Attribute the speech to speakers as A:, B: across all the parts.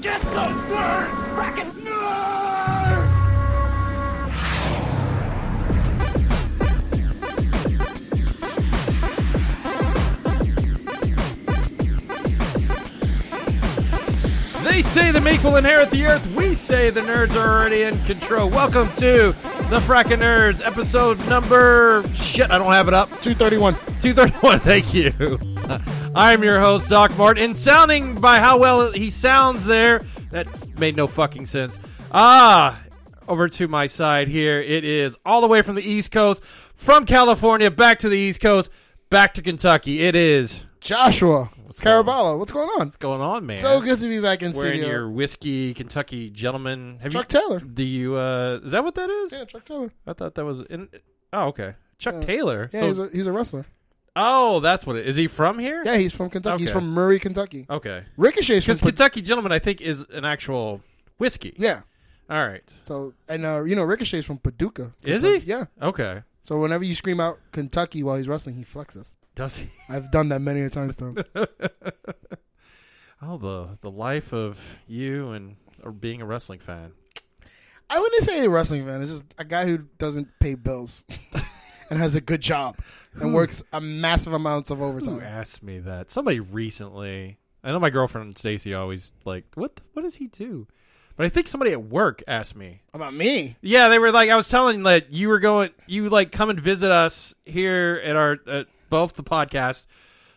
A: Get those birds! Frackin'
B: They say the meek will inherit the earth. We say the nerds are already in control. Welcome to the Frackin' Nerds, episode number shit. I don't have it up.
C: 231.
B: Two thirty-one. Thank you. I'm your host, Doc Mart, and sounding by how well he sounds there, that's made no fucking sense. Ah, over to my side here. It is all the way from the East Coast, from California, back to the East Coast, back to Kentucky. It is.
C: Joshua
B: going
C: Caraballo. What's going on?
B: What's going on, man?
C: So good to be back in
B: Wearing
C: studio.
B: your whiskey, Kentucky gentleman. Have
C: Chuck
B: you,
C: Taylor.
B: Do you? uh Is that what that is?
C: Yeah, Chuck Taylor.
B: I thought that was in. Oh, okay. Chuck
C: Yeah.
B: Taylor.
C: Yeah,
B: so,
C: he's, a, he's a wrestler.
B: oh, that's what it is. He from here?
C: Yeah, he's from Kentucky. He's
B: Okay.
C: from Murray, Kentucky.
B: Okay.
C: Oh. Ricochet's from
B: Because Kentucky Gentleman, I think, is an actual whiskey.
C: yeah.
B: All right.
C: So and uh, you know Ricochet's from Paducah.
B: Is he?
C: Yeah.
B: Okay.
C: So whenever you scream out Kentucky while he's wrestling, he flexes.
B: Does he?
C: I've done that many a times though.
B: Oh, the the life of you and or being a wrestling fan.
C: I wouldn't say a wrestling fan. It's just a guy who doesn't pay bills and has a good job and works a massive amounts of
B: Who
C: overtime.
B: asked me that? Somebody recently. I know my girlfriend Stacy always like what the- what does he do? But I think somebody at work asked me.
C: About me?
B: Yeah, they were like, I was telling that you were going, you like come and visit us here at our at both the podcast,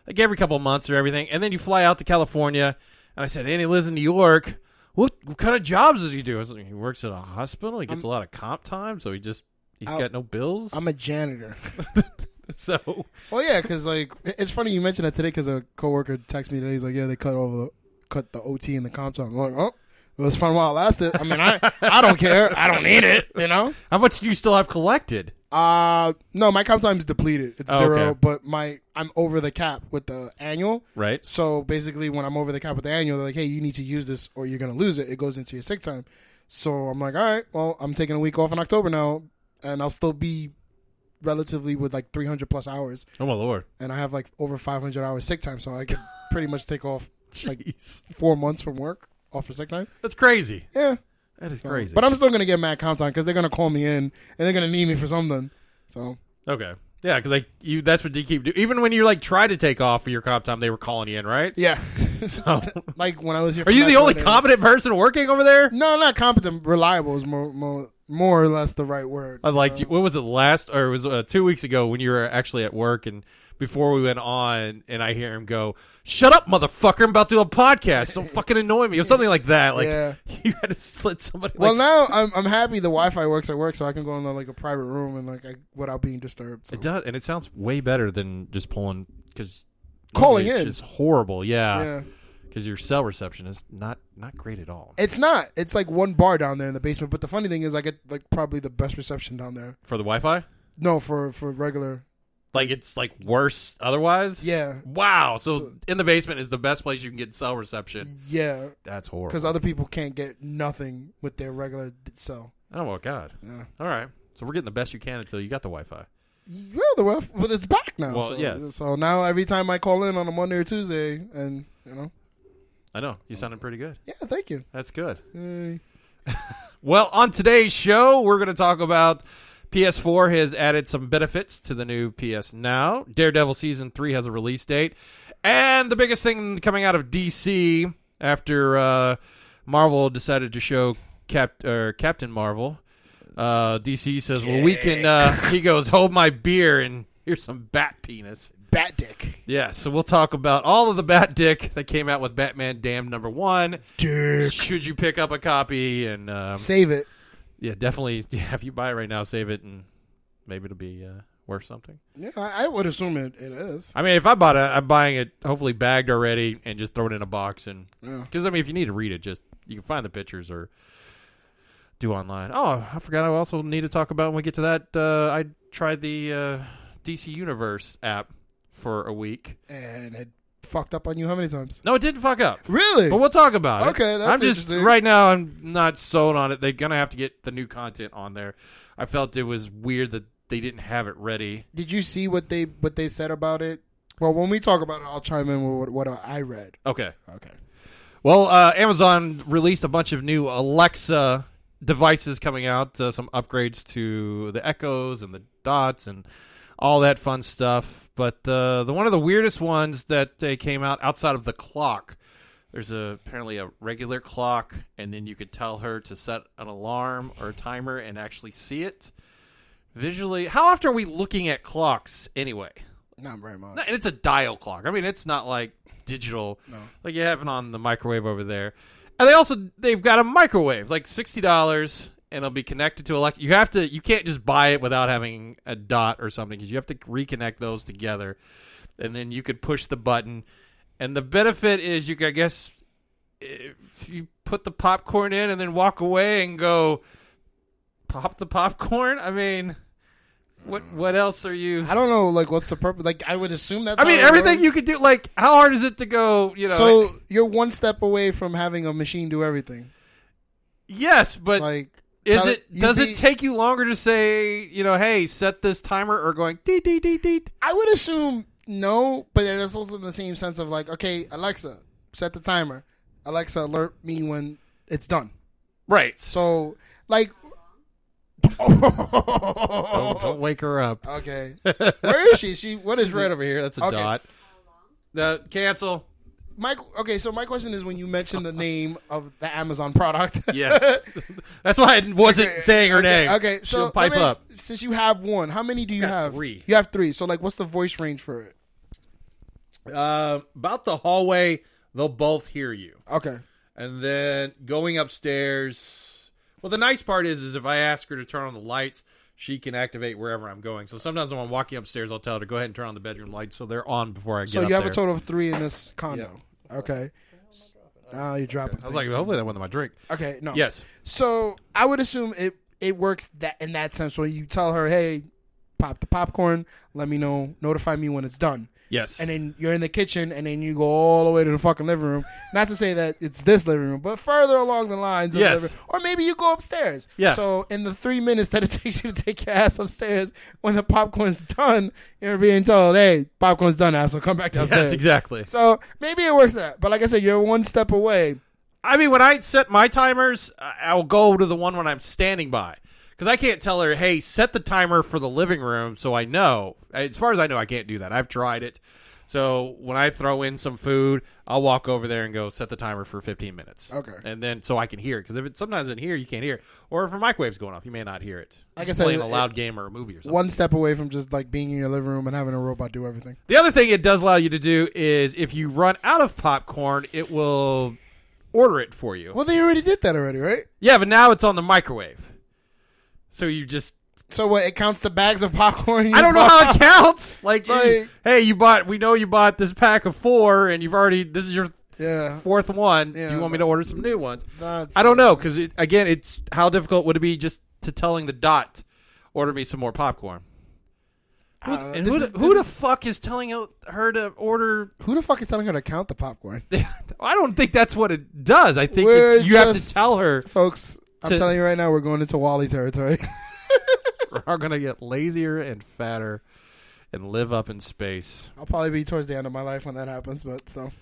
B: like every couple of months or everything, and then you fly out to California. And I said, and he lives in New York. What, what kind of jobs does he do? I was like, he works at a hospital. He gets a lot of comp time, so he just he's
C: I'll-
B: got no bills.
C: I'm a janitor.
B: so
C: Well, yeah, because like it- it's funny you mentioned that today because a coworker texted me today. He's like, "Yeah, they cut over the cut the OT and the comp time." I'm like, "Oh, it was fun while it lasted." I mean, I I don't care. I don't need it. You know.
B: how much do you still have collected?
C: Uh no, my comp time's depleted. It's
B: Oh,
C: zero,
B: okay.
C: but my I'm over the cap with the annual.
B: Right.
C: So basically, when I'm over the cap with the annual, they're like, "Hey, you need to use this or you're gonna lose it. It goes into your sick time." So I'm like, "All right, well, I'm taking a week off in October now, and I'll still be." Relatively, with like 300 plus hours,
B: Oh my lord!
C: and I have like over 500 hours sick time, so I could pretty much take off like
B: Jeez,
C: four months from work off for sick time.
B: that's crazy.
C: Yeah,
B: That is
C: so-
B: crazy.
C: But I'm still gonna get mad comp time because they're gonna call me in and they're gonna need me for something. So
B: okay. Yeah, because like you, that's what you keep do. Even when you like try to take off for your comp time, they were calling you in, right? Oh.
C: yeah,
B: So-
C: like when I was
B: Are
C: here. for
B: you the
C: Metro,
B: only
C: they-
B: competent person working over there?
C: No, not competent. Reliable is more, more, more or less the right word.
B: I liked you. What was it last, or it was uh, two weeks ago when you were actually at work and before we went on, and I hear him go, "Shut up, motherfucker! I'm about to do a podcast. Don't fucking annoy me," or something like that. Like
C: Yeah.
B: you had to slit somebody.
C: well,
B: like,
C: now I'm I'm happy the Wi-Fi works at work, so I can go into like a private room and like I, without being disturbed. So.
B: it does, and it sounds way better than just pulling because
C: Calling in.
B: is horrible. Yeah,
C: Yeah.
B: because your cell reception is not not great at all
C: It's not. It's like one bar down there in the basement. But the funny thing is, I get like probably the best reception down there.
B: for the Wi-Fi.
C: No, for for regular.
B: Like it's like worse otherwise.
C: Yeah,
B: Wow. So,
C: So-
B: in the basement is the best place you can get cell reception.
C: yeah.
B: That's horrible.
C: Because other people can't get nothing with their regular d- cell.
B: Oh my god!
C: Yeah.
B: All right, so we're getting the best you can until you got the Wi-Fi.
C: Well, the ref, but it's back now.
B: Well,
C: so,
B: yes.
C: So now every time I call in on a Monday or Tuesday, and you know,
B: I know you sounded pretty good.
C: yeah, thank you.
B: That's good.
C: Yay.
B: Well, on today's show, we're going to talk about PS4 has added some benefits to the new PS Now. Daredevil season three has a release date, and the biggest thing coming out of DC after uh, Marvel decided to show Cap- or Captain Marvel. Uh, DC says, "Well, we can." Uh, he goes, "Hold my beer, and here's some bat penis."
C: Bat dick.
B: Yeah, so we'll talk about all of the Bat Dick that came out with Batman Damn number one.
C: Dick.
B: Should you pick up a copy? And um,
C: Save it.
B: yeah, definitely. Yeah, if you buy it right now, save it and Maybe it'll be uh, worth something.
C: Yeah, I, I would assume it, it is.
B: I mean, if I bought it, I'm buying it hopefully bagged already and just throw it in a box and
C: Yeah.
B: because I mean, if you need to read it, just you can find the pictures or do online. Oh, I forgot. I also need to talk about when we get to that. Uh, I tried the uh, DC Universe app for a week.
C: And it fucked up on you how many times?
B: No, it didn't fuck up.
C: Really?
B: But we'll talk about it.
C: Okay, that's
B: I'm just
C: interesting.
B: right now. I'm not sold on it. They're gonna have to get the new content on there. I felt it was weird that they didn't have it ready.
C: Did you see what they what they said about it? Well, when we talk about it, I'll chime in with what, what I read.
B: Okay.
C: Okay.
B: Well, uh, Amazon released a bunch of new Alexa devices coming out, uh, some upgrades to the Echoes and the Dots and all that fun stuff. But uh, the one of the weirdest ones that they came out outside of the clock. There's a, apparently a regular clock, and then you could tell her to set an alarm or a timer and actually see it visually. How often are we looking at clocks anyway?
C: Not very much.
B: No, and it's a dial clock. I mean, it's not like digital. Like you have it on the microwave over there. And they also they've got a microwave, like sixty dollars, and it'll be connected to Alexa. You have to you can't just buy it without having a dot or something because you have to reconnect those together, and then you could push the button. And the benefit is you can, I guess if you put the popcorn in and then walk away and go pop the popcorn. I mean, what what else are you?
C: I don't know, like, what's the purpose? Like, I would assume that's.
B: I
C: how
B: mean,
C: it
B: everything
C: works.
B: you could do. Like, how hard is it to go? You know.
C: So you're one step away from having a machine do everything.
B: yes, but
C: Like,
B: is
C: tell
B: it?
C: you'd
B: Does
C: be-
B: it take you longer to say? You know, hey, set this timer or going dee dee dee dee.
C: I would assume no, but it is also the same sense of like, okay, Alexa, set the timer. Alexa, alert me when it's done.
B: Right.
C: So, like,
B: don't,
C: oh,
B: don't wake her up.
C: okay, where is she? She what is
B: She's right
C: the-
B: over here. That's a
C: oh, Okay.
B: dot. Uh, cancel.
C: My okay, so my question is, when you mentioned the name of the Amazon product,
B: Yes. That's why I wasn't saying her
C: okay,
B: name.
C: Okay, so
B: She'll pipe
C: let me ask-
B: up.
C: since you have one, how many do you
B: got
C: have?
B: three.
C: You have three. So, like, what's the voice range for it?
B: Uh, about the hallway, they'll both hear you.
C: Okay,
B: and then going upstairs. Well, the nice part is, is if I ask her to turn on the lights, she can activate wherever I'm going. So sometimes when I'm walking upstairs, I'll tell her to go ahead and turn on the bedroom lights so they're on before I get
C: so
B: up
C: you have
B: there.
C: a total of three in this condo. Okay, now you're dropping.
B: I was like,
C: things.
B: hopefully that wasn't my drink.
C: okay, no,
B: Yes.
C: So I would assume it it works that in that sense where you tell her, hey, pop the popcorn. Let me know. Notify me when it's done.
B: Yes.
C: And then you're in the kitchen, and then you go all the way to the fucking living room. Not to say that it's this living room, but further along the lines. Of the
B: Yes.
C: living- or maybe you go upstairs.
B: Yeah.
C: So in the three minutes that it takes you to take your ass upstairs, when the popcorn's done, you're being told, "Hey, popcorn's done, asshole. Come back downstairs."
B: yes, exactly.
C: So maybe it works that. But like I said, you're one step away.
B: I mean, when I set my timers, I- I'll go to the one when I'm standing by because I can't tell her, "Hey, set the timer for the living room," so I know. As far as I know, I can't do that. I've tried it. So when I throw in some food, I'll walk over there and go set the timer for 15 minutes.
C: Okay.
B: and then so I can hear it because if it's sometimes in here you can't hear, it. or if a microwave's going off, you may not hear it.
C: Like I
B: Just
C: said,
B: playing a
C: it-
B: loud game or a movie or something.
C: One step away from just like being in your living room and having a robot do everything.
B: The other thing it does allow you to do is if you run out of popcorn, it will order it for you.
C: Well, they already did that already, right?
B: Yeah, but now it's on the microwave. So you just
C: So what? It counts the bags of popcorn. you
B: I don't know
C: bought?
B: how it counts. Like,
C: Like-
B: hey, you bought we know you bought this pack of 4 and you've already this is your
C: Yeah.
B: fourth one. Do
C: Yeah,
B: you want me to order some new ones?
C: That's-
B: I don't know cuz it, again, it's how difficult would it be just to telling the dot order me some more popcorn. Who,
C: don't know.
B: and
C: This
B: who,
C: is-
B: the, who
C: this
B: the fuck is telling her to order?
C: Who the fuck is telling her to count the popcorn?
B: I don't think that's what it does. I think
C: We're
B: it's, you have to
C: just-
B: tell her
C: folks. I'm
B: to-
C: telling you right now, we're going into Wally territory.
B: are going to get lazier and fatter and live up in space.
C: I'll probably be towards the end of my life when that happens, but still,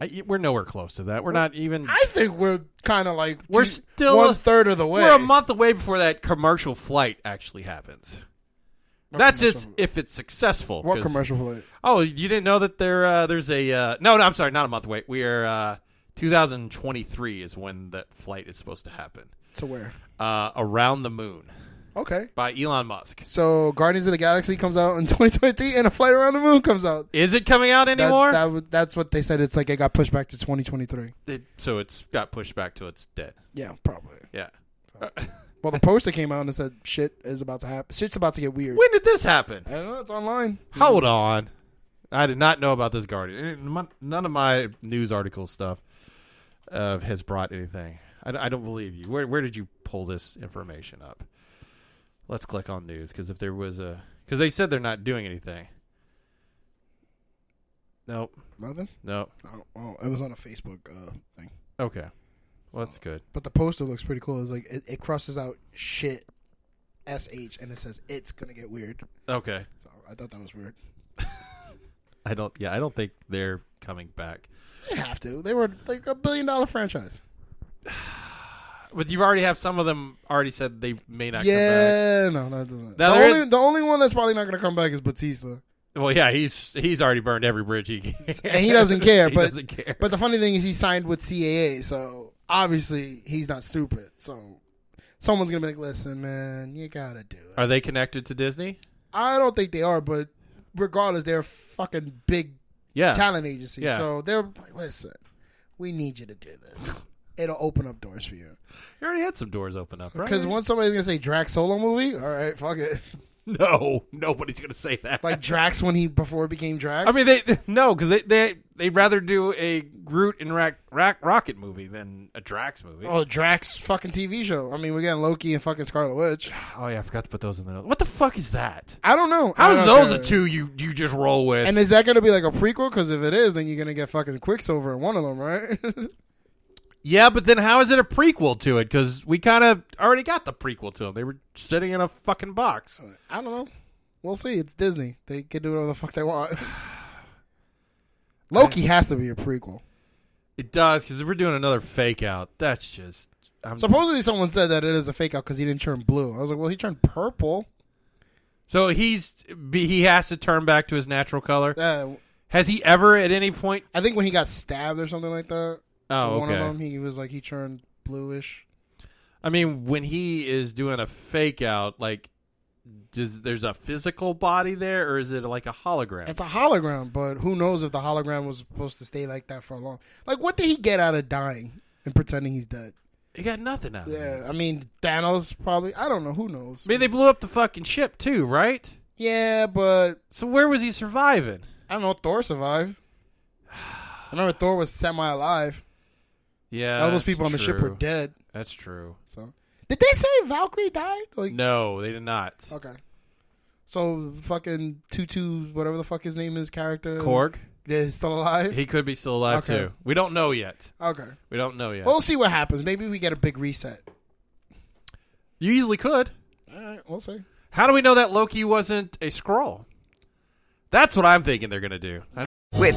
B: I, we're nowhere close to that. We're not even.
C: I think we're kind of like
B: We're
C: two-
B: still-
C: one third of the way.
B: We're a month away before that commercial flight actually happens. That's it's,
C: commercial
B: if it's successful.
C: What
B: 'cause-
C: commercial flight?
B: Oh, you didn't know that there uh, there's a uh, no no I'm sorry not a month away. We are uh, 2023 is when that flight is supposed to happen
C: To where?
B: uh, around the moon
C: Okay.
B: by Elon Musk.
C: So Guardians of the Galaxy comes out in 2023, and A Flight Around the Moon comes out.
B: Is it coming out
C: That,
B: anymore?
C: that would- that's what they said. It's like it got pushed back to 2023.
B: It- so it's got pushed back to it's dead.
C: Yeah, probably.
B: Yeah.
C: Well, the poster came out and said shit is about to happen. Shit's about to get weird.
B: When did this happen?
C: I don't know. It's online.
B: Hold on. I did not know about this Guardian. Eh, None of my news article stuff uh, has brought anything. I, I don't believe you. Where, where did you pull this information up? Let's click on news because if there was a. Because they said they're not doing anything. Nope.
C: Nothing.
B: Nope.
C: Oh, oh, it was on a Facebook uh, thing.
B: Okay. Well, that's good.
C: But the poster looks pretty cool. It's like it, it crosses out shit, S H, and it says it's gonna get weird.
B: Okay.
C: So I thought that was weird.
B: I don't. Yeah, I don't think they're coming back.
C: They have to. They were like a billion dollar franchise.
B: But you already have some of them already said they may not. come
C: yeah, no, that doesn't.
B: Now
C: the
B: there
C: only
B: is-
C: the only one that's probably not gonna come back is Batista,
B: back. Well, yeah, he's he's already burned every bridge he can.
C: and he doesn't care.
B: He
C: but
B: doesn't care.
C: but the funny thing is, he signed with CAA, so obviously he's not stupid. So someone's gonna be like, "Listen, man, you gotta do it."
B: Are they connected to Disney?
C: I don't think they are, but regardless, they're a fucking big
B: Yeah.
C: talent agency.
B: Yeah.
C: So they're like, listen, we need you to do this. It'll open up doors for you.
B: You already had some doors open up, right?
C: Because once somebody's gonna say Drax solo movie, all right, fuck it.
B: no, nobody's gonna say that.
C: Like Drax when he before he became Drax.
B: I mean, they no, because they they they'd rather do a Groot and Rack, Rack Rocket movie than a Drax movie. Oh.
C: oh Drax fucking TV show. I mean, we got Loki and fucking Scarlet Witch.
B: Oh, yeah, I forgot to put those in the notes. What the fuck is that?
C: I don't know. I
B: How's
C: don't know,
B: those the
C: Tyler.
B: two you you just roll with?
C: And is that gonna be like a prequel? Because if it is, then you're gonna get fucking Quicksilver in one of them, right?
B: yeah, but then how is it a prequel to it? Because we kind of already got the prequel to them. They were sitting in a fucking box.
C: I don't know. We'll see. It's Disney. They can do whatever the fuck they want. Loki has to be a prequel.
B: It does because if we're doing another fake out, that's just. I'm,
C: Supposedly, someone said that it is a fake out because he didn't turn blue. I was like, well, he turned purple.
B: so he's be- he has to turn back to his natural color.
C: Uh,
B: Has he ever at any point?
C: I think when he got stabbed or something like that,
B: Oh,
C: one
B: okay.
C: of them, he was like, he turned bluish.
B: I mean, when he is doing a fake out, like, does there's a physical body there, or is it like a hologram?
C: It's a hologram, but who knows if the hologram was supposed to stay like that for long. Like, what did he get out of dying and pretending he's dead?
B: he got nothing out. Of it.
C: Yeah, I mean, Thanos probably. I don't know. Who knows?
B: I mean, they blew up the fucking ship too, right?
C: Yeah, but
B: So where was he surviving?
C: I don't know. Thor survived. I remember Thor was semi alive.
B: Yeah,
C: All those
B: that's
C: people on the ship
B: true.
C: were dead.
B: That's true.
C: So, did they say Valkyrie died? Like,
B: No, they did not.
C: Okay. So fucking Tutu, whatever the fuck his name is, character
B: Korg,
C: yeah, he's still alive.
B: he could be still alive
C: Okay.
B: too. We don't know yet.
C: okay,
B: We don't know yet.
C: we'll see what happens. Maybe we get a big reset.
B: you easily could.
C: All right, we'll see.
B: How do we know that Loki wasn't a scroll? That's what I'm thinking they're gonna do. I-
D: With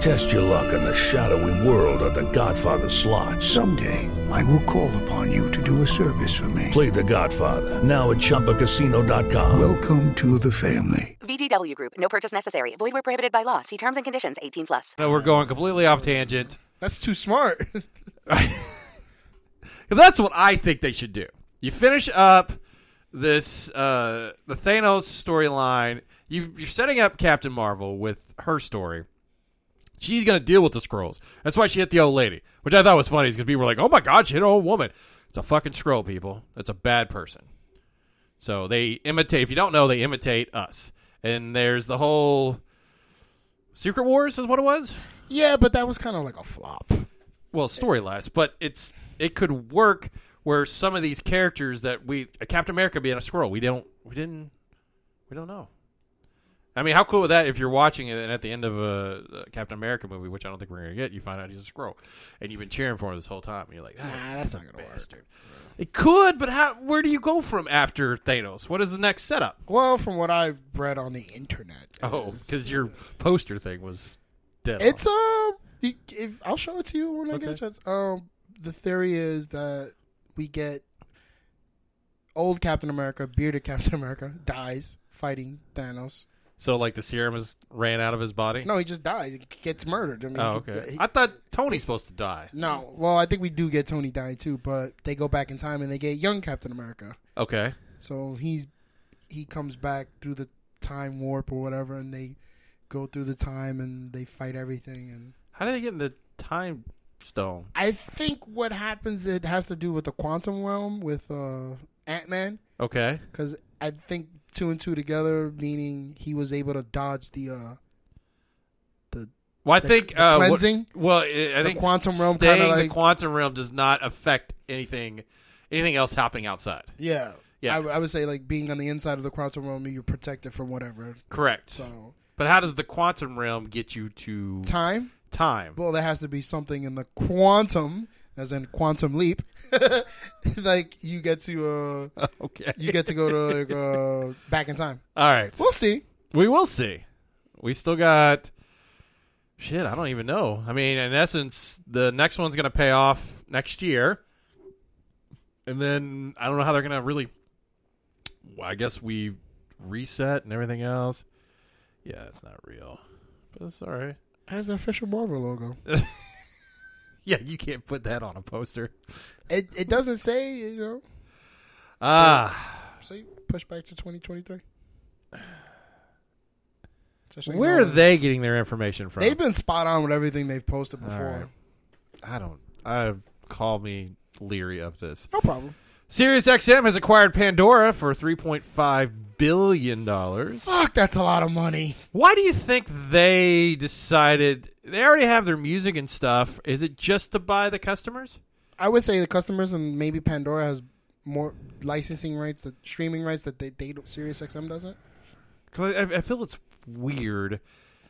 E: Test your luck in the shadowy world of The Godfather slot.
F: Someday, I will call upon you to do a service for me.
E: Play The Godfather now at ChumbaCasino.com.
F: Welcome to the family.
G: VGW Group. No purchase necessary. Void where prohibited by law. See terms and conditions. 18 plus.
B: No, we're going completely off tangent.
C: That's too smart.
B: That's what I think they should do. You finish up this uh, the Thanos storyline. You, you're setting up Captain Marvel with her story. She's gonna deal with the scrolls. That's why she hit the old lady, which I thought was funny, because people were like, "Oh my god, she hit an old woman." It's a fucking scroll, people. That's a bad person. So they imitate. If you don't know, they imitate us. And there's the whole Secret Wars is what it was
C: yeah, but that was kind of like a flop.
B: well story less but it's it could work where some of these characters that we uh, captain america being a squirrel we don't we didn't we don't know I mean, how cool would that if you're watching it and at the end of a, a Captain America movie, which I don't think we're gonna get, you find out he's a scroll, and you've been cheering for him this whole time, and you're like, ah,
C: Nah, that's not gonna work.
B: bastard. It could, but how? Where do you go from after Thanos? What is the next setup?
C: Well, from what I've read on the internet,
B: Oh,
C: is-
B: because your poster thing was dead.
C: it's
B: on.
C: um, you- if I'll show it to you when I get a
B: Okay.
C: chance. Um, the theory is that we get old Captain America, bearded Captain America, dies fighting Thanos.
B: so like the serum is ran out of his body.
C: No, he just dies. He gets murdered. I mean,
B: Oh,
C: he-
B: okay.
C: he-
B: I thought Tony's supposed to die.
C: no, well, I think we do get Tony dying too, but they go back in time and they get young Captain America.
B: Okay.
C: So he's he comes back through the time warp or whatever, and they go through the time and they fight everything. And
B: How did they get in the time stone?
C: I think what happens it has to do with the quantum realm with uh, Ant Man
B: Okay.
C: because I think two and two together, meaning he was able to dodge the uh, the
B: Well, I
C: The-
B: think
C: the
B: uh, what-
C: cleansing?
B: well, I I
C: The
B: think
C: quantum realm
B: staying
C: kinda
B: the
C: like-
B: quantum realm does not affect anything, anything else happening outside.
C: yeah.
B: Yeah.
C: I, would- I would say like being on the inside of the quantum realm, you're protected from whatever.
B: Correct.
C: So
B: But how does the quantum realm get you to
C: time,
B: time?
C: Well, there has to be something in the quantum, as in quantum leap. like you get to, uh,
B: okay.
C: you get to go to like, uh, back in time.
B: All right.
C: We'll see.
B: We will see. We still got shit. I don't even know. I mean, in essence, the next one's going to pay off next year, and then I don't know how they're going to really. Well, I guess we reset and everything else. Yeah, it's not real, but it's all right.
C: Has the official Marvel logo?
B: Yeah, you can't put that on a poster.
C: It it doesn't say you know.
B: Ah,
C: Say push back to twenty twenty three.
B: where are they getting their information from?
C: They've been spot on with everything they've posted before.
B: right. I don't. I call me leery of this.
C: No problem.
B: SiriusXM has acquired Pandora for three point five billion dollars.
C: Fuck, that's a lot of money.
B: Why do you think they decided they already have their music and stuff? Is it just to buy the customers?
C: I would say the customers and maybe Pandora has more licensing rights, the streaming rights that they, they don't, SiriusXM doesn't.
B: 'Cause I, I feel it's weird.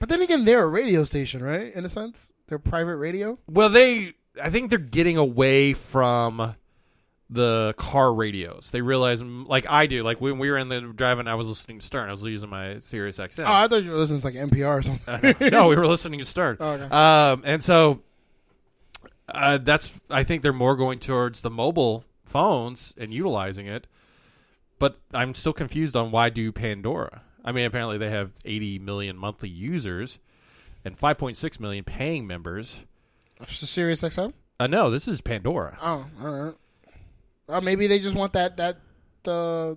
C: But then again, they're a radio station, right? In a sense, they're private radio.
B: Well, they I think they're getting away from the car radios. They realize, mm, like I do, like when we were in the driving, I was listening to Stern. I was using my Sirius XM.
C: Oh, I thought you were listening to like NPR or something.
B: no, we were listening to Stern.
C: Okay.
B: Um, and so uh, that's I think they're more going towards the mobile phones and utilizing it. But I'm still confused on why do Pandora? I mean, apparently they have 80 million monthly users and 5.6 million paying members.
C: So Sirius XM.
B: Uh, no, this is Pandora.
C: Oh, all right. Uh, maybe they just want that that the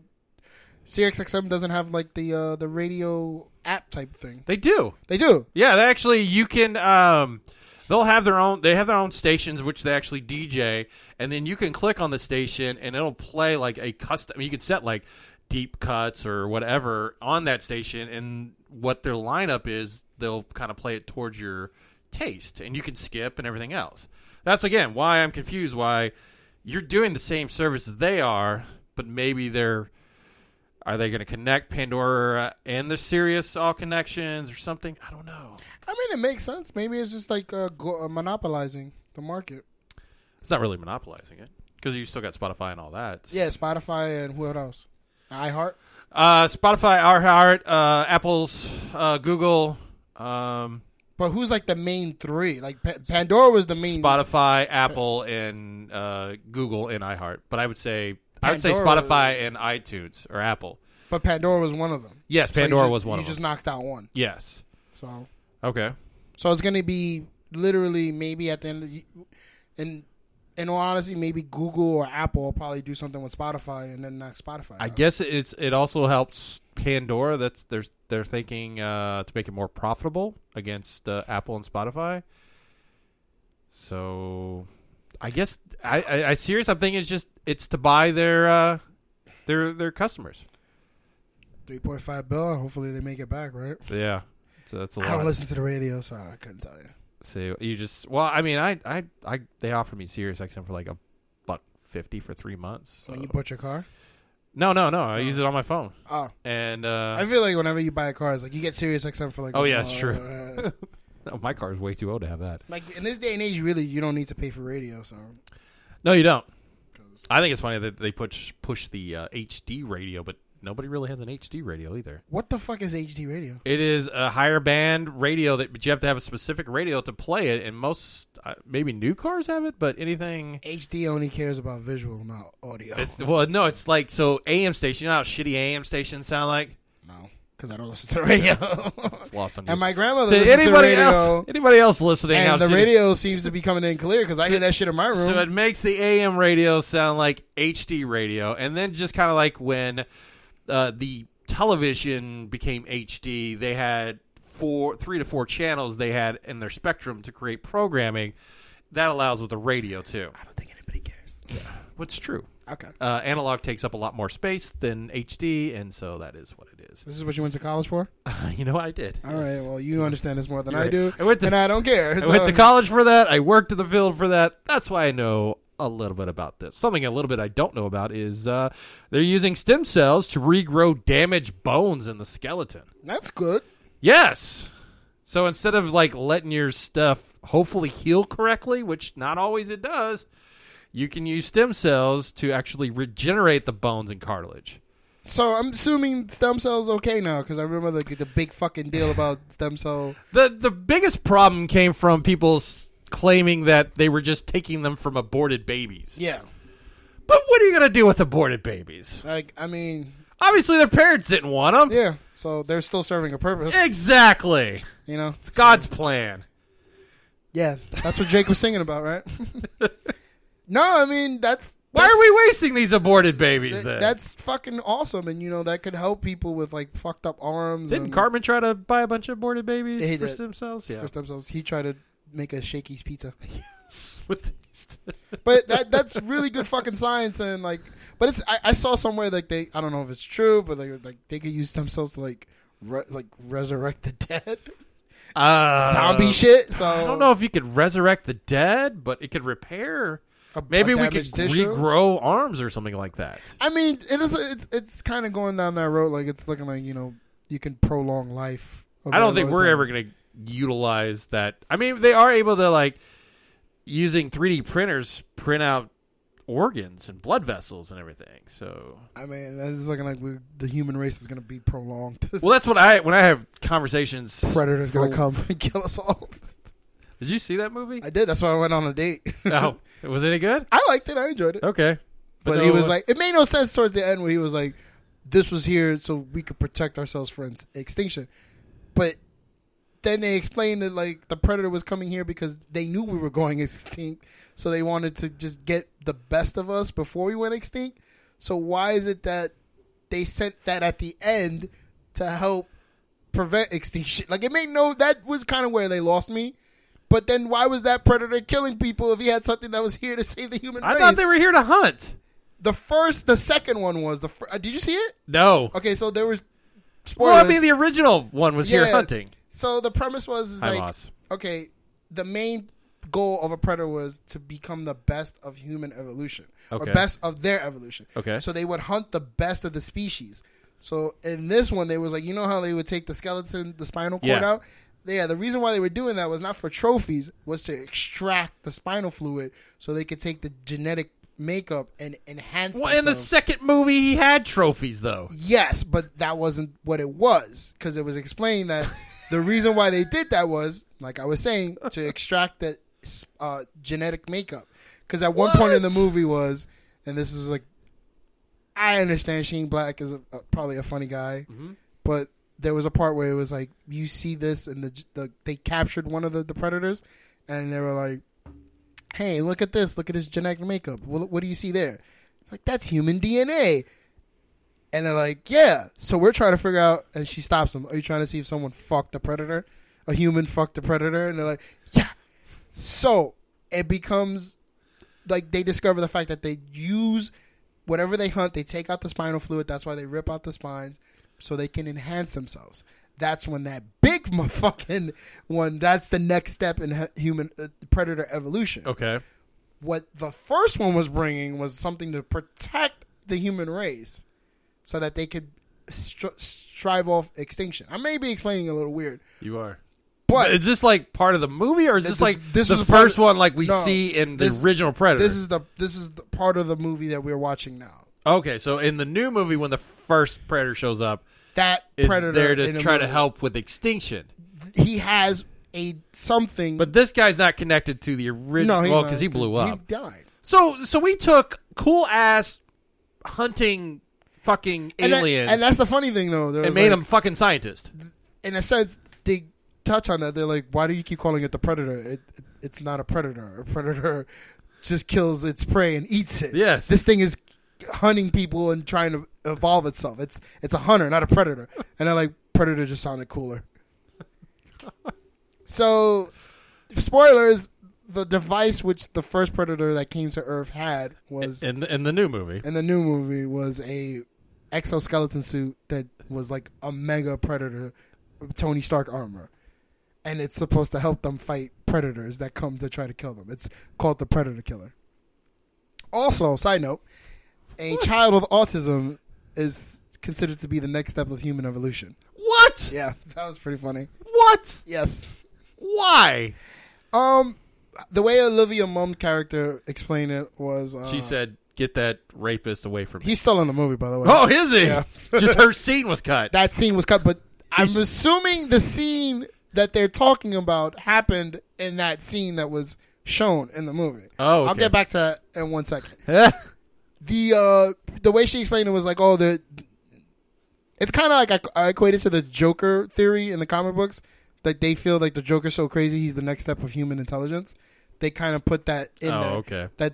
C: Sirius XM doesn't have like the uh, the radio app type thing.
B: They do.
C: They do.
B: Yeah, they actually you can um they'll have their own they have their own stations which they actually DJ and then you can click on the station and it'll play like a custom you can set like deep cuts or whatever on that station and what their lineup is they'll kind of play it towards your taste and you can skip and everything else. That's again why I'm confused why you're doing the same service they are but maybe they're are they going to connect Pandora and the Sirius all connections or something? I don't know.
C: I mean, it makes sense. Maybe it's just like uh, go, uh, monopolizing the market.
B: It's not really monopolizing it because you still got Spotify and all that.
C: Yeah, Spotify and who else? iHeart.
B: Uh, Spotify, our heart, uh, Apple's, uh, Google, um,
C: But who's like the main three? Like pa- Pandora was the main.
B: Spotify, Apple, and uh, Google and iHeart. But I would say I would say
C: Pandora-
B: Spotify and iTunes or Apple.
C: But Pandora was one of them.
B: Yes,
C: So you
B: Pandora
C: ju-
B: was one
C: You
B: of
C: just
B: them.
C: knocked out one.
B: Yes.
C: So.
B: Okay.
C: So it's gonna be literally maybe at the end, of the, and in all honesty, maybe Google or Apple will probably do something with Spotify and then knock Spotify.
B: I
C: out.
B: guess it's it also helps Pandora. That's they're they're thinking uh, to make it more profitable against uh, Apple and Spotify. So, I guess I I, I serious. I'm thinking it's just it's to buy their uh, their their customers.
C: three point five bill. Hopefully they make it back, right?
B: Yeah, so that's a
C: I don't
B: lot.
C: listen to the radio, so I couldn't tell you.
B: So you just well, I mean, I I, I they offered me Sirius XM for like a buck fifty for three months.
C: When
B: so-
C: you bought your car,
B: No, no, no. I use it on my phone.
C: Oh.
B: And Uh, uh,
C: I feel like whenever you buy a car, it's like you get Sirius XM for like.
B: Oh, yeah, it's
C: uh,
B: true.
C: uh,
B: no, my car's way too old to have that.
C: like in this day and age, really, you don't need to pay for radio. So
B: No, you don't. I think it's funny that they push push the uh, HD radio, but nobody really has an HD radio either.
C: what the fuck is HD radio?
B: It is a higher band radio that, but you have to have a specific radio to play it. And most, uh, maybe new cars have it, but anything.
C: HD only cares about visual, not audio.
B: It's, well, no, it's like so AM station. You know how shitty AM stations sound like?
C: no, because I don't listen to the radio.
B: It's lost on
C: and
B: you.
C: my grandmother
B: So
C: listens
B: anybody
C: to the radio,
B: else? Anybody else listening?
C: and
B: out
C: the
B: shitty-
C: radio seems to be coming in clear because I hear that shit in my room.
B: So it makes the AM radio sound like HD radio, and then just kind of like when uh, the television became HD, they had four, three to four channels they had in their spectrum to create programming. That allows with the radio too. I don't think anybody cares. What's true?
C: okay,
B: Uh, analog takes up a lot more space than HD, and so that is what it is.
C: this is what you went to college for.
B: you know, what I did.
C: All right, well, you understand this more than
B: You're
C: I
B: right.
C: do,
B: I went to-
C: and I don't care.
B: I went
C: so-
B: to college for that. I worked in the field for that. That's why I know a little bit about this. Something a little bit I don't know about is uh, they're using stem cells to regrow damaged bones in the skeleton.
C: That's good.
B: Yes. So instead of like letting your stuff hopefully heal correctly, which not always it does, you can use stem cells to actually regenerate the bones and cartilage.
C: So I'm assuming stem cells okay now because I remember the, the big fucking deal about stem cell.
B: The the biggest problem came from people s- claiming that they were just taking them from aborted babies.
C: Yeah,
B: But what are you going to do with aborted babies?
C: like I mean,
B: Obviously, their parents didn't want them.
C: yeah. So they're still serving a purpose,
B: Exactly.
C: you know.
B: It's God's plan.
C: Yeah, that's what Jake was singing about, right? no, I mean that's
B: Why
C: that's-
B: are we wasting these aborted babies
C: th-
B: then?
C: That's fucking awesome, and you know that could help people with like fucked up arms.
B: Didn't
C: and
B: Cartman try to buy a bunch of aborted babies
C: Yeah, he
B: for
C: did.
B: stem cells?
C: for stem cells? He tried to make a Shakey's pizza,
B: With these-
C: but that that's really good fucking science and like. But it's I, I saw somewhere like they I don't know if it's true, but they like they could use stem cells to like re- like resurrect the dead
B: Uh,
C: zombie shit. So
B: I don't know if you could resurrect the dead, but it could repair.
C: A-
B: Maybe
C: a
B: we could
C: damaged tissue?
B: regrow arms or something like that.
C: I mean, it is. It's it's kind of going down that road. Like it's looking like you know you can prolong life.
B: I don't think we're ever going to utilize that. I mean, they are able to like using 3D printers print out organs and blood vessels and everything. So
C: I mean, it's looking like we the human race is going to be prolonged.
B: Well, that's what I when I have conversations.
C: Predator's
B: for-
C: going to come and kill us all.
B: Did you see that movie?
C: I did. That's why I went on a date.
B: No, was it any good?
C: I liked it. I enjoyed it.
B: Okay, uh,
C: But he was like, it made no sense towards the end where he was like, this was here so we could protect ourselves from ex- extinction. But then they explained that like the predator was coming here because they knew we were going extinct, so they wanted to just get the best of us before we went extinct. So why is it that they sent that at the end to help prevent extinction? Like it made no that was kind of where they lost me. But then why was that predator killing people if he had something that was here to save the human
B: I
C: race?
B: thought they were here to hunt.
C: The first, the second one was the. Fir- uh, did you see it?
B: No.
C: Okay, so there was. Spoilers.
B: Well, I mean, the original one was here hunting.
C: So the premise was is
B: I
C: like,
B: lost.
C: okay, the main goal of a predator was to become the best of human evolution
B: Okay.
C: or best of their evolution.
B: Okay.
C: So they would hunt the best of the species. So in this one, they was like, you know how they would take the skeleton, the spinal cord
B: Yeah.
C: out. Yeah, the reason why they were doing that was not for trophies, was to extract the spinal fluid so they could take the genetic makeup and enhance.
B: Well, in the
C: themselves.
B: second movie, he had trophies though.
C: Yes, but that wasn't what it was because it was explained that the reason why they did that was, like I was saying, to extract the uh, genetic makeup. Because at one point in the
B: What?
C: movie was, and this is like, I understand Shane Black is a, a, probably a funny guy, but there was a part where it was like you see this, and the, the they captured one of the, the predators, and they were like, "Hey, look at this! Look at his genetic makeup. What, what do you see there?" Like that's human DNA. And they're like, yeah. So we're trying to figure out. And she stops them. Are you trying to see if someone fucked a predator? A human fucked a predator? And they're like, yeah. So it becomes like they discover the fact that they use whatever they hunt, they take out the spinal fluid. That's why they rip out the spines so they can enhance themselves. That's when that big fucking one, that's the next step in hu- human uh, predator evolution
B: Okay.
C: what the first one was bringing was something to protect the human race. so that they could str- strive off extinction. I may be explaining a little weird,
B: You are.
C: but
B: Is this like part of the movie, or is
C: Th-
B: this
C: th-
B: like
C: this
B: the
C: was part
B: first
C: of-
B: one, like we
C: no,
B: see in the
C: this-
B: original Predator?
C: this is the this is the part of the movie that we're watching now.
B: okay. So in the new movie, when the first Predator shows up,
C: That
B: is
C: predator
B: there
C: in
B: to
C: the
B: try to
C: movie.
B: help with extinction.
C: He has a something,
B: But this guy's not connected to the
C: no,
B: original.
C: he's
B: well,
C: not.
B: because he blew up.
C: He died.
B: so so we took cool ass hunting fucking
C: And, that-
B: aliens
C: and that's the funny thing, though. There
B: and
C: was,
B: made
C: like-
B: them fucking scientists.
C: in a sense, they touch on that. They're like, why do you keep calling it the predator? It, it- it's not a predator. A predator just kills its prey and eats it.
B: Yes.
C: this thing is hunting people and trying to evolve itself. It's it's a hunter, not a predator. And they're like, predator just sounded cooler. so, spoilers: the device which the first predator that came to Earth had was
B: In the, in the new movie,
C: and the new movie was a exoskeleton suit that was like a mega predator Tony Stark armor. And it's supposed to help them fight predators that come to try to kill them. It's called the Predator Killer. Also, side note, a child with autism is considered to be the next step of human evolution.
B: what?
C: Yeah, that was pretty funny.
B: What?
C: Yes.
B: Why?
C: Um the way Olivia Mumm's character explained it was uh,
B: she said, "Get that rapist away from me."
C: he's still in the movie by the way.
B: Oh, is he?
C: Yeah.
B: Just her scene was cut.
C: that scene was cut, but I'm assuming the scene that they're talking about happened in that scene that was shown in the movie.
B: Oh, okay.
C: I'll get back to that in one second. The uh, the way she explained it was like, oh, the it's kind of like I, I equated to the Joker theory in the comic books that they feel like the Joker's so crazy he's the next step of human intelligence. They kind of put that in.
B: Oh,
C: there.
B: okay.
C: That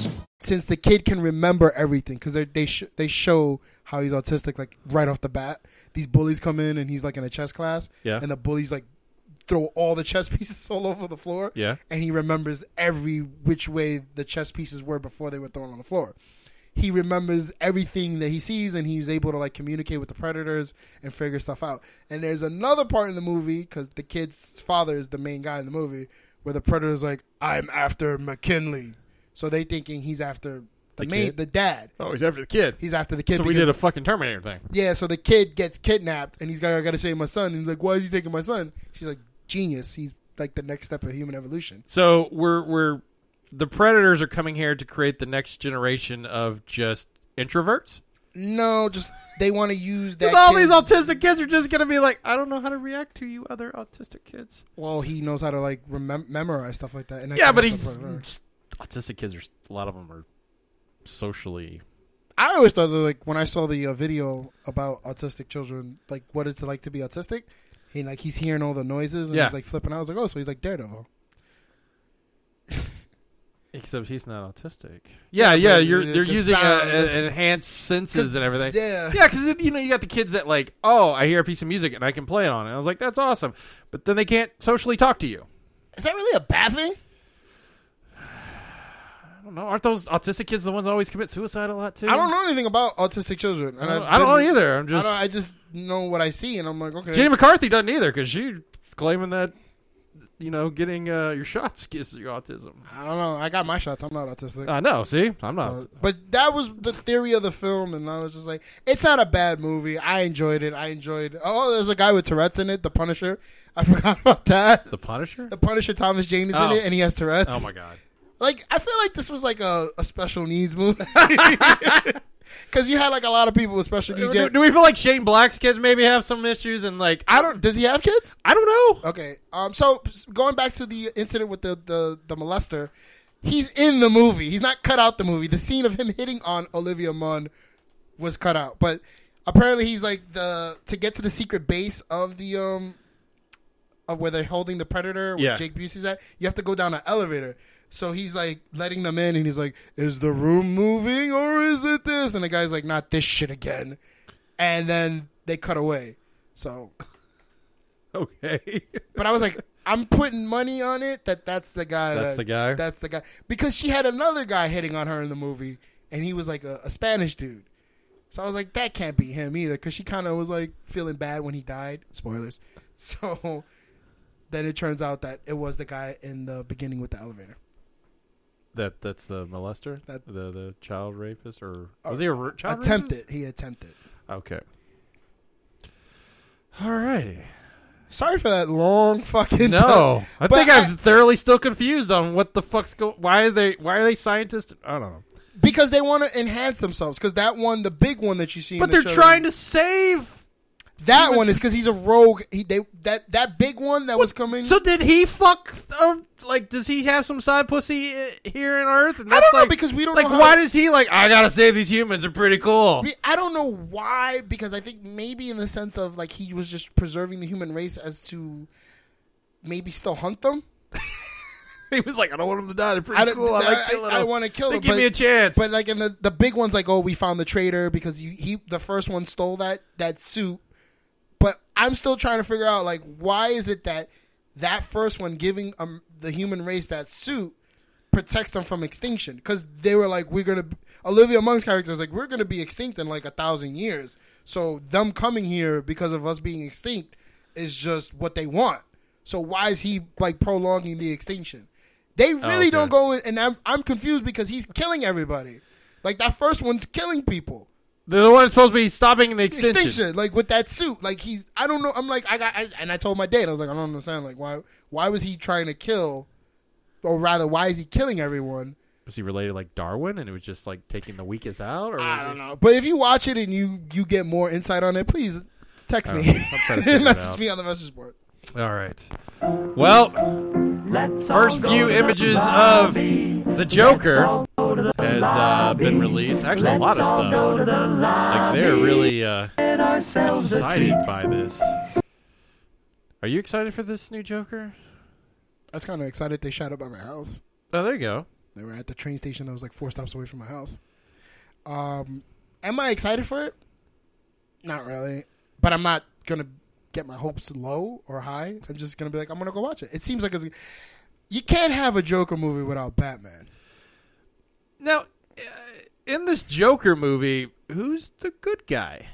C: since the kid can remember everything because they they, sh- they show how he's autistic like right off the bat. These bullies come in and he's like in a chess class,
B: Yeah.
C: and the bullies like throw all the chess pieces all over the floor,
B: Yeah.
C: and he remembers every which way the chess pieces were before they were thrown on the floor. He remembers everything that he sees, and he's able to like communicate with the predators and figure stuff out. And there's another part in the movie because the kid's father is the main guy in the movie, where the predator's like, "I'm after McKinley," so they thinking he's after
B: The
C: the, main,
B: kid?
C: the dad.
B: oh, he's after the kid.
C: He's after the kid.
B: so we
C: because-
B: did a fucking Terminator thing.
C: yeah, so the kid gets kidnapped, and he's like, "I gotta save my son." And he's like, "Why is he taking my son?" She's like, "Genius. He's like the next step of human evolution."
B: So we're we're the predators are coming here to create the next generation of just introverts.
C: No, just they want to use that.
B: Because all these
C: kid's-
B: autistic kids are just gonna be like, I don't know how to react to you other autistic kids.
C: Well, he knows how to like remem- memorize stuff like that. And that
B: yeah,
C: kind
B: but
C: of
B: he's
C: stuff like that.
B: autistic kids are a lot of them are socially.
C: I always thought that, like when I saw the uh, video about autistic children, like what it's like to be autistic. He like he's hearing all the noises and
B: Yeah.
C: he's like flipping out. I was like, oh, so he's like Daredevil.
B: Except he's not autistic. Yeah, yeah,
C: but
B: you're
C: the-
B: they're
C: the
B: using uh
C: sound
B: uh,
C: is-
B: enhanced senses and everything.
C: yeah.
B: yeah, because you know you got the kids that like, oh, I hear a piece of music and I can play it on it. I was like, that's awesome, but then they can't socially talk to you.
C: Is that really a bad thing?
B: I don't know. Aren't those autistic kids the ones that always commit suicide a lot too?
C: I don't know anything about autistic children. And
B: Mm. I don't,
C: I've
B: I don't know
C: been-
B: either. I'm
C: I,
B: just
C: don't, I just know what I see, and I'm like, okay.
B: Jenny McCarthy doesn't either because she claiming that you know getting uh, your shots gives you autism.
C: I don't know. I got my shots. I'm not autistic.
B: I know. See, I'm not.
C: but that was the theory of the film, and I was just like, it's not a bad movie. I enjoyed it. I enjoyed. Oh, there's a guy with Tourette's in it, The Punisher. I forgot about that.
B: the Punisher.
C: The Punisher, Thomas Jane is
B: Oh.
C: in it, and he has Tourette's.
B: oh my god.
C: Like I feel like this was like a, a special needs movie. Because you had like a lot of people with special needs.
B: Uh, Do, do we feel like Shane Black's kids maybe have some issues and like
C: I don't. Does he have kids?
B: I don't know.
C: Okay. Um. So going back to the incident with the the, the molester, he's in the movie. He's not cut out the movie. The scene of him hitting on Olivia Munn was cut out, but apparently he's like the to get to the secret base of the um of where they're holding the predator where
B: Yeah.
C: Jake Busey's at. You have to go down an elevator. So he's like letting them in, and he's like, "Is the room moving or is it this?" And the guy's like, "Not this shit again." And then they cut away. So
B: Okay.
C: but I was like, I'm putting money on it that that's the guy.
B: That's
C: that-
B: the guy?
C: That's the guy. Because she had another guy hitting on her in the movie, and he was like a, a Spanish dude. So I was like, that can't be him either, because she kind of was like feeling bad when he died. Spoilers. So then it turns out that it was the guy in the beginning with the elevator.
B: That that's the molester,
C: That-
B: the the child rapist, or was he a r- child
C: Uh, attempted? He attempted.
B: Rapist? Okay. All righty.
C: Sorry for that long fucking.
B: No, I
C: But
B: think I, am thoroughly still confused on what the fuck's going. Why are they? Why are they scientists? I don't know.
C: because they want to enhance themselves. Because that one, the big one that you see, in
B: But
C: the
B: they're
C: trailer-
B: trying to save.
C: That one is because he's a rogue. He they that that big one that was coming.
B: So did he fuck? Uh, like, does he have some side pussy uh, here on Earth? And
C: I don't know,
B: like-
C: because we don't
B: Like,
C: know how-
B: why does he like? I gotta save these humans. They're pretty cool.
C: I- I don't know why because I think maybe in the sense of like he was just preserving the human race as to maybe still hunt them.
B: He was like, I don't want them to die. They're
C: I
B: pretty
C: don't.
B: cool. I, like killing them.
C: want to kill
B: They
C: them.
B: Give
C: but-
B: me a chance.
C: But like in the the big ones, like oh, we found the traitor because he, he the first one stole that that suit. But I'm still trying to figure out like why is it that that first one giving um the human race that suit protects them from extinction because they were like we're gonna Olivia Munn's character is like we're gonna be extinct in like a thousand years. So them coming here because of us being extinct is just what they want. So why is he like prolonging the extinction? They really
B: Oh, okay.
C: don't go, in, and I'm I'm confused because he's killing everybody. Like that first one's killing people.
B: They're the one that's supposed to be stopping the extinction.
C: Extinction, like with that suit, like he's I don't know. I'm like I got, I, and I told my dad I was like I don't understand. Like why why was he trying to kill, or rather why is he killing everyone?
B: Was he related like Darwin, and it was just like taking the weakest out? Or was
C: I
B: it-
C: don't know. But if you watch it and you you get more insight on it, please text
B: I
C: me.
B: don't know. I'll try to figure it
C: message
B: out.
C: me on the message board.
B: All right. Well, first few images of the Joker has uh, been released. Actually, a lot of stuff. Like they're really uh, excited by this. Are you excited for this new Joker?
C: I was kind of excited they shot up at my house.
B: Oh, there you go.
C: They were at the train station that was like four stops away from my house. Um, am I excited for it? Not really, but I'm not gonna get my hopes low or high. I'm just gonna be like, I'm gonna go watch it. It seems like it's, you can't have a Joker movie without Batman.
B: Now, uh, in this Joker movie, who's the good guy?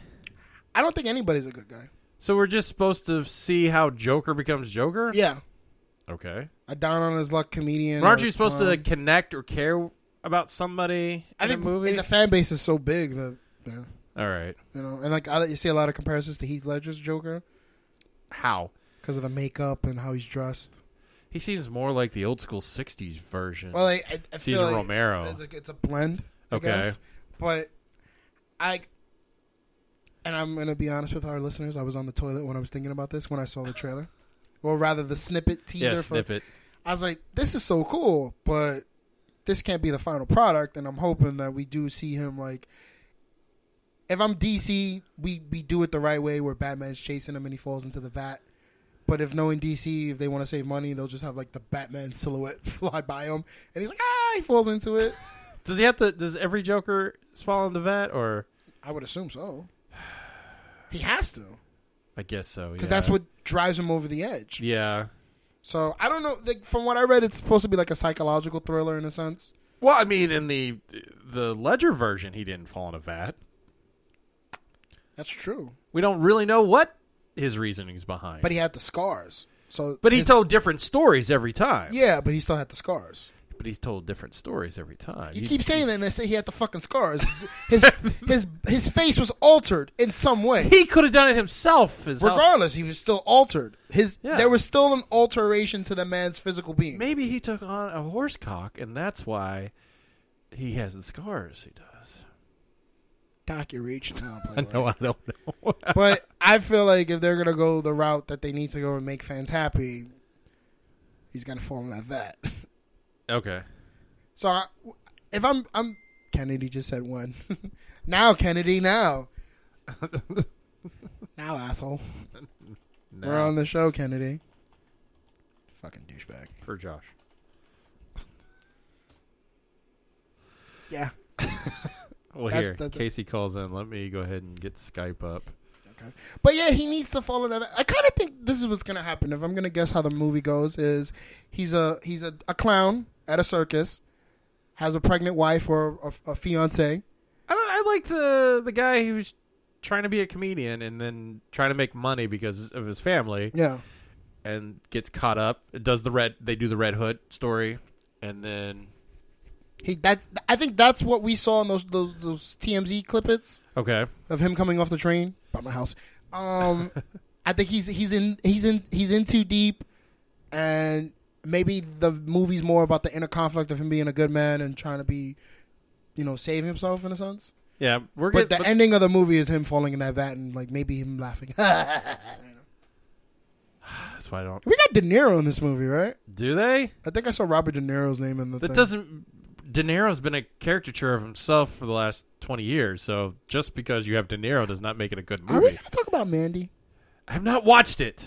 C: I don't think anybody's a good guy.
B: So we're just supposed to see how Joker becomes Joker?
C: Yeah,
B: Okay.
C: a down on his luck comedian.
B: But aren't
C: or
B: you supposed
C: clown.
B: to connect or care about somebody in
C: I think
B: the movie?
C: and the fan base is so big that yeah,
B: All right.
C: you know, and like I you see a lot of comparisons to Heath Ledger's Joker
B: How?
C: because of the makeup and how he's dressed.
B: He seems more like the old school '60s version.
C: Well, like, I, I feel
B: Cesar
C: like
B: Romero.
C: It's, like, it's a blend. I
B: Okay.
C: guess. but I. And I'm gonna be honest with our listeners. I was on the toilet when I was thinking about this when I saw the trailer, or rather the snippet teaser.
B: yeah,
C: for-
B: snippet.
C: I was like, "This is so cool," but this can't be the final product. And I'm hoping that we do see him like. If I'm DC, we we do it the right way where Batman's chasing him and he falls into the vat. But if knowing DC, if they want to save money, they'll just have like the Batman silhouette fly by him, and he's like, ah, he falls into it.
B: Does he have to? Does every Joker fall in the vat? Or
C: I would assume so. He has to
B: I guess so.
C: because
B: Because
C: that's what drives him over the edge.
B: Yeah.
C: So I don't know. Like from what I read, it's supposed to be like a psychological thriller in a sense.
B: Well, I mean, in the the Ledger version, he didn't fall in a vat.
C: That's true.
B: We don't really know what his reasoning's behind.
C: But he had the scars. So,
B: But he
C: this-
B: told different stories every time.
C: Yeah, but he still had the scars.
B: But he's told different stories every time.
C: You keep saying that, and I say he had the fucking scars. His his his face was altered in some way.
B: he could have done it himself. Is how-
C: Regardless, he was still altered. His
B: Yeah.
C: there was still an alteration to the man's physical being.
B: maybe he took on a horse cock, and that's why he has the scars he does.
C: docuration. I don't play
B: I know. I don't know.
C: but I feel like if they're gonna go the route that they need to go and make fans happy, he's gonna fall in that vat.
B: okay.
C: So I, if I'm, I'm Kennedy just said one. now Kennedy, now, now asshole. We're on the show, Kennedy. Fucking douchebag.
B: for Josh.
C: Yeah.
B: Well,
C: That's-
B: here
C: that's it.
B: Casey calls in. Let me go ahead and get Skype up.
C: But yeah, he needs to follow that. I kind of think this is what's gonna happen. If I'm gonna guess how the movie goes, is he's a he's a, a clown at a circus, has a pregnant wife or a, a fiance.
B: I don't, I like the the guy who's trying to be a comedian and then trying to make money because of his family.
C: Yeah.
B: and gets caught up. It does the red? They do the Red Hood story, and then
C: He that's I think that's what we saw in those those those TMZ clippets
B: okay,
C: of him coming off the train by my house. Um, I think he's he's in he's in he's in too deep, and maybe the movie's more about the inner conflict of him being a good man and trying to be, you know, save himself in a sense.
B: yeah, we're
C: but
B: good.
C: the ending of the movie is him falling in that vat and like maybe him laughing. we got
B: that's why I don't.
C: De Niro in this movie, right?
B: Do they?
C: I think I saw Robert De Niro's name in the.
B: That
C: thing.
B: doesn't. De Niro's been a caricature of himself for the last twenty years. So just because you have De Niro does not make it a good
C: Are we
B: movie.
C: gonna talk about Mandy?
B: I've not watched it.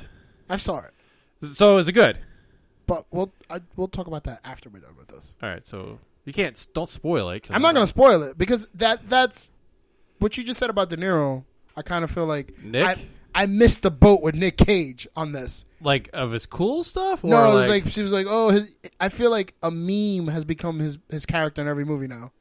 C: I saw it,
B: So is it good?
C: but we'll I, we'll talk about that after we're done with this.
B: All right. So you can't. s- Don't spoil it. 'cause
C: I'm not gonna spoil it because that that's what you just said about De Niro. I kind of feel like
B: Nick?
C: I, I missed the boat with Nick Cage on this.
B: like of his cool stuff. Or
C: no,
B: like,
C: it was like she was like, oh, his, I feel like a meme has become his his character in every movie now.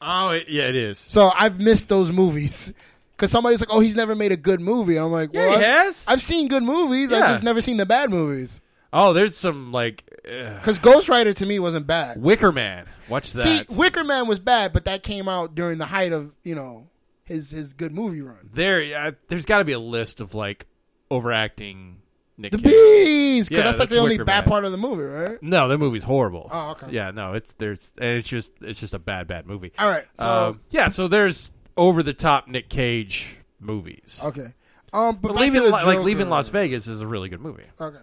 B: oh it, yeah, it is.
C: So I've missed those movies because somebody's like, oh, he's never made a good movie. And I'm like,
B: Yeah,
C: well,
B: he
C: I've-
B: has.
C: I've seen good movies. I've
B: Yeah.
C: just never seen the bad movies.
B: Oh, there's some like uh,
C: Because Ghost Rider to me wasn't bad.
B: Wicker Man. Watch that.
C: See, Wicker Man was bad, but that came out during the height of you know his his good movie run.
B: there uh, there's got to be a list of like overacting Nick
C: The
B: Cage.
C: bees, because
B: Yeah,
C: that's like
B: that's
C: the only
B: Wicker
C: bad
B: Man.
C: part of the movie, right?
B: No, that movie's horrible.
C: Oh, okay.
B: Yeah, no, it's there's and it's just it's just a bad bad movie.
C: All right, so-
B: Um, yeah, so there's over the top Nick Cage movies.
C: Okay. Um, but,
B: But
C: back to
B: leaving
C: the
B: Lo- like
C: Joker.
B: leaving Las Vegas is a really good movie.
C: Okay.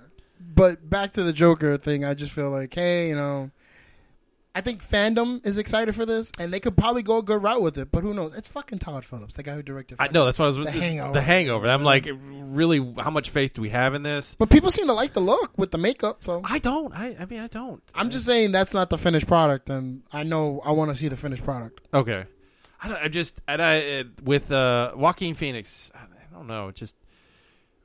C: But back to the Joker thing, I just feel like, hey, you know, I think fandom is excited for this, and they could probably go a good route with it. But who knows? It's fucking Todd Phillips, the guy who directed.
B: I know that's why I was
C: The Hangover.
B: The Hangover. I'm like, really, how much faith do we have in this?
C: But people seem to like the look with the makeup, so
B: I don't. I I mean, I don't.
C: I'm just saying that's not the finished product, and I know I want to see the finished product.
B: Okay. I, don't, I just and I uh, with uh, Joaquin Phoenix. I I don't know. it Just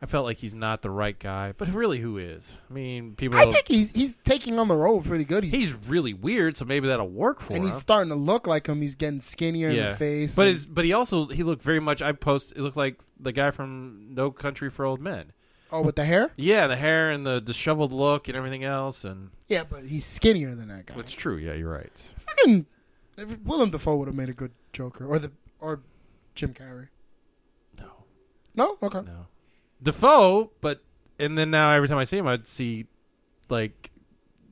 B: I felt like he's not the right guy. But really, who is? I mean, people.
C: I think he's he's taking on the role pretty good. He's,
B: he's really weird, so maybe that'll work for him.
C: and he's starting to look like him. He's getting skinnier in the face.
B: but
C: and-
B: his, but he also he looked very much. I post. It looked like the guy from No Country for Old Men.
C: oh, with the hair,
B: Yeah, the hair and the disheveled look and everything else, and
C: yeah, but he's skinnier than that guy.
B: it's true. Yeah, you're right.
C: Fucking if Willem Dafoe would have made a good Joker, or the or Jim Carrey.
B: No,
C: No, okay.
B: no, Defoe. But and then now every time I see him, I'd see like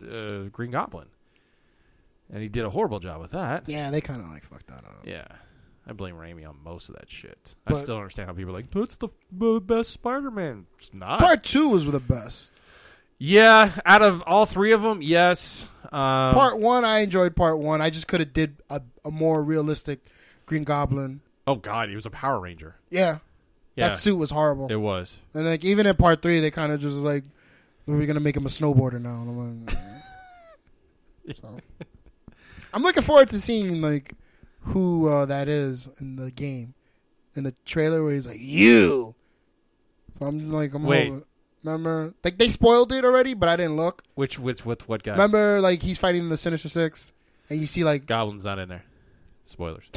B: uh, Green Goblin, and he did a horrible job with that.
C: Yeah, they kind of like fucked that up.
B: Yeah. I blame Raimi on most of that shit.
C: But-
B: I still don't understand how people are like, that's the f- best Spider-Man. It's not.
C: Part two was the best.
B: Yeah, out of all three of them, yes. Um,
C: part one, I enjoyed part one. I just could have did a, a more realistic Green Goblin.
B: oh god, he was a Power Ranger.
C: Yeah,
B: Yeah,
C: that suit was horrible.
B: it was.
C: And like even in part three, they kind of just was like, we're gonna make him a snowboarder now. And I'm like, "Mm." so. I'm looking forward to seeing like who uh, that is in the game, in the trailer where he's like you. So I'm like, I'm
B: Wait.
C: over- Remember, like they spoiled it already, but I didn't look.
B: Which which what what guy?
C: Remember, like he's fighting the Sinister Six, and you see like
B: Goblin's not in there. Spoilers.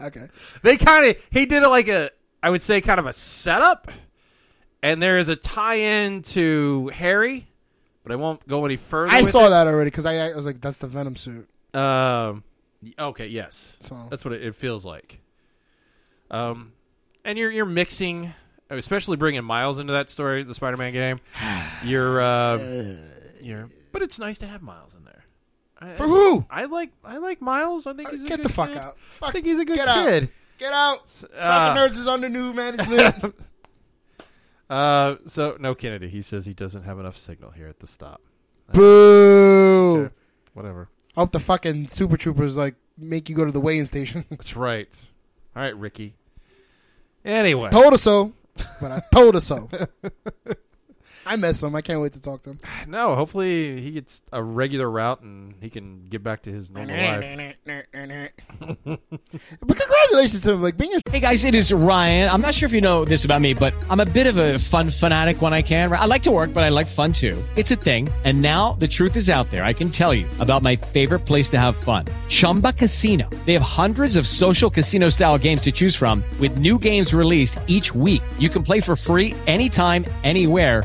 C: okay,
B: they kind of he did it like a I would say kind of a setup, and there is a tie-in to Harry, but I won't go any further.
C: I
B: with
C: saw
B: it.
C: that already because I, I was like, that's the Venom suit.
B: Um. y- Okay. Yes.
C: So-
B: That's what it, it feels like. Um, and you're you're mixing, especially bringing Miles into that story, the
C: Uh,
B: Spider-Man game. You're, uh, you're, but it's nice to have Miles in there. I-
C: For who? Uh,
B: I like I like Miles. I think he's a
C: Get
B: good
C: the fuck
B: kid.
C: out. Fuck,
B: I think he's a good
C: get
B: kid.
C: Out. Get out.
B: uh,
C: Proper Nerds is under new management.
B: Uh, so no Kennedy. He says he doesn't have enough signal here at the stop.
C: Boo.
B: Yeah, whatever.
C: I hope the fucking Super Troopers like make you go to the weighing station.
B: That's right. All right, Ricky. Anyway,
C: told us so, but I told us so. I miss him. I can't wait to talk to him.
B: no. Hopefully, he gets a regular route and he can get back to his normal life.
C: But congratulations to him. Like being a
H: Hey guys, it is Ryan. I'm not sure if you know this about me, but uh, I'm a bit of a fun fanatic when I can. I like to work, but I like fun too. It's a thing. And now the truth is out there. I can tell you about my favorite place to have fun Chumba Casino. They have hundreds of social casino style games to choose from, with new games released each week. You can play for free anytime, anywhere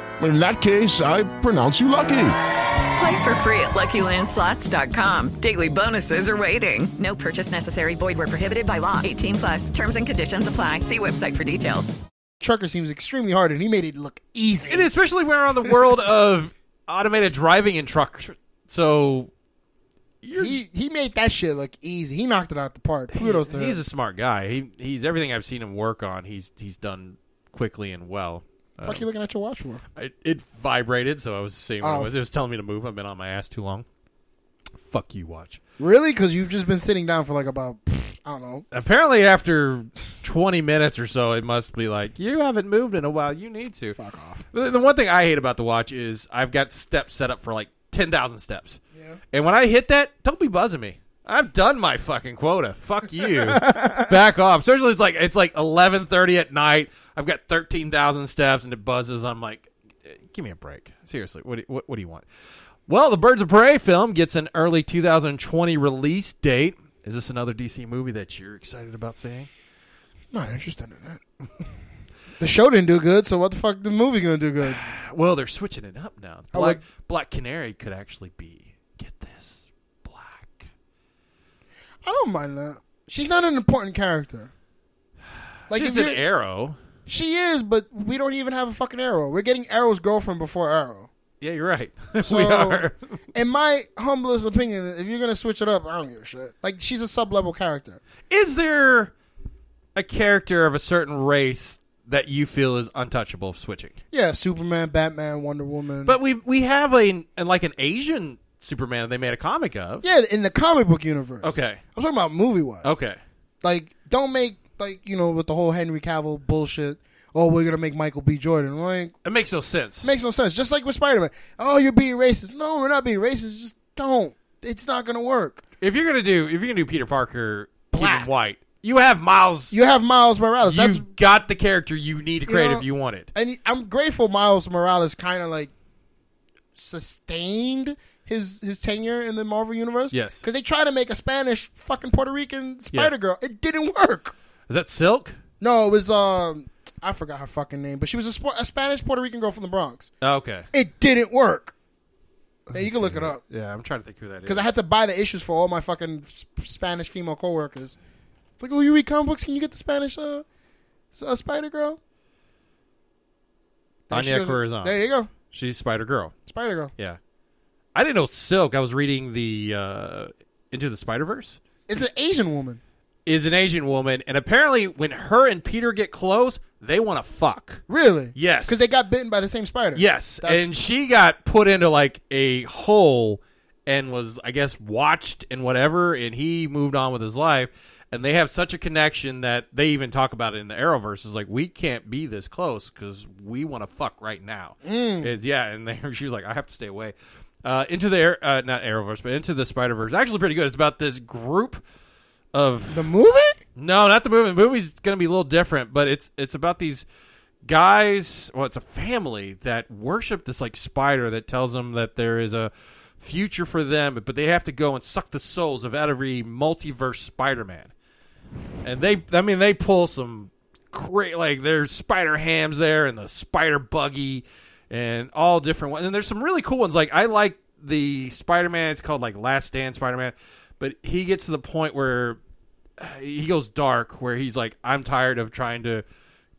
I: In that case, I pronounce you lucky.
D: Play for free at LuckyLandSlots.com. Daily bonuses are waiting. No purchase necessary. Void were prohibited by law. 18 plus. Terms and conditions apply. See website for details.
C: trucker seems extremely hard, and he made it look easy.
B: And especially when we're on the world of automated driving in trucks. So
C: He he made that shit look easy. He knocked it out the park. Kudos to him.
B: he's a smart guy. He he's everything I've seen him work on. He's he's done quickly and well.
C: Fuck you looking at your watch for?
B: It, it vibrated, so I was seeing what
C: Oh.
B: it was. It was telling me to move. I've been on my ass too long. Fuck you, watch.
C: Really? Because you've just been sitting down for like about pff, I don't know.
B: Apparently, after 20 minutes or so, it must be like, you haven't moved in a while. You need to. Fuck off. The one thing I hate about the watch is I've got steps set up for like 10,000 steps. Yeah. And when I hit that, don't be buzzing me. I've done my fucking quota. Fuck you. Back off. Especially it's like it's like 11:30 at night. I've got 13,000 steps and it buzzes. I'm like, Uh, give me a break. Seriously, what do, what, what do you want? Well, the Birds of Prey film gets an early 2020 release date. Is this another DC movie that you're excited about seeing?
C: Not interested in that. the show didn't do good, so what the fuck the movie gonna do good?
B: Well, they're switching it up now.
C: I
B: Black,
C: like-
B: Black Canary could actually be. Get this.
C: I don't mind that. She's not an important character.
B: Like
C: if
B: She's an
C: you're-
B: arrow.
C: She is, but we don't even have a fucking arrow. We're getting Arrow's girlfriend before Arrow.
B: Yeah, you're right.
C: So,
B: we are.
C: in my humblest opinion, if you're gonna switch it up, I don't give a shit. Like she's a sub level character.
B: Is there a character of a certain race that you feel is untouchable of switching?
C: Yeah, Superman, Batman, Wonder Woman.
B: But we we have a and like an Asian Superman that they made a comic of.
C: yeah, in the comic book universe.
B: Okay.
C: I'm talking about movie wise.
B: Okay.
C: Like, don't make like you know with the whole Henry Cavill bullshit. Oh, we're gonna make Michael B. Jordan. Like,
B: It makes no sense.
C: makes no sense. Just like with Spider Man. Oh, you're being racist. No, we're not being racist. Just don't. It's not gonna work.
B: If you're gonna do if you're gonna do Peter Parker Black. White, you have Miles
C: You have Miles Morales. That's
B: You've got the character you need to
C: You
B: create
C: know,
B: if you want it.
C: and I'm grateful Miles Morales kind of like sustained his his tenure in the Marvel universe.
B: Yes.
C: because they tried to make a Spanish fucking Puerto Rican Spider Girl. It didn't work.
B: Is that Silk?
C: No, it was um I forgot her fucking name, but she was a, Sp- a Spanish Puerto Rican girl from the Bronx.
B: Oh, okay.
C: It didn't work. Yeah, you can look it up
B: Yeah, I'm trying to think who that is.
C: because I had to buy the issues for all my fucking s- Spanish female coworkers. Like, oh, you read comic books? Can you get the Spanish uh, s- uh Spider Girl? There she
B: Anya
C: goes.
B: Corazon.
C: There you go.
B: She's Spider Girl.
C: Spider Girl.
B: Yeah. I didn't know Silk. I was reading the uh, Into the Spider Verse.
C: It's an Asian woman.
B: Is an Asian woman, and apparently when her and Peter get close, they want to fuck.
C: Really?
B: Yes.
C: Because they got bitten by the same spider.
B: Yes,
C: That's-
B: and she got put into like a hole and was, I guess, watched and whatever, and he moved on with his life. And they have such a connection that they even talk about it in the Arrowverse. Is like we can't be this close because we want to fuck right now.
A: Mm.
B: Is yeah, and they, she was like, I have to stay away. Uh, into the Air- uh, not Arrowverse, but into the Spider Verse. Actually, pretty good. It's about this group of
C: the movie.
B: No, not the movie. The movie's going to be a little different, but it's it's about these guys. Well, it's a family that worship this like spider that tells them that there is a future for them, but they have to go and suck the souls of every multiverse Spider-Man. And they, I mean, they pull some great, like there's Spider Hams there, and the Spider Buggy, and all different ones. And there's some really cool ones. Like I like the Spider-Man. It's called like Last Stand Spider-Man, but he gets to the point where he goes dark where he's like i'm tired of trying to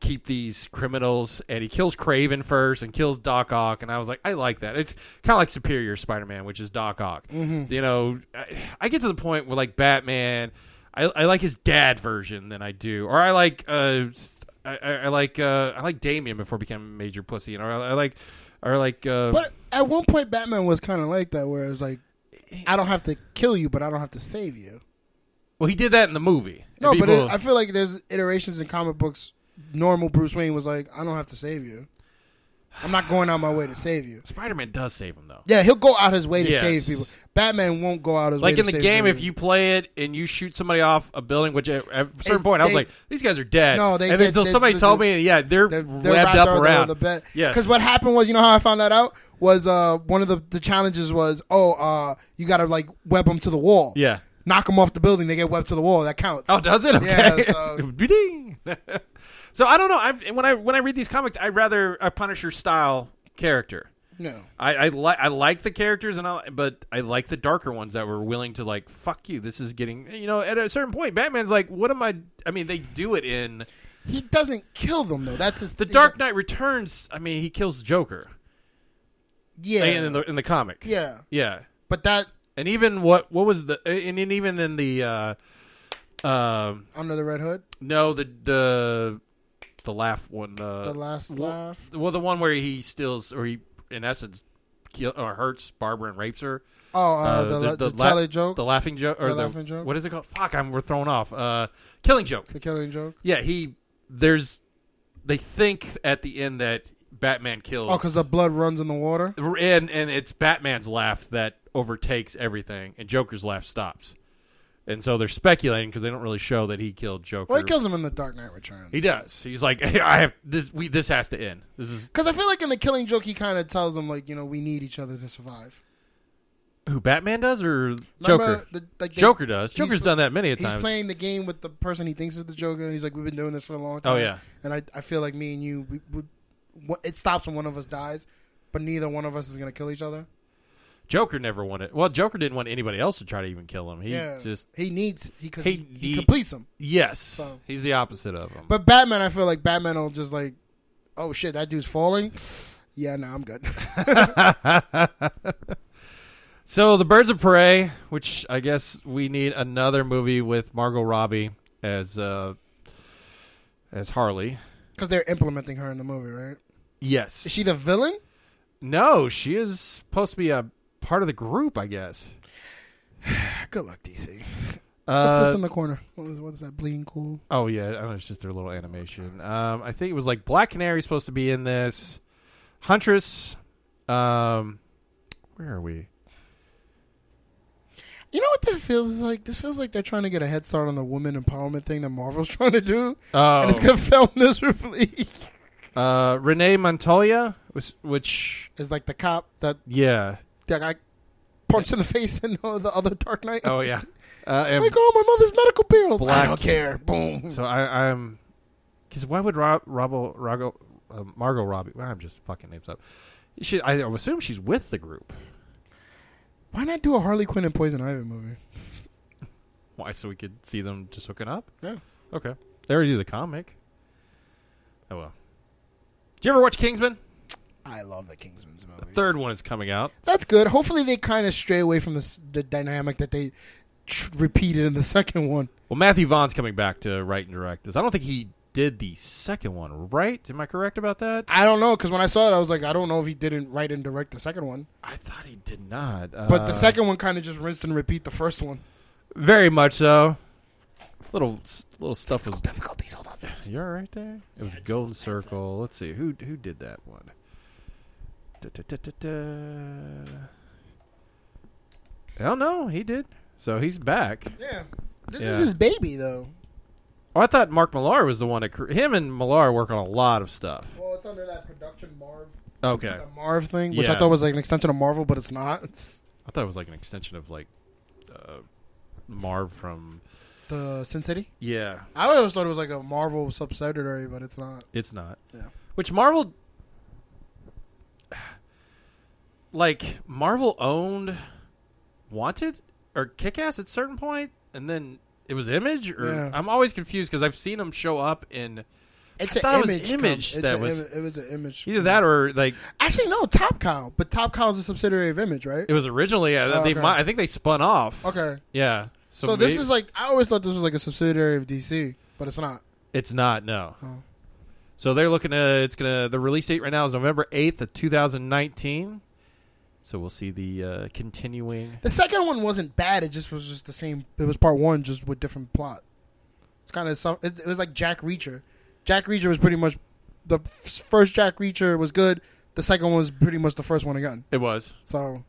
B: keep these criminals and he kills craven first and kills doc ock and i was like i like that it's kind of like superior spider-man which is doc ock
C: Mhm.
B: you know I, I get to the point where like batman I, I like his dad version than i do or i like uh i, I I like uh i like damien before he became a major pussy and or i, I like or like uh
C: But at one point, Batman was kind of like that, where it was like, I don't have to kill you, but I don't have to save you.
B: well he did that in the movie And
C: No, but
B: people-
C: it, I feel like there's iterations in comic books. Normal Bruce Wayne was like, I don't have to save you. I'm not going out my way to save you.
B: spider-man does save him though
C: Yeah, he'll go out his way to
B: Yes.
C: save people. Batman won't go out his
B: like
C: way
B: in the
C: to save
B: game, if
C: people.
B: you play it and you shoot somebody off a building, which at, at a certain
C: It-
B: point I was
C: they-
B: like, these guys are dead.
C: No, they-
B: and
C: they-
B: until
C: they-
B: somebody
C: they-
B: told
C: they-
B: me, yeah, they're,
C: They're
B: webbed up around.
C: The, the
B: Yes.
C: Because what happened was, you know how I found that out was uh, one of the, the challenges was, oh, uh, you got to like web them to the wall.
B: Yeah.
C: Knock them off the building. They get webbed to the wall. That counts.
B: Oh, does it? Okay.
C: Yeah. So,
B: Ba-ding. so I don't know. I've, when I when I read these comics, I rather a Punisher style character.
C: No.
B: I, I like I like the characters and I but I like the darker ones that were willing to like fuck you. This is getting you know at a certain point, Batman's like, what am I? I mean, they do it in
C: he doesn't kill them though. That's his
B: the Dark Knight Returns. I mean, he kills Joker.
C: Yeah.
B: in, in the in the comic.
C: Yeah.
B: yeah.
C: But that
B: And even what what was the and, and even in the uh, um
C: under the Red Hood,
B: no the the the laugh one the
C: the last laugh.
B: Uh, well the one where he steals or he in essence kill, or hurts Barbara and rapes her.
C: Oh, uh, the la- the tele joke?
B: the laughing joke, or
C: The
B: the,
C: laughing joke?
B: What is it called? Fuck, I'm we're thrown off. Uh, killing joke.
C: The killing joke.
B: Yeah, he there's they think at the end that Batman kills.
C: Oh, because the blood runs in the water.
B: and and it's Batman's laugh that overtakes everything, and Joker's laugh stops. And so they're speculating because they don't really show that he killed Joker.
C: Well, he kills him in the Dark Knight Returns.
B: He does. He's like, hey, I have this. We this has to end. This is
C: Because I feel like in the Killing Joke, he kind of tells them like, you know, we need each other to survive.
B: who Batman does or
C: Remember
B: Joker.
C: the- like they-
B: Joker does.
C: he's
B: Joker's
C: pl-
B: done that many a
C: He's
B: times.
C: playing the game with the person he thinks is the Joker, and he's like, "We've been doing this for a long time."
B: Oh, yeah.
C: And I, I feel like me and you, we, we, what- it stops when one of us dies, but neither one of us is gonna kill each other.
B: Joker never wanted. Well, Joker didn't want anybody else to try to even kill him. He
C: yeah.
B: just
C: he needs he because
B: he-
C: he, he,
B: he-
C: completes him.
B: yes,
C: So-
B: he's the opposite of him.
C: But Batman, I feel like Batman will just like, "Oh shit, that dude's falling." Yeah, no, I'm good.
B: so the Birds of Prey, which I guess we need another movie with Margot Robbie as uh as Harley.
C: Because they're implementing her in the movie, right?
B: Yes.
C: Is she the villain?
B: No, she is supposed to be a part of the group, I guess.
C: Good luck, DC.
B: Uh,
C: What's this in the corner? What is, what is that bleeding cool?
B: Oh yeah, I don't know, it's just their little animation. Um, I think it was like Black Canary's supposed to be in this. Huntress, um, where are we?
C: You know what that feels like? This feels like they're trying to get a head start on the woman empowerment thing that Marvel's trying to do,
B: Oh.
C: and it's gonna fail miserably.
B: Uh, Renee Montoya, which, which
C: It's like the cop that
B: yeah,
C: that guy punched in the face in the, the other Dark Knight.
B: oh yeah, uh, and
C: like oh my mother's medical bills.
B: Black-
C: I don't care. Boom.
B: So I, I'm because why would Rob, Robo, Rogo, uh, Margot Robbie? Well, I'm just fucking names up. She, I assume she's with the group.
C: Why not do a Harley Quinn and Poison Ivy movie?
B: Why? So we could see them just hooking up.
C: Yeah.
B: Okay. They already do the comic. Oh well. Did you ever watch Kingsman?
C: I love the Kingsman's
B: The third one is coming out.
C: That's good. Hopefully they kind of stray away from this the dynamic that they tr- repeated in the second one.
B: Well, Matthew Vaughn's coming back to write and direct this. I don't think he did the second one, right? Am I correct about that?
C: I don't know because when I saw it, I was like, I don't know if he didn't write and direct the second one,
B: I thought he did not.
C: but
B: Uh,
C: the second one kind of just rinsed and repeat the first one.
B: Very much so. Little s- little stuff was difficulties. Hold on, you're all right there. It was Golden Circle. Let's see who who did that one. Da-da-da-da-da. Hell no, he did. So he's back.
C: Yeah, this
B: Yeah.
C: is his baby though.
B: Oh, I thought Mark Millar was the one. That cr- him and Millar work on a lot of stuff.
C: Well, it's under that production Marv
B: Okay.
C: Marv thing, which
B: Yeah.
C: I thought was like an extension of Marvel, but it's not. It's
B: I thought it was like an extension of like uh, Marv from.
C: The Sin City.
B: Yeah,
C: I always thought it was like a Marvel subsidiary, but it's not.
B: it's not.
C: Yeah.
B: Which Marvel, like Marvel owned Wanted or Kick Ass at certain point, and then it was Image. Or
C: Yeah.
B: I'm always confused because I've seen them show up in.
C: It's
B: I
C: an
B: thought it was
C: image. com-
B: Image
C: it's
B: that
C: a
B: was-
C: Im- it was an image.
B: Either that or like
C: Actually, no. Top Cow, but Top Cow is a subsidiary of Image, right?
B: it was originally. Yeah,
C: Oh,
B: they
C: okay.
B: mi- I think they spun off.
C: Okay.
B: Yeah.
C: So, this
B: may-
C: is like I always thought this was like a subsidiary of DC, but it's not.
B: It's not no.
C: Oh.
B: So they're looking to it's gonna the release date right now is November eighth of two thousand nineteen. So we'll see the uh, continuing.
C: The second one wasn't bad. It just was just the same. It was part one, just with different plot. It's kind of some. It, it was like Jack Reacher. Jack Reacher was pretty much the f- first Jack Reacher was good. The second one was pretty much the first one again.
B: It was
C: So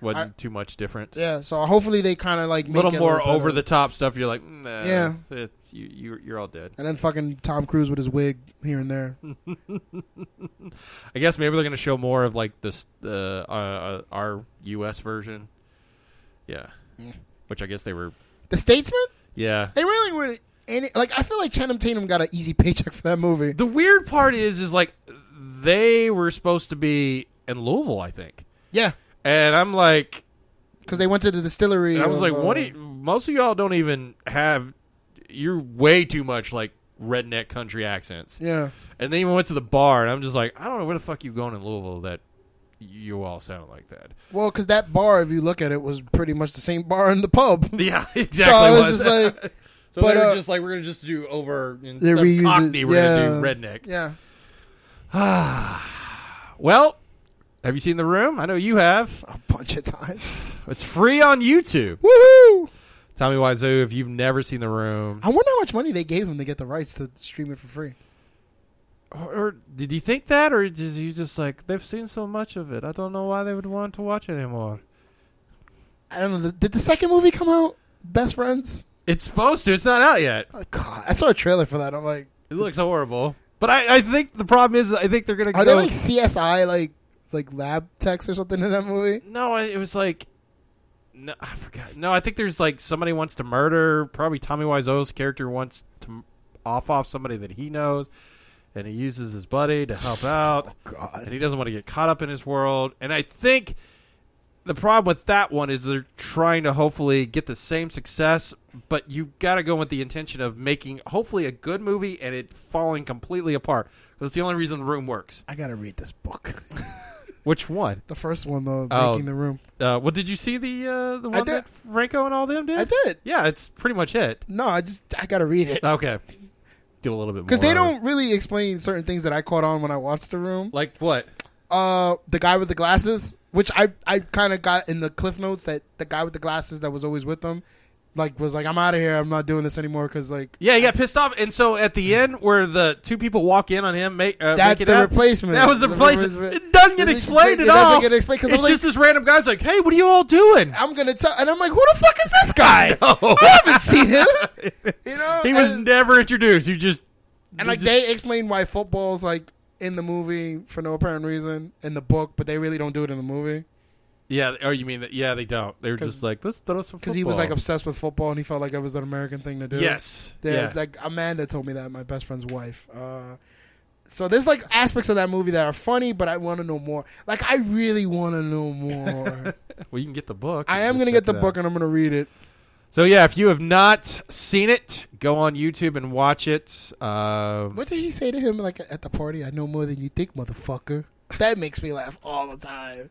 B: wasn't
C: I-
B: too much different.
C: yeah. So hopefully they kind of like
B: A
C: make
B: little
C: it
B: more
C: better.
B: over the top stuff. You're like, "Mm, nah,
C: Yeah.
B: it- you, you you're all dead.
C: And then fucking Tom Cruise with his wig here and there.
B: Hmm. I guess maybe they're gonna show more of like this the uh, uh, our U.S. version. Yeah,
C: Mm.
B: which I guess they were.
C: The Statesman.
B: Yeah,
C: They really were. Any, like I feel like Channing Tatum got an easy paycheck for that movie.
B: The weird part is, is like they were supposed to be in Louisville, I think.
C: Yeah.
B: And I'm like,
C: because they went to the distillery.
B: I was
C: of,
B: like,
C: uh,
B: what? Do you, most of y'all don't even have. You're way too much like redneck country accents.
C: Yeah.
B: And then even went to the bar, and I'm just like, I don't know where the fuck you going in Louisville that you all sound like that.
C: Well, because that bar, if you look at it, was pretty much the same bar in the pub.
B: Yeah, exactly.
C: So I was,
B: was.
C: just like,
B: so
C: but,
B: they were
C: uh,
B: just like, we're gonna just do over in
C: they
B: the
C: reused it.
B: Cockney, we're
C: Yeah.
B: gonna do redneck.
C: Yeah.
B: Well, have you seen the room? I know you have.
C: A bunch of times.
B: It's free on YouTube.
C: Woohoo!
B: Tommy Wiseau, if you've never seen the room,
C: I wonder how much money they gave him to get the rights to stream it for free.
B: or, or did you think that, or is you just like they've seen so much of it? I don't know why they would want to watch it anymore.
C: I don't know. Did the second movie come out? Best Friends.
B: It's supposed to. It's not out yet.
C: Oh, God, I saw a trailer for that. I'm like,
B: It looks horrible. But I, I think the problem is, I think they're gonna go.
C: are they like CSI like like lab techs or something in that movie?
B: no, I- it was like. No, I forgot. No, I think there's like somebody wants to murder. Probably Tommy Wiseau's character wants to m- off off somebody that he knows, and he uses his buddy to help out.
C: God.
B: And he doesn't want to get caught up in his world. And I think the problem with that one is they're trying to hopefully get the same success, but you got to go with the intention of making hopefully a good movie and it falling completely apart. That's the only reason the room works.
C: I gotta read this book.
B: Which one?
C: The first one though,
B: Oh.
C: Breaking the Room.
B: Uh, well, did you see the uh, the one
C: did.
B: that Franco and all them did? I
C: did.
B: Yeah, it's pretty much it.
C: No, I just I gotta read it
B: Okay, do a little bit more
C: because they
B: of it.
C: don't really explain certain things that I caught on when I watched the room.
B: like what.
C: Uh, the guy with the glasses, which I I kind of got in the cliff notes that the guy with the glasses that was always with them, like was like I'm out of here. I'm not doing this anymore because like
B: Yeah, he got pissed off, and so at the end, where the two people walk in on him, make, uh, make
C: That's
B: it
C: the
B: out,
C: replacement.
B: That was the
C: The
B: replacement.
C: replacement.
B: It doesn't get
C: It
B: explained
C: doesn't
B: at all.
C: get explained 'cause I'm
B: it's
C: like-
B: just this random guy's like, "Hey, what are you all doing?"
C: I'm gonna tell, and I'm like, who the fuck is this guy?
B: know.
C: I haven't seen him. You know,
B: He was
C: and,
B: never introduced. You just
C: and like they explain why football's like in the movie for no apparent reason in the book, but they really don't do it in the movie.
B: yeah. Oh, you mean that? Yeah, they don't. They were
C: 'Cause-
B: just like, "Let's throw some."
C: because he was like
B: football."
C: obsessed with football and he felt like it was an American thing to do.
B: Yes.
C: There-
B: Yeah.
C: like Amanda told me that my best friend's wife. Uh, so there's like aspects of that movie that are funny, but I want to know more. Like I really want to know more.
B: Well, you can get the book.
C: I
B: You
C: am
B: just
C: gonna
B: check
C: get the
B: it out.
C: book and I'm gonna read it.
B: So yeah, if you have not seen it, go on YouTube and watch it. Um,
C: What did he say to him like at the party? I know more than you think, motherfucker. That makes me laugh all the time.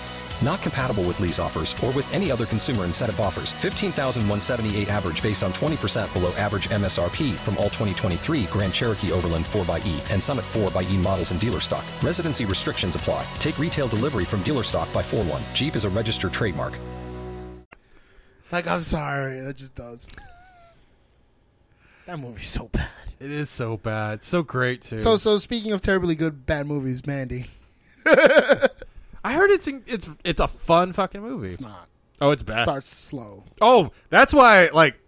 J: Not compatible with lease offers or with any other consumer incentive offers. 15,178 average based on 20% below average MSRP from all 2023 Grand Cherokee Overland 4xE and Summit 4xE models in dealer stock. Residency restrictions apply. Take retail delivery from dealer stock by 4 1. Jeep is a registered trademark.
C: Like, I'm sorry. That just does. that movie's so bad.
B: It is so bad. So great too.
C: So, so speaking of terribly good bad movies, Mandy.
B: I heard it's it's it's a fun fucking movie. It's
C: not.
B: Oh, it's bad.
C: Starts slow.
B: Oh, that's why like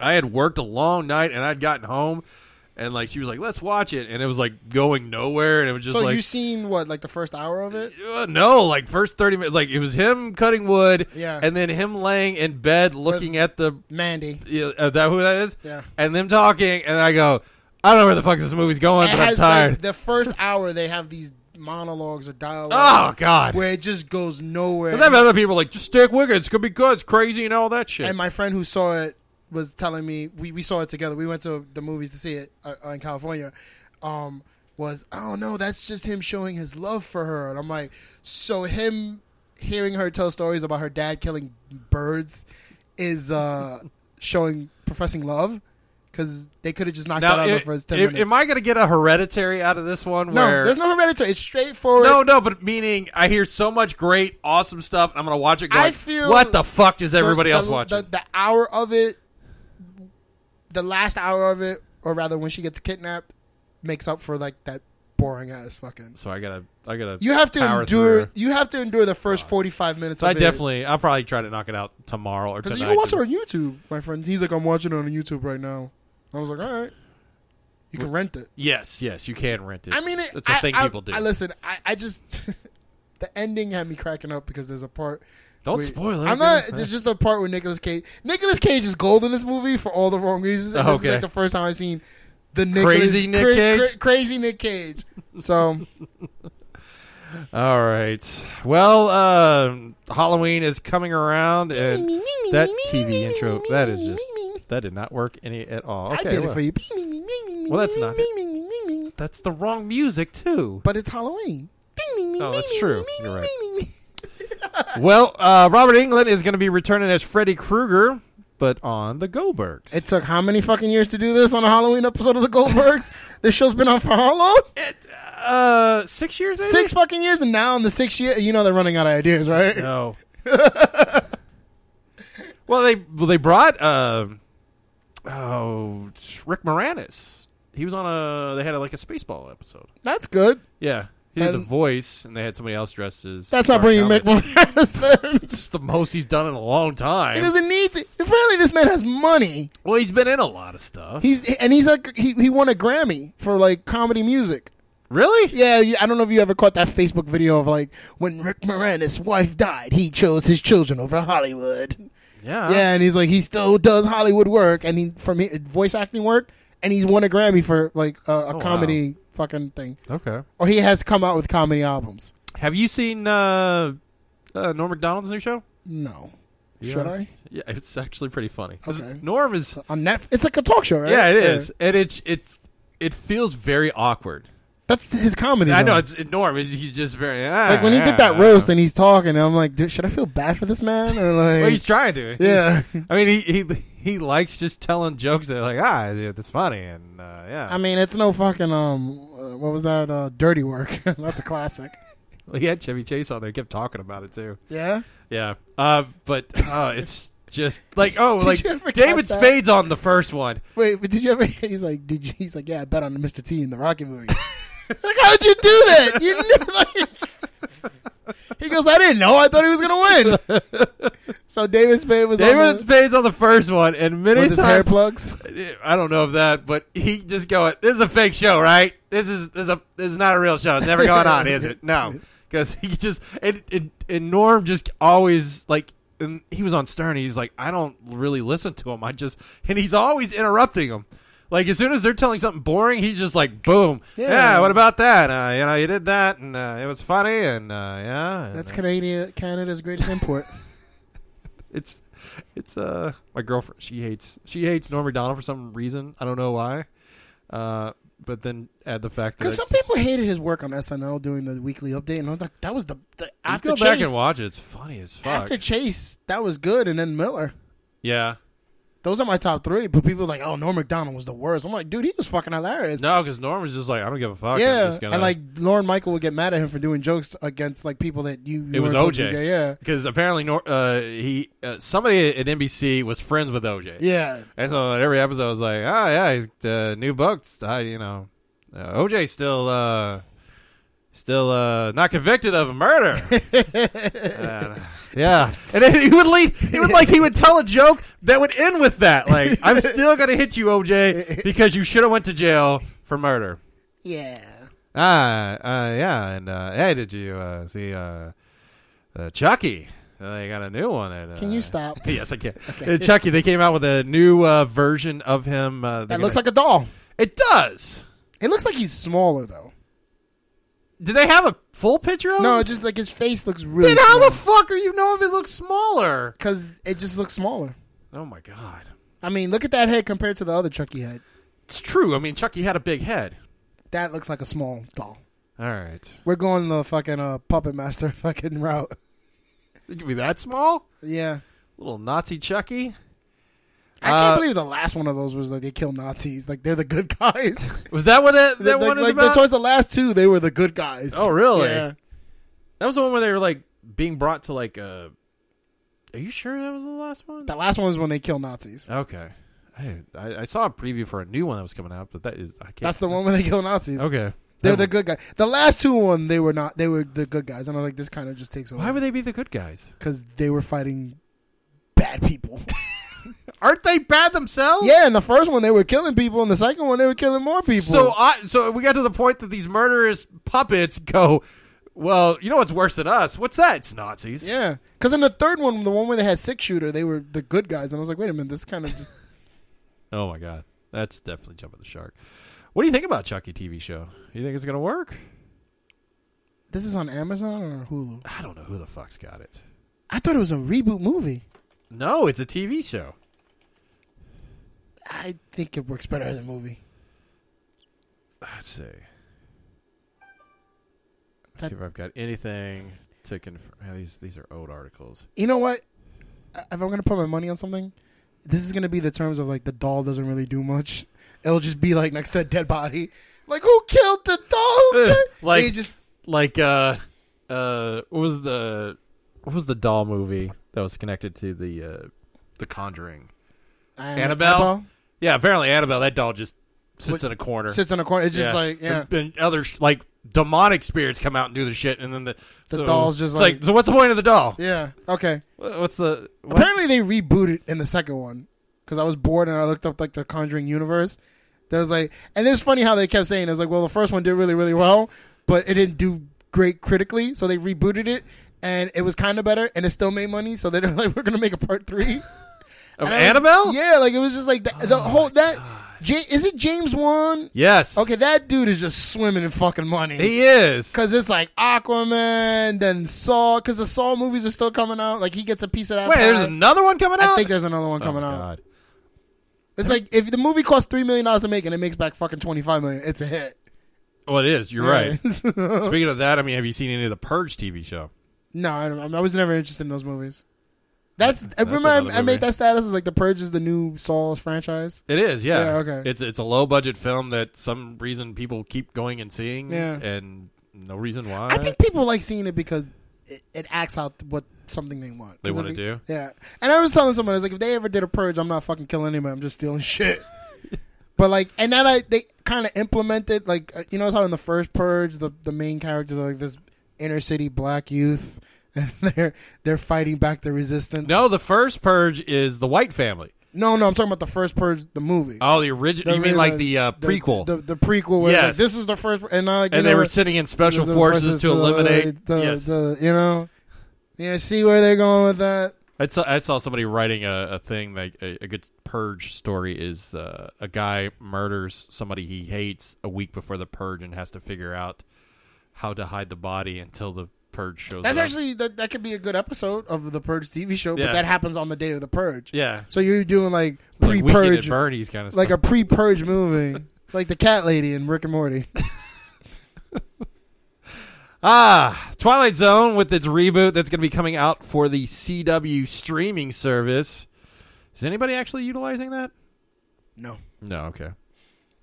B: I had worked a long night and I'd gotten home and like she was like, "Let's watch it," and it was like going nowhere, and it was just
C: so
B: like
C: you seen what, like the first hour of it?
B: Uh, no, like first thirty minutes, like it was him cutting wood,
C: Yeah.
B: and then him laying in bed looking at the
C: Mandy.
B: Yeah, uh, that who that is?
C: Yeah.
B: and them talking, and I go, I don't know where the fuck this movie's going,
C: It
B: but I'm
C: has,
B: tired.
C: Like, the first hour they have these monologues or dialogue.
B: Oh, God.
C: where it just goes nowhere.
B: and then other people are like, just stick with it. It's gonna be good. It's crazy and all that shit.
C: And my friend who saw it was telling me we, we saw it together. We went to the movies to see it uh, uh, in California. Um, was oh no, that's just him showing his love for her. And I'm like, so him hearing her tell stories about her dad killing birds is uh, showing professing love because they could have just knocked that out of the first ten
B: if-
C: minutes.
B: am I going to get a hereditary out of this one?
C: no,
B: where
C: there's no hereditary. It's straightforward.
B: no, no, but meaning I hear so much great, awesome stuff, and I'm going to watch it. Going,
C: I feel
B: what the fuck is everybody
C: the-
B: else
C: the-
B: watching?
C: The, the hour of it, the last hour of it, or rather when she gets kidnapped, makes up for like that boring ass fucking.
B: so I gotta, I gotta.
C: You have to
B: power
C: endure.
B: through.
C: You have to endure the first forty five minutes.
B: So I
C: of
B: definitely, I'll probably try to knock it out tomorrow or
C: because
B: tonight.
C: you can watch it on YouTube, my friend. He's like, I'm watching it on YouTube right now. I was like, all right, you can rent it.
B: yes, yes, you can rent it.
C: I mean, it,
B: that's a
C: I-
B: thing
C: I-
B: people do.
C: I listen. I, I just the ending had me cracking up because there's a part.
B: Don't
C: where-
B: spoil it,
C: I'm not.
B: dude.
C: There's just a part where Nicolas Cage. Nicolas Cage is gold in this movie for all the wrong reasons. And This is
B: Okay.
C: like the first time I've seen the Nicolas,
B: Crazy Nick
C: cra-
B: Cage?
C: cra- crazy Nick Cage. So
B: All right. Well, um, Halloween is coming around, and that TV intro that is just that did not work any at all.
C: I
B: Okay,
C: did it
B: well.
C: for you.
B: Well, that's not. it. That's the wrong music too.
C: But it's Halloween.
B: Oh, that's true. You're right. well, uh, Robert England is going to be returning as Freddy Krueger, but on the Goldbergs.
C: it took how many fucking years to do this on a Halloween episode of the Goldbergs? this show's been on for how long?
B: uh, six years.
C: Six fucking years, and now in the sixth year, you know they're running out of ideas, right?
B: No. Well, they well, they brought uh, oh Rick Moranis. He was on a. They had like a Spaceball episode.
C: That's good.
B: Yeah, he did the
C: And-
B: voice, and they had somebody else dressed as.
C: That's not
B: Mark
C: bringing Mick
B: Hamill.
C: Moranis then.
B: It's the most he's done in a long time.
C: He doesn't need to. Apparently, this man has money.
B: Well, he's been in a lot of stuff.
C: He's and he's like he, he won a Grammy for like comedy music.
B: Really?
C: Yeah. You, I don't know if you ever caught that Facebook video of like when Rick Moranis' wife died, he chose his children over Hollywood.
B: Yeah.
C: Yeah, and he's like he still does Hollywood work and he from he, voice acting work, and he's won a Grammy for like a, a
B: wow.
C: comedy fucking thing,
B: Okay.
C: or he has come out with comedy albums.
B: Have you seen uh, uh, Norm Macdonald's new show?
C: No.
B: You
C: Should
B: know?
C: I?
B: Yeah, it's actually pretty funny.
C: Okay.
B: Norm is
C: on Netflix. It's like a talk show, right?
B: Yeah, it is, and it's it's it feels very awkward.
C: That's his comedy.
B: I
C: though.
B: know it's Norm. He's, he's just very ah,
C: Like when he did that roast and he's talking, and I'm like, dude, should I feel bad for this man or like?
B: Well, he's trying to.
C: Yeah.
B: I mean, he he he likes just telling jokes that are like ah, yeah, that's funny, and uh, yeah.
C: I mean, it's no fucking um, uh, what was that? Uh, dirty work. That's a classic.
B: Well, he had Chevy Chase on there. Kept talking about it too.
C: Yeah?
B: Yeah. Uh, but uh, it's just like oh,
C: Did
B: like
C: you ever
B: David
C: catch that?
B: Spade's on the first one.
C: Wait, but did you ever? He's like, did you? He's like, yeah, I bet on Mr. T in the Rocky movie. like, how'd you do that? You knew. Like, he goes, I didn't know. I thought he was gonna win. so David Spade was. on
B: David
C: the-
B: Spade's on the first one, and many
C: With his
B: times
C: hair plugs?
B: I don't know of that, but he just going, "This is a fake show, right? This is this is a this is not a real show. It's never going on, is it? No, because he just and, and and Norm just always like." And he was on Stern. He's like, I don't really listen to him. I just and he's always interrupting him. Like as soon as they're telling something boring, he's just like, boom, yeah.
C: Yeah.
B: what about that? Uh, you know, you did that, and uh, it was funny, and uh, yeah, and,
C: That's
B: uh,
C: Canada, Canada's greatest import.
B: it's it's uh my girlfriend. She hates she hates Norm Macdonald for some reason. I don't know why. Uh, but then add the fact that
C: Because some people hated his work on SNL doing the weekly update, and I'm like, that was the, the
B: You
C: after
B: go
C: Chase.
B: back and watch it. It's funny as fuck.
C: After Chase, that was good, and then Miller.
B: yeah.
C: Those are my top three. But people are like, oh, Norm Macdonald was the worst. I'm like, dude, he was fucking hilarious.
B: No, because Norm was just like, I don't give a fuck. I'm
C: yeah,
B: just gonna-
C: and like Lauren Michael would get mad at him for doing jokes against like people that you.
B: it
C: you
B: was
C: weren't supposed to
B: OJ.
C: do. Yeah,
B: Because apparently, Nor- uh, he uh, somebody at NBC was friends with OJ.
C: Yeah.
B: And so at every episode, I was like, ah, yeah, he's uh, new books. I, you know, uh, OJ still. Uh, Still uh, not convicted of murder. Uh, yeah, and then he would leave. He would like he would tell a joke that would end with that. Like I'm still gonna hit you, OJ, because you should have went to jail for murder.
C: yeah.
B: Ah, uh, yeah, and uh, hey, did you uh, see uh, uh, Chucky? Uh, They got a new one. At, uh,
C: Can you stop?
B: yes, I can.
C: Okay.
B: Uh, Chucky. They came out with a new uh, version of him uh,
C: That looks like a doll.
B: It does.
C: It looks like he's smaller though.
B: Do they have a full picture of
C: no,
B: him?
C: just like his face looks really.
B: Then how the fuck are you know if it looks smaller?
C: Because it just looks smaller.
B: Oh my god,
C: I mean, look at that head compared to the other Chucky head.
B: it's true. I mean, Chucky had a big head.
C: That looks like a small doll.
B: All right,
C: We're going the fucking uh, puppet master fucking route.
B: it could be that small.
C: Yeah,
B: Little Nazi Chucky.
C: I can't
B: Uh,
C: believe the last one of those was like they kill Nazis. Like they're the good guys.
B: Was that what that, that
C: like,
B: one is
C: like,
B: about?
C: Towards the last two, they were the good guys.
B: Oh, really?
C: Yeah.
B: That was the one where they were like being brought to like a. Are you sure that was the last one?
C: The last one was when they kill Nazis.
B: Okay, I, I, I saw a preview for a new one that was coming out, but that is I can't.
C: That's the one where they kill Nazis.
B: Okay,
C: They're the good guys. The last two one, they were not. They were the good guys, and I'm like, this kind of just takes away.
B: Why would they be the good guys?
C: Because they were fighting bad people.
B: Aren't they bad themselves?
C: yeah, in the first one they were killing people, and the second one they were killing more people.
B: So I so we got to the point that these murderous puppets go. Well, you know what's worse than us? What's that? It's Nazis.
C: yeah, because in the third one, the one where they had six shooter, they were the good guys, and I was like, wait a minute, this kind of just.
B: Oh my god, that's definitely jumping the shark. What do you think about Chucky TV show? You think it's gonna work?
C: This is on Amazon or Hulu.
B: I don't know who the fuck's got it.
C: I thought it was a reboot movie.
B: No, it's a TV show.
C: I think it works better as a movie.
B: Let's see. Let's see if I've got anything to confirm. Yeah, these these are old articles.
C: You know what? I- If I'm gonna put my money on something, this is gonna be the terms of like the doll doesn't really do much. It'll just be like next to a dead body. Like who killed the doll? Who
B: Ugh,
C: ki-
B: like
C: They just
B: like uh uh what was the what was the doll movie that was connected to the uh the Conjuring?
C: Ann-
B: Annabelle.
C: Annabelle?
B: Yeah, apparently Annabelle. That doll just sits in a corner.
C: sits in a corner. It's just like, yeah.
B: And- And other sh- like demonic spirits come out and do the shit, and then the
C: The
B: so
C: doll's just
B: it's like,
C: like-
B: so. What's the point of the doll?
C: yeah okay.
B: Wha- What's the what?
C: Apparently they rebooted in the second one because I was bored and I looked up like the Conjuring universe. There was like, and it's funny how they kept saying it's like, well, the first one did really really well, but it didn't do great critically, so they rebooted it and it was kind of better and it still made money, so they're like, we're gonna make a part three.
B: of
C: And I was-
B: Annabelle? Oh
C: yeah, like it was just like the, the whole that. Ja- is it James Wan?
B: Yes.
C: Okay, that dude is just swimming in fucking money.
B: He is.
C: Cause it's like Aquaman, then Saw. Cause the Saw movies are still coming out. Like he gets a piece of that.
B: Wait,
C: pie.
B: there's another one coming out.
C: I think there's another one
B: Oh,
C: coming out.
B: God.
C: It's like if the movie costs three million dollars to make and it makes back fucking twenty five million, it's a hit.
B: Well, it is. You're
C: Yeah.
B: right. Speaking of that, I mean, have you seen any of the Purge TV show?
C: No, I, don't, I was never interested in those movies. That's, I
B: That's
C: remember I,
B: another
C: I
B: movie.
C: made that status as like the Purge is the new Saw franchise.
B: It is, yeah.
C: Yeah, okay.
B: It's it's a low budget film that some reason people keep going and seeing,
C: Yeah.
B: and no reason why.
C: I think people like seeing it because it, it acts out what something they want.
B: They
C: 'Cause
B: wanna
C: if it-
B: do?
C: Yeah, and I was telling someone, I was like, if they ever did a purge, I'm not fucking killing anybody. I'm just stealing shit. but like, and then I they kind of implemented like uh, you know how in the first purge the the main characters are like this inner city black youth. And they're they're fighting back the resistance.
B: no, the first Purge is the White Family.
C: No, no, I'm talking about the first purge, the movie.
B: Oh, the original.
C: The
B: You mean like
C: original-
B: the uh, prequel?
C: the, the prequel. Where it's like,
B: Yes.
C: this is the first, and now like, you
B: And they
C: know,
B: were sending in special
C: the uh,
B: forces to eliminate-
C: the,
B: yes.
C: the you know, yeah. See where they're going with that.
B: I saw, I saw somebody writing a, a thing like a, a good purge story is uh, a guy murders somebody he hates a week before the purge and has to figure out how to hide the body until the purge shows
C: That's
B: up.
C: actually that, that could be a good episode of the Purge TV show,
B: Yeah.
C: but that happens on the day of the Purge.
B: Yeah.
C: So you're doing like
B: Like
C: pre
B: Weekend at
C: Purge,
B: Bernie's kinda
C: like
B: stuff.
C: a pre Purge movie. like the cat lady in Rick and Morty.
B: Ah, Twilight Zone with its reboot that's going to be coming out for the CW streaming service. Is anybody actually utilizing that?
C: No.
B: No, okay.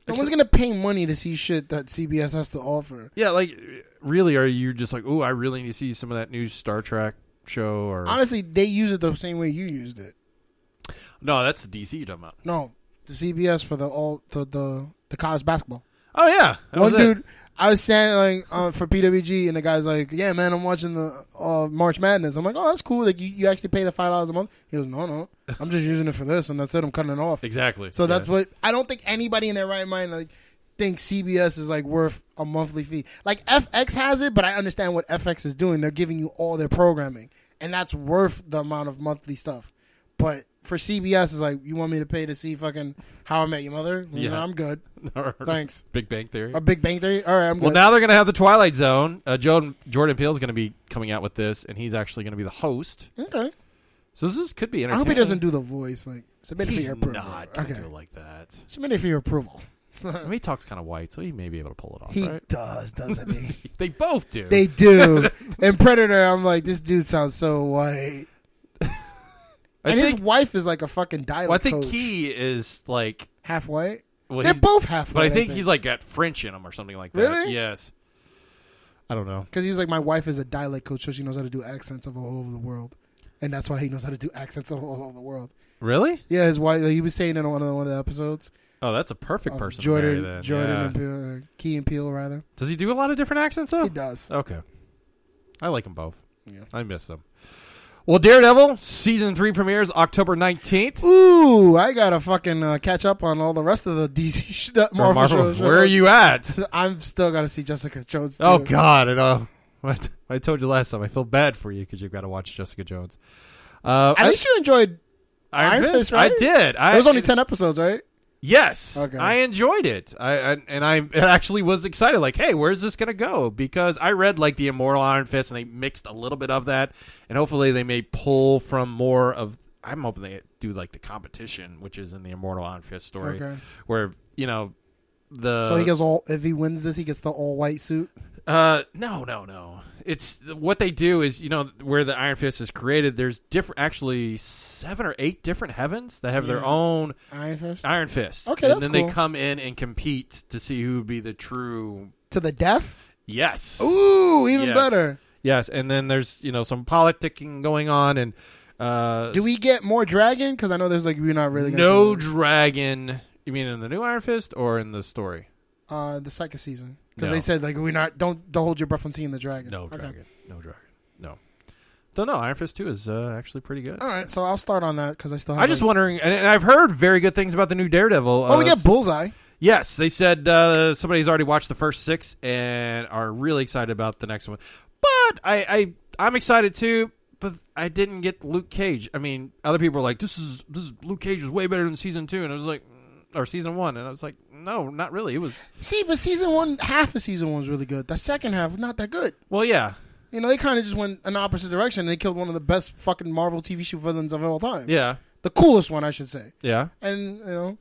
C: No one's gonna pay money to see shit that CBS has to offer.
B: Yeah, like really are you just like, "Ooh, I really need to see some of that new Star Trek show or
C: Honestly, they use it the same way you used it.
B: No, that's the DC you're talking about.
C: No, the CBS for the all the the, the college basketball.
B: Oh yeah, that
C: one
B: was it.
C: dude. I was standing like uh, for PWG, and the guy's like, "Yeah, man, I'm watching the uh, March Madness." I'm like, "Oh, that's cool. Like, you, you actually pay the five dollars a month." He goes, "No, no, I'm just using it for this, and that's it. I'm cutting it off."
B: Exactly.
C: So that's
B: Yeah.
C: what I don't think anybody in their right mind like thinks CBS is like worth a monthly fee. Like FX has it, but I understand what FX is doing. They're giving you all their programming, and that's worth the amount of monthly stuff. But for CBS, it's like you want me to pay to see fucking How I Met Your Mother? Yeah,
B: Yeah.
C: I'm good.
B: Or
C: Thanks.
B: Big Bang Theory.
C: A Big Bang Theory. All right, I'm good.
B: Well, now they're going to have the Twilight Zone. Uh, Jordan, Jordan Peele's going to be coming out with this, and he's actually going to be the host.
C: Okay.
B: So this is, could be
C: Hmm? I
B: entertaining.
C: hope he doesn't do the voice. Like submit it for
B: He's
C: your approval.
B: not gonna do it like that.
C: Submit it for your approval.
B: I mean, he talks kind of white, so he may be able to pull it off.
C: He
B: right?
C: does, doesn't he?
B: they both do.
C: They do. and Predator, I'm like, this dude sounds so white. and his wife is like a fucking dialect
B: well, I think
C: coach.
B: he is like
C: half white.
B: Well,
C: They're
B: he's-
C: both half
B: But
C: white.
B: I think, he's like got French in him or something like that.
C: Really?
B: Yes. I don't know.
C: because he was like, my wife is a dialect coach, so she knows how to do accents of all over the world, and that's why he knows how to do accents of all over the world.
B: Really?
C: Yeah, his wife. he was saying in one of the, one of the episodes.
B: Oh, that's a perfect
C: of
B: person. to
C: Jordan,
B: marry then.
C: Jordan,
B: Yeah.
C: and Peele, uh, Key and Peele, rather.
B: Does he do a lot of different accents though? He
C: does.
B: Okay. I like them both.
C: Yeah.
B: I miss them. Well, Daredevil season three premieres October nineteenth.
C: Ooh, I gotta fucking uh, catch up on all the rest of the DC sh- that
B: Or
C: Marvel,
B: Marvel.
C: shows.
B: Where are you at?
C: I'm still gotta see Jessica Jones.
B: Oh
C: too.
B: God! I know. I t- I told you last time. I feel bad for you because you've got to watch Jessica Jones. Uh,
C: At
B: I-
C: least you enjoyed
B: I
C: Iron
B: missed-
C: Fist, right?
B: I did. I-
C: it was only ten episodes, right?
B: Yes,
C: Okay.
B: I enjoyed it. I, I and I actually was excited. Like, hey, where's this gonna go? Because I read like the Immortal Iron Fist, and they mixed a little bit of that, and hopefully they may pull from more of. I'm hoping they do like the competition, which is in the Immortal Iron Fist story,
C: Okay.
B: where you know the
C: so he gets all. If he wins this, he gets the all white suit.
B: uh, no, no, no. It's what they do is you know where the Iron Fist is created. There's different, actually seven or eight different heavens that have their
C: Yeah.
B: own
C: Iron Fist?
B: Iron Fist.
C: Okay,
B: and
C: that's
B: then they
C: cool.
B: come in and compete to see who would be the true.
C: To the death?
B: Yes.
C: Ooh, even
B: Yes.
C: better.
B: Yes, and then there's you know some politicking going on and. Uh,
C: Do we get more dragon? Because I know there's like we're not really gonna
B: no
C: see-
B: dragon? You mean in the new Iron Fist or in the story?
C: uh, the second season because
B: No.
C: they said like we're not don't don't hold your breath on seeing the dragon.
B: No
C: Okay.
B: dragon. No dragon. No. Don't know. Iron Fist two is uh, actually pretty good.
C: All right, so I'll start on that because I still. Have,
B: I'm just
C: like-
B: wondering, and, and I've heard very good things about the new Daredevil. Uh,
C: Oh, we got Bullseye.
B: Yes, they said uh, somebody's already watched the first six and are really excited about the next one. But I, I I'm excited too. But I didn't get Luke Cage. I mean, other people were like, "This is this is Luke Cage is way better than season two. and I was like, mm, or season one, and I was like, "No, not really." It was
C: See, but season one, half of season one's really good. The second half, was not that good.
B: well, yeah,
C: You know, they kind of just went an opposite direction. and They killed one of the best fucking Marvel TV show villains of all time.
B: yeah,
C: the coolest one, I should say.
B: yeah.
C: And you know,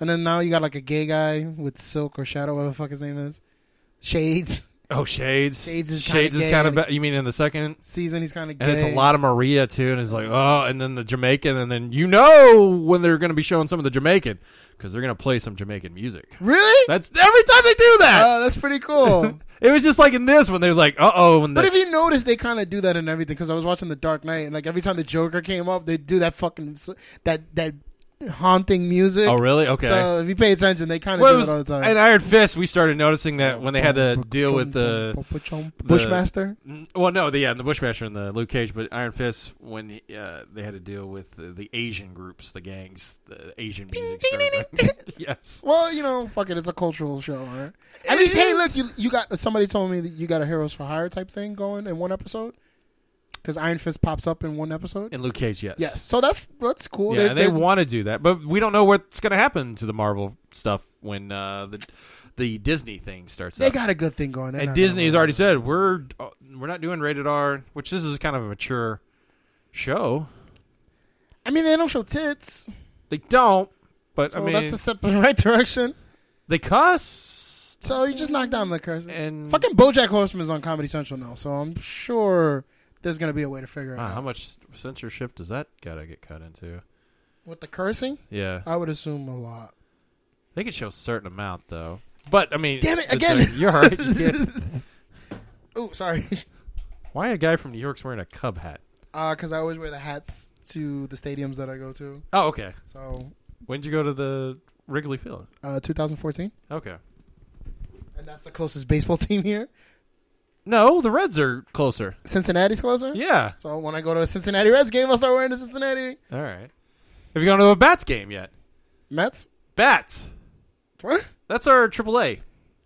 C: and then now you got like a gay guy with silk or shadow, whatever the fuck his name is, shades.
B: Oh, Shades.
C: Shades is
B: Shades
C: kinda
B: is
C: gay.
B: kind of. Ba- you mean in the second
C: Season, he's kind of gay.
B: And it's a lot of Maria too, and it's like, oh, and then the Jamaican, and then you know when they're going to be showing some of the Jamaican because they're going to play some Jamaican music.
C: Really?
B: That's every time they do that.
C: Oh, that's pretty cool.
B: it was just like in this when they're like, uh oh, and
C: But if you notice, they kind of do that in everything. Because I was watching The Dark Knight, and like every time the Joker came up, they do that fucking s- that that haunting music.
B: Oh, really? Okay.
C: So if you pay attention, they kind of
B: well, it
C: do
B: was-
C: it all the time.
B: in Iron Fist, we started noticing that when they had to deal with the, the-
C: Bushmaster?
B: N- Well, no, the yeah, the Bushmaster and the Luke Cage, but Iron Fist when he, uh, they had to deal with the, the Asian groups, the gangs, the Asian music. started going. yes.
C: Well, you know, fuck it. It's a cultural show, right? At least, hey, look, you you got somebody told me that you got a Heroes for Hire type thing going in one episode. Because Iron Fist pops up in one episode.
B: And Luke Cage, yes.
C: Yes. So that's that's cool.
B: Yeah, and they, want to do that, but we don't know what's going to happen to the Marvel stuff when uh, the the Disney thing starts.
C: They
B: up.
C: got a good thing going. They're
B: and
C: not gonna
B: Disney has already said we're uh, we're not doing rated R, which this is kind of a mature show.
C: I mean, they don't show tits.
B: They don't, but
C: So
B: I mean,
C: that's a step in the right direction.
B: They cuss.
C: So you just knocked down the curse. And fucking BoJack Horseman is on Comedy Central now, so I'm sure there's gonna be a way to figure it
B: Wow,
C: out.
B: Ah, how much censorship does that gotta get cut into?
C: With the cursing,
B: Yeah.
C: I would assume a lot.
B: They could show a certain amount though. But I mean,
C: Damn it,
B: it's
C: again.
B: like, you're all right. You can't-
C: Oh, sorry.
B: Why a guy from New York's wearing a cub hat?
C: Because Uh, I always wear the hats to the stadiums that I go to.
B: Oh, okay.
C: So
B: When'd you go to the Wrigley Field?
C: uh, 2014,
B: Okay.
C: and that's the closest baseball team here.
B: No, the Reds are closer.
C: Cincinnati's closer.
B: Yeah.
C: So when I go to a Cincinnati Reds game, I'll start wearing the Cincinnati
B: All right. Have you gone to a Bats game yet?
C: Mets.
B: Bats.
C: What?
B: That's our AAA.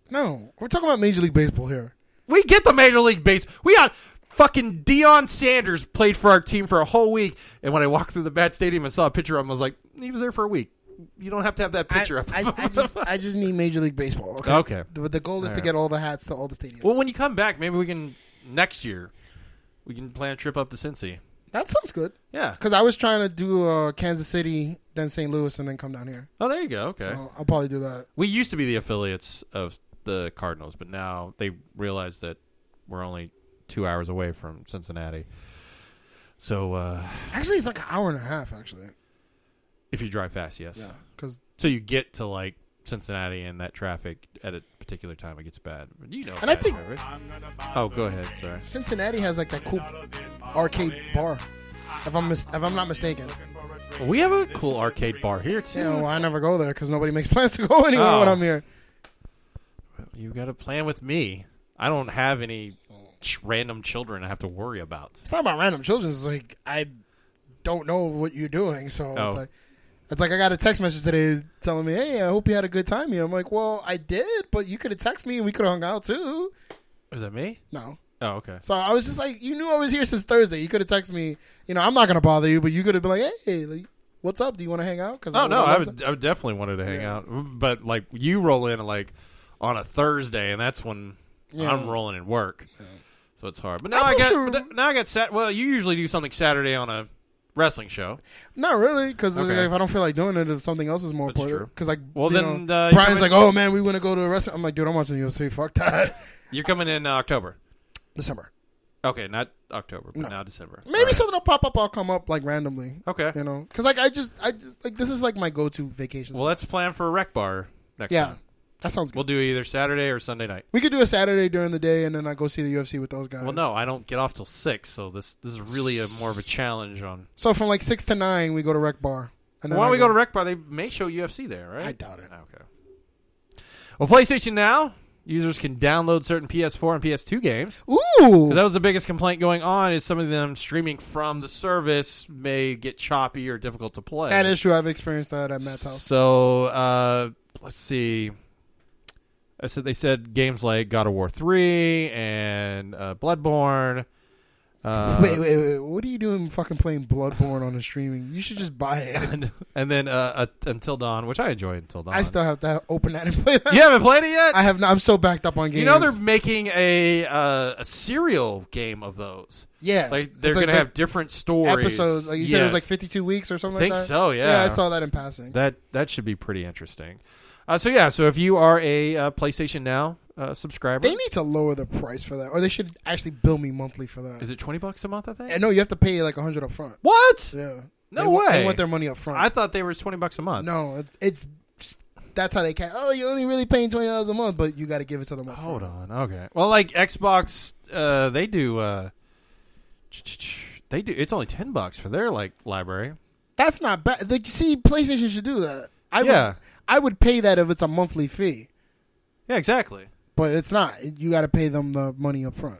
C: No, we're talking about Major League Baseball here.
B: We get the Major League Base. We got fucking Dion Sanders played for our team for a whole week, and when I walked through the Bat Stadium and saw a picture of him, I was like, he was there for a week. You don't have to have that picture up.
C: I, I just I just need Major League Baseball. Okay.
B: Okay.
C: But the goal is to
B: Alright.
C: get all the hats to all the stadiums.
B: well, when you come back, maybe we can next year. We can plan a trip up to Cincy.
C: That sounds good.
B: Yeah.
C: Because I was trying to do uh, Kansas City, then St. Louis, and then come down here.
B: Oh, there you go. Okay.
C: So I'll probably do that.
B: We used to be the affiliates of the Cardinals, but now they realize that we're only two hours away from Cincinnati. So uh,
C: Actually, it's like an hour and a half. Actually,
B: if you drive fast, yes.
C: Yeah, 'cause-
B: so you get to like Cincinnati and that traffic at a particular time, it gets bad. But you know,
C: And I
B: bad
C: think-
B: traffic. Oh, go ahead. Sorry.
C: Cincinnati has like that cool arcade bar. If I'm mis- if I'm not mistaken.
B: Well, we have a cool arcade bar here too.
C: You know, well, I never go there because nobody makes plans to go anywhere when
B: Oh.
C: I'm here.
B: You got to plan with me. I don't have any ch- random children I have to worry about.
C: It's not about random children. It's like I don't know what you're doing, so
B: Oh.
C: it's like it's like I got a text message today telling me, "Hey, I hope you had a good time here." I'm like, "Well, I did, but you could have texted me and we could have hung out too."
B: Is that me?
C: No.
B: Oh, okay.
C: So I was just like, you knew I was here since Thursday. You could have texted me, you know, I'm not gonna bother you, but you could have been like, hey, like, what's up? Do you want to hang out? Because
B: Oh no, I would, I would definitely wanted to hang out, Mm, but like you roll in like on a Thursday, and that's when
C: Yeah.
B: I'm rolling in work, so it's hard. But now
C: I'm
B: i got
C: sure-
B: but now I got sat. Well, you usually do something Saturday on a wrestling show.
C: not really, because
B: Okay.
C: if I don't feel like doing it, if something else is more important, because like,
B: Well,
C: you
B: then,
C: know,
B: uh, you
C: Brian's
B: might-
C: like, oh man, we want to go to a restaurant. I'm like, dude, I'm watching UFC. Fuck that.
B: You're coming in uh, October,
C: December.
B: Okay, not October, but
C: No.
B: now December.
C: Maybe something will pop up. I'll come up like randomly.
B: Okay.
C: you know, because like I just, I just like this is like my go-to vacation.
B: Well, let's plan for a rec bar next.
C: Yeah,
B: time.
C: that sounds good.
B: We'll do either Saturday or Sunday night.
C: we could do a Saturday during the day, and then I go see the UFC with those guys.
B: Well, no, I don't get off till six, so this this is really a more of a challenge on.
C: So from like six to nine, we go to Rec Bar. And
B: Why
C: I
B: don't we go to Rec Bar? They may show UFC there, right? I
C: doubt it.
B: Okay. Well, PlayStation Now users can download certain PS4 and PS2 games.
C: Ooh,
B: that was the biggest complaint going on is some of them streaming from the service may get choppy or difficult to play.
C: That is true. I've experienced that at Matt's house.
B: So uh, let's see. I said they said games like God of War three and uh, Bloodborne. Uh,
C: wait, wait, wait. What are you doing? Fucking playing Bloodborne on a streaming? You should just buy it.
B: and then uh, uh, Until Dawn, which I enjoy Until Dawn.
C: I still have to open that and play that.
B: You haven't played it yet.
C: I have not. I'm so backed up on games.
B: You know they're making a uh, a serial game of those.
C: Yeah.
B: like they're
C: It's
B: gonna
C: like- it's
B: have
C: like
B: different stories.
C: episodes. Like you said, it was
B: Yes.
C: like 52 weeks or something.
B: Think
C: like that.
B: so? Yeah.
C: Yeah, I saw that in passing.
B: That that should be pretty interesting. Uh, so yeah, so if you are a uh, PlayStation Now uh, subscriber,
C: They need to lower the price for that, or they should actually bill me monthly for that.
B: is it twenty bucks a month? I think.
C: And no, you have to pay like 100 up front.
B: What?
C: Yeah.
B: No
C: They
B: way.
C: want- they want their money up front.
B: I thought they were twenty bucks a month.
C: No, it's it's that's how they can. Oh, you're only really paying twenty dollars a month, but you got to give it to them.
B: Hold on. Okay. Well, like Xbox, uh, they do. Uh, they do. It's only ten bucks for their like library.
C: That's not bad. Like, see, PlayStation should do that. I
B: Yeah.
C: would, I would pay that if it's a monthly fee,
B: Yeah, exactly.
C: but it's not. You got to pay them the money up front.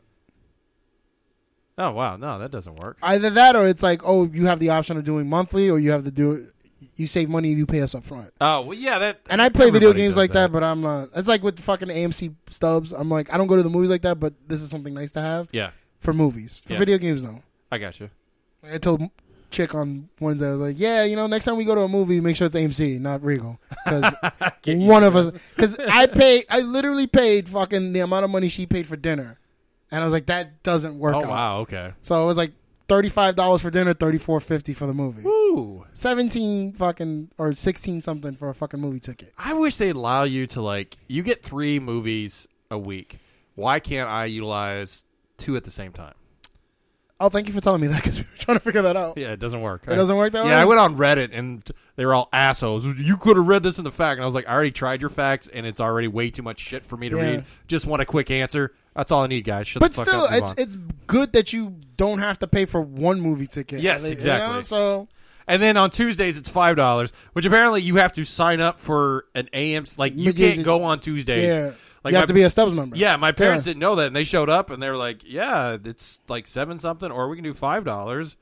B: Oh wow, no, that doesn't work.
C: Either that, or it's like, oh, you have the option of doing monthly, or you have to do. You save money, you pay us up front.
B: Oh well, yeah, that.
C: And I play video
B: everybody
C: games
B: does
C: like that. but I'm not. It's like with the fucking AMC stubs. I'm like, I don't go to the movies like that, but this is something nice to have.
B: Yeah.
C: For movies, for
B: Yeah.
C: video games, no.
B: I got you.
C: Like I told chick on Wednesday, I was like, "Yeah, you know, next time we go to a movie, make sure it's AMC, not Regal, because one of us, because I paid, I literally paid fucking the amount of money she paid for dinner, and I was like, that doesn't work.
B: Oh
C: out.
B: wow, okay.
C: So it was like thirty five dollars for dinner, thirty four fifty for the movie.
B: Woo, Ooh.
C: Seventeen fucking or sixteen something for a fucking movie ticket.
B: I wish they'd allow you to like you get three movies a week. Why can't I utilize two at the same time?
C: Oh, thank you for telling me that because we were trying to figure that out.
B: Yeah, it doesn't work.
C: It doesn't work that
B: yeah,
C: way?
B: Yeah, I went on Reddit and they were all assholes. You could have read this in the fact, and I was like, I already tried your facts, and it's already way too much shit for me to
C: Yeah.
B: read. Just want a quick answer. That's all I need, guys. Shut
C: But
B: the fuck
C: still,
B: up. and move
C: it's
B: on.
C: it's good that you don't have to pay for one movie ticket.
B: Yes,
C: You know,
B: exactly.
C: So
B: And then on Tuesdays it's five dollars, which apparently you have to sign up for an AM. Like you
C: Negated.
B: can't go on Tuesdays.
C: Yeah.
B: like
C: You have to be a Stubbs member.
B: Yeah, my parents
C: Yeah.
B: didn't know that, and they showed up and they were like, "Yeah, it's like seven something, or we can do five dollars."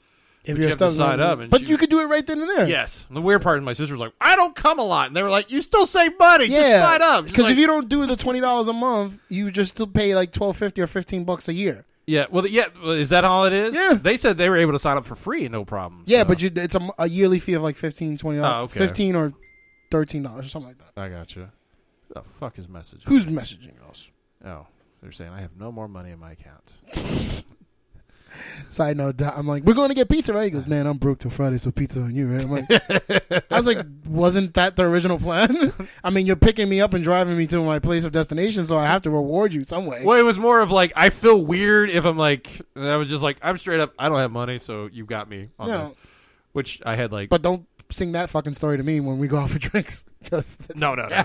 B: but
C: if you're
B: you
C: a
B: have to
C: Stubbs
B: sign
C: member-
B: up, and
C: but
B: she-
C: you could do it right then and there.
B: yes. And the weird part is my sister was like, "I don't come a lot," and they were like, "You still save money? Just sign up." She's
C: Because
B: like-
C: if you don't do the twenty dollars a month, you just still pay like twelve fifty or fifteen bucks a year.
B: yeah, well, yeah, well, is that all it is? Yeah, they said they were able to sign up for free, no problem.
C: Yeah, but you, it's a, m- a yearly fee of like 15 dollars,
B: Oh, okay.
C: fifteen or thirteen dollars or something like that.
B: I gotcha. Who the fuck is messaging?
C: Who's messaging us?
B: Oh, they're saying I have no more money in my account.
C: Side note, I'm like, we're going to get pizza, right? He goes, man, I'm broke till Friday, so pizza on you, right? I'm like, I was like, wasn't that the original plan? I mean, you're picking me up and driving me to my place of destination, so I have to reward you some way.
B: Well, it was more of like I feel weird if I'm like and I was just like I'm straight up I don't have money, so you got me on
C: No.
B: this, which I had like.
C: But don't sing that fucking story to me when we go out for drinks. 'cause
B: no, no, no, no.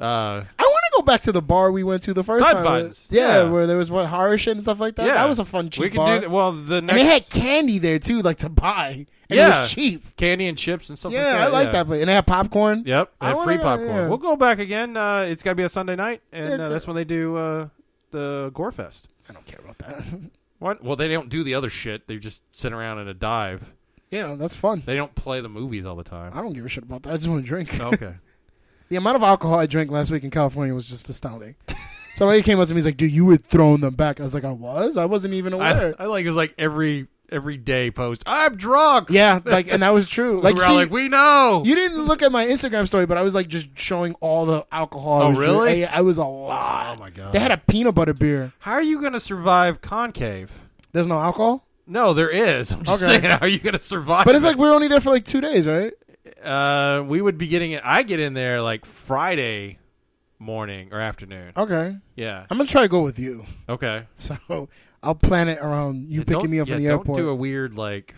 B: uh,
C: I want to go back to the bar we went to the first
B: Todd
C: time.
B: Vines.
C: Yeah,
B: Yeah.
C: where there was what Harish and stuff like that.
B: Yeah.
C: That was a fun cheap
B: We can
C: bar.
B: do that- well, the
C: and they had
B: next-
C: candy there too, like to buy. And
B: yeah,
C: it was cheap.
B: candy and chips and stuff.
C: yeah,
B: like
C: I
B: that,
C: like
B: yeah.
C: that place. And they had popcorn.
B: Yep,
C: I
B: and
C: wanna
B: free
C: go-
B: popcorn.
C: yeah.
B: We'll go back again. Uh, it's got to be a Sunday night, and
C: Yeah,
B: uh, that's when they do uh, the Gore Fest.
C: I don't care about that.
B: What? Well, they don't do the other shit. They just sit around in a dive.
C: Yeah, that's fun.
B: They don't play the movies all the time.
C: I don't give a shit about that. I just want to drink.
B: Okay.
C: the amount of alcohol I drank last week in California was just astounding. Somebody came up to me, he's like, "Dude, you were throwing them back." I was like, "I was. I wasn't even
B: I,
C: aware."
B: I like it was like every every day post. I'm drunk.
C: yeah, like, and that was true. Like,
B: We're all
C: see,
B: like, we know.
C: you didn't look at my Instagram story, but I was like just showing all the alcohol. I
B: Oh,
C: was drinking.
B: really?
C: Yeah, I, was a lot.
B: Oh my god.
C: They had a peanut butter beer.
B: How are you going to survive concave?
C: There's no alcohol,
B: No, there is. I'm just
C: Okay.
B: saying, how are you going to survive?
C: but it's like we were only there for like two days, right?
B: uh, we would be getting it. I get in there like Friday morning or afternoon.
C: Okay.
B: Yeah.
C: I'm gonna try to go with you.
B: Okay.
C: So I'll plan it around you
B: Yeah,
C: picking
B: don't-
C: me up
B: yeah,
C: from the
B: don't
C: airport.
B: do a weird like.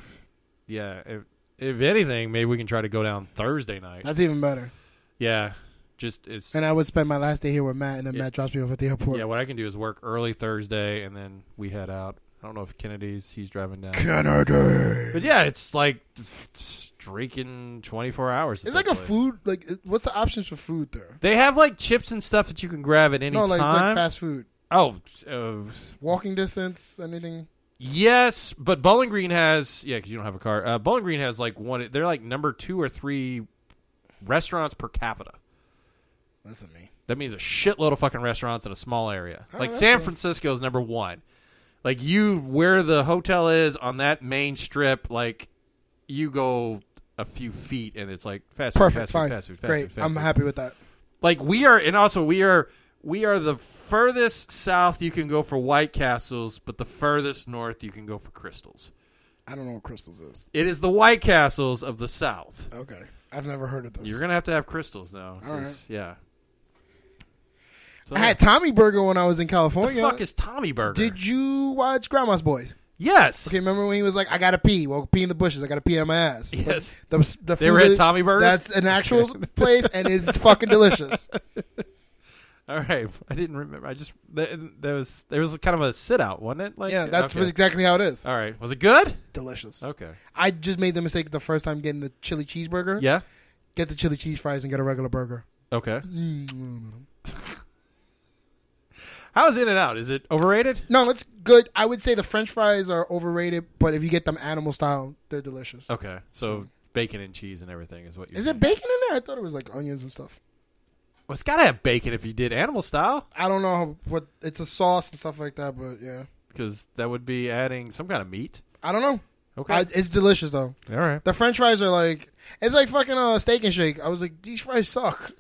B: Yeah. If, if anything, maybe we can try to go down Thursday night.
C: That's even better.
B: yeah. Just it's
C: And I would spend my last day here with Matt, and then Matt drops me off at the airport.
B: yeah. What I can do is work early Thursday, and then we head out. I don't know if Kennedy's he's driving down.
C: Kennedy.
B: But yeah, it's like streaking twenty four hours. at
C: It's
B: that
C: like a
B: place.
C: food. Like, it- what's the options for food there?
B: They have like chips and stuff that you can grab at any
C: No, like, like
B: time.
C: fast food.
B: Oh, uh,
C: Walking distance, anything?
B: yes, but Bowling Green has yeah, because you don't have a car. Uh, Bowling Green has like one. They're like number two or three restaurants per capita.
C: Listen to me.
B: That means a shitload of fucking restaurants in a small area.
C: Oh,
B: like
C: that's
B: San
C: cool.
B: Francisco is number one. Like you, where the hotel is on that main strip, like you go a few feet and it's like fast food,
C: Perfect.
B: fast food,
C: fine.
B: fast food, fast
C: Great.
B: food, fast
C: I'm
B: food.
C: happy with that.
B: Like we are, and also we are, we are the furthest south you can go for White Castles, but the furthest north you can go for Crystals.
C: I don't know what crystals is.
B: It is the White Castles of the South.
C: Okay. I've never heard of this.
B: You're gonna have to have crystals now. 'cause-
C: All right.
B: Yeah. So,
C: I had Tommy Burger when I was in
B: what the
C: California.
B: fuck is Tommy Burger?
C: Did you watch Grandma's Boys?
B: Yes.
C: Okay, remember when he was like, "I gotta pee." Well, pee in the bushes. I gotta pee on my ass. Like,
B: Yes.
C: the, the
B: They were
C: food
B: at
C: is-
B: Tommy Burgers?
C: That's an actual place, and it's fucking delicious.
B: All right, I didn't remember. I just there, there was there was kind of a sit out, wasn't it? Like
C: Yeah, that's
B: okay.
C: exactly how it is.
B: All right, was it good?
C: Delicious.
B: Okay.
C: I just made the mistake the first time getting the chili cheeseburger.
B: Yeah.
C: Get the chili cheese fries and get a regular burger.
B: Okay.
C: Mm.
B: How is In and Out? Is it overrated?
C: No, it's good. I would say the French fries are overrated, but if you get them animal style, they're delicious.
B: Okay, so bacon and cheese and everything is what you.
C: Is it bacon in there? I thought it was like onions and stuff.
B: Well, it's gotta have bacon if you did animal style,
C: I don't know how- what it's a sauce and stuff like that, but yeah,
B: because that would be adding some kind of meat.
C: I don't know.
B: Okay.
C: I, it's delicious though.
B: All right.
C: The French fries are like it's like fucking uh, steak and shake. I was like, these fries suck,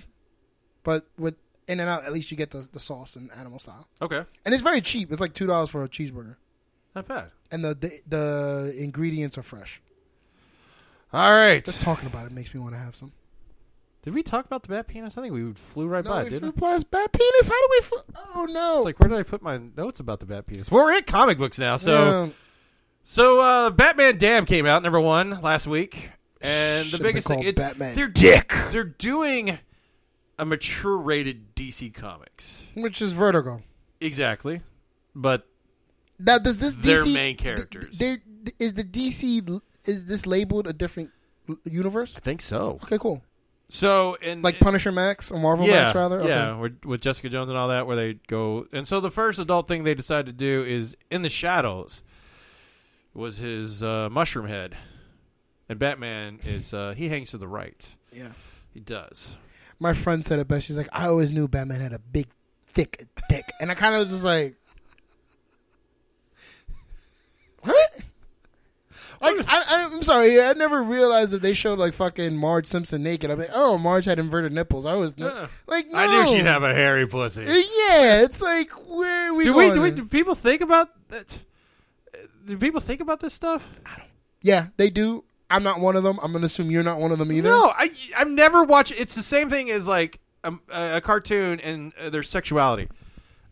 C: but with In and Out, at least you get the, the sauce and animal style,
B: Okay.
C: and it's very cheap. It's like two dollars for a cheeseburger,
B: Not bad.
C: and the, the the ingredients are fresh.
B: All right.
C: Just talking about it makes me want to have some.
B: Did we talk about the bat penis? I think we flew right
C: No,
B: by,
C: we
B: didn't
C: flew past bat penis. How do we? Fl- oh no!
B: It's like where did I put my notes about the Bat Penis? Well, we're at comic books now, so
C: Yeah.
B: so uh, Batman Dam came out number one last week, and
C: Should've
B: the biggest thing
C: been called
B: it's
C: Batman
B: they're
C: Dick.
B: They're doing a mature rated DC Comics
C: Which is Vertigo.
B: exactly, but
C: Now, does this DC
B: Their main characters.
C: Th- there- is the DC l- is this labeled a different l- universe? I
B: think so.
C: Okay, cool.
B: so and
C: Like Punisher Max or Marvel
B: yeah,
C: Max, rather. Okay.
B: yeah, with, with Jessica Jones and all that, where they go and so the first adult thing they decide to do is in the shadows was his uh, mushroom head, and Batman is uh, he hangs to the right.
C: Yeah.
B: He does.
C: My friend said it best. She's like, I always knew Batman had a big, thick dick, and I kind of was just like, what? Like, I, I, I'm sorry, I never realized that they showed like fucking Marge Simpson naked. I'm like, oh, Marge had inverted nipples. I was like, no.
B: Uh-uh. I knew she'd have a hairy pussy.
C: Uh, Yeah, it's like where are we
B: do
C: going?
B: we do we do people think about that? Do people think about this stuff?
C: Yeah, they do. I'm not one of them. I'm gonna assume you're not one of them either.
B: No, I I've never watched. It's the same thing as like a, a cartoon and uh, their sexuality.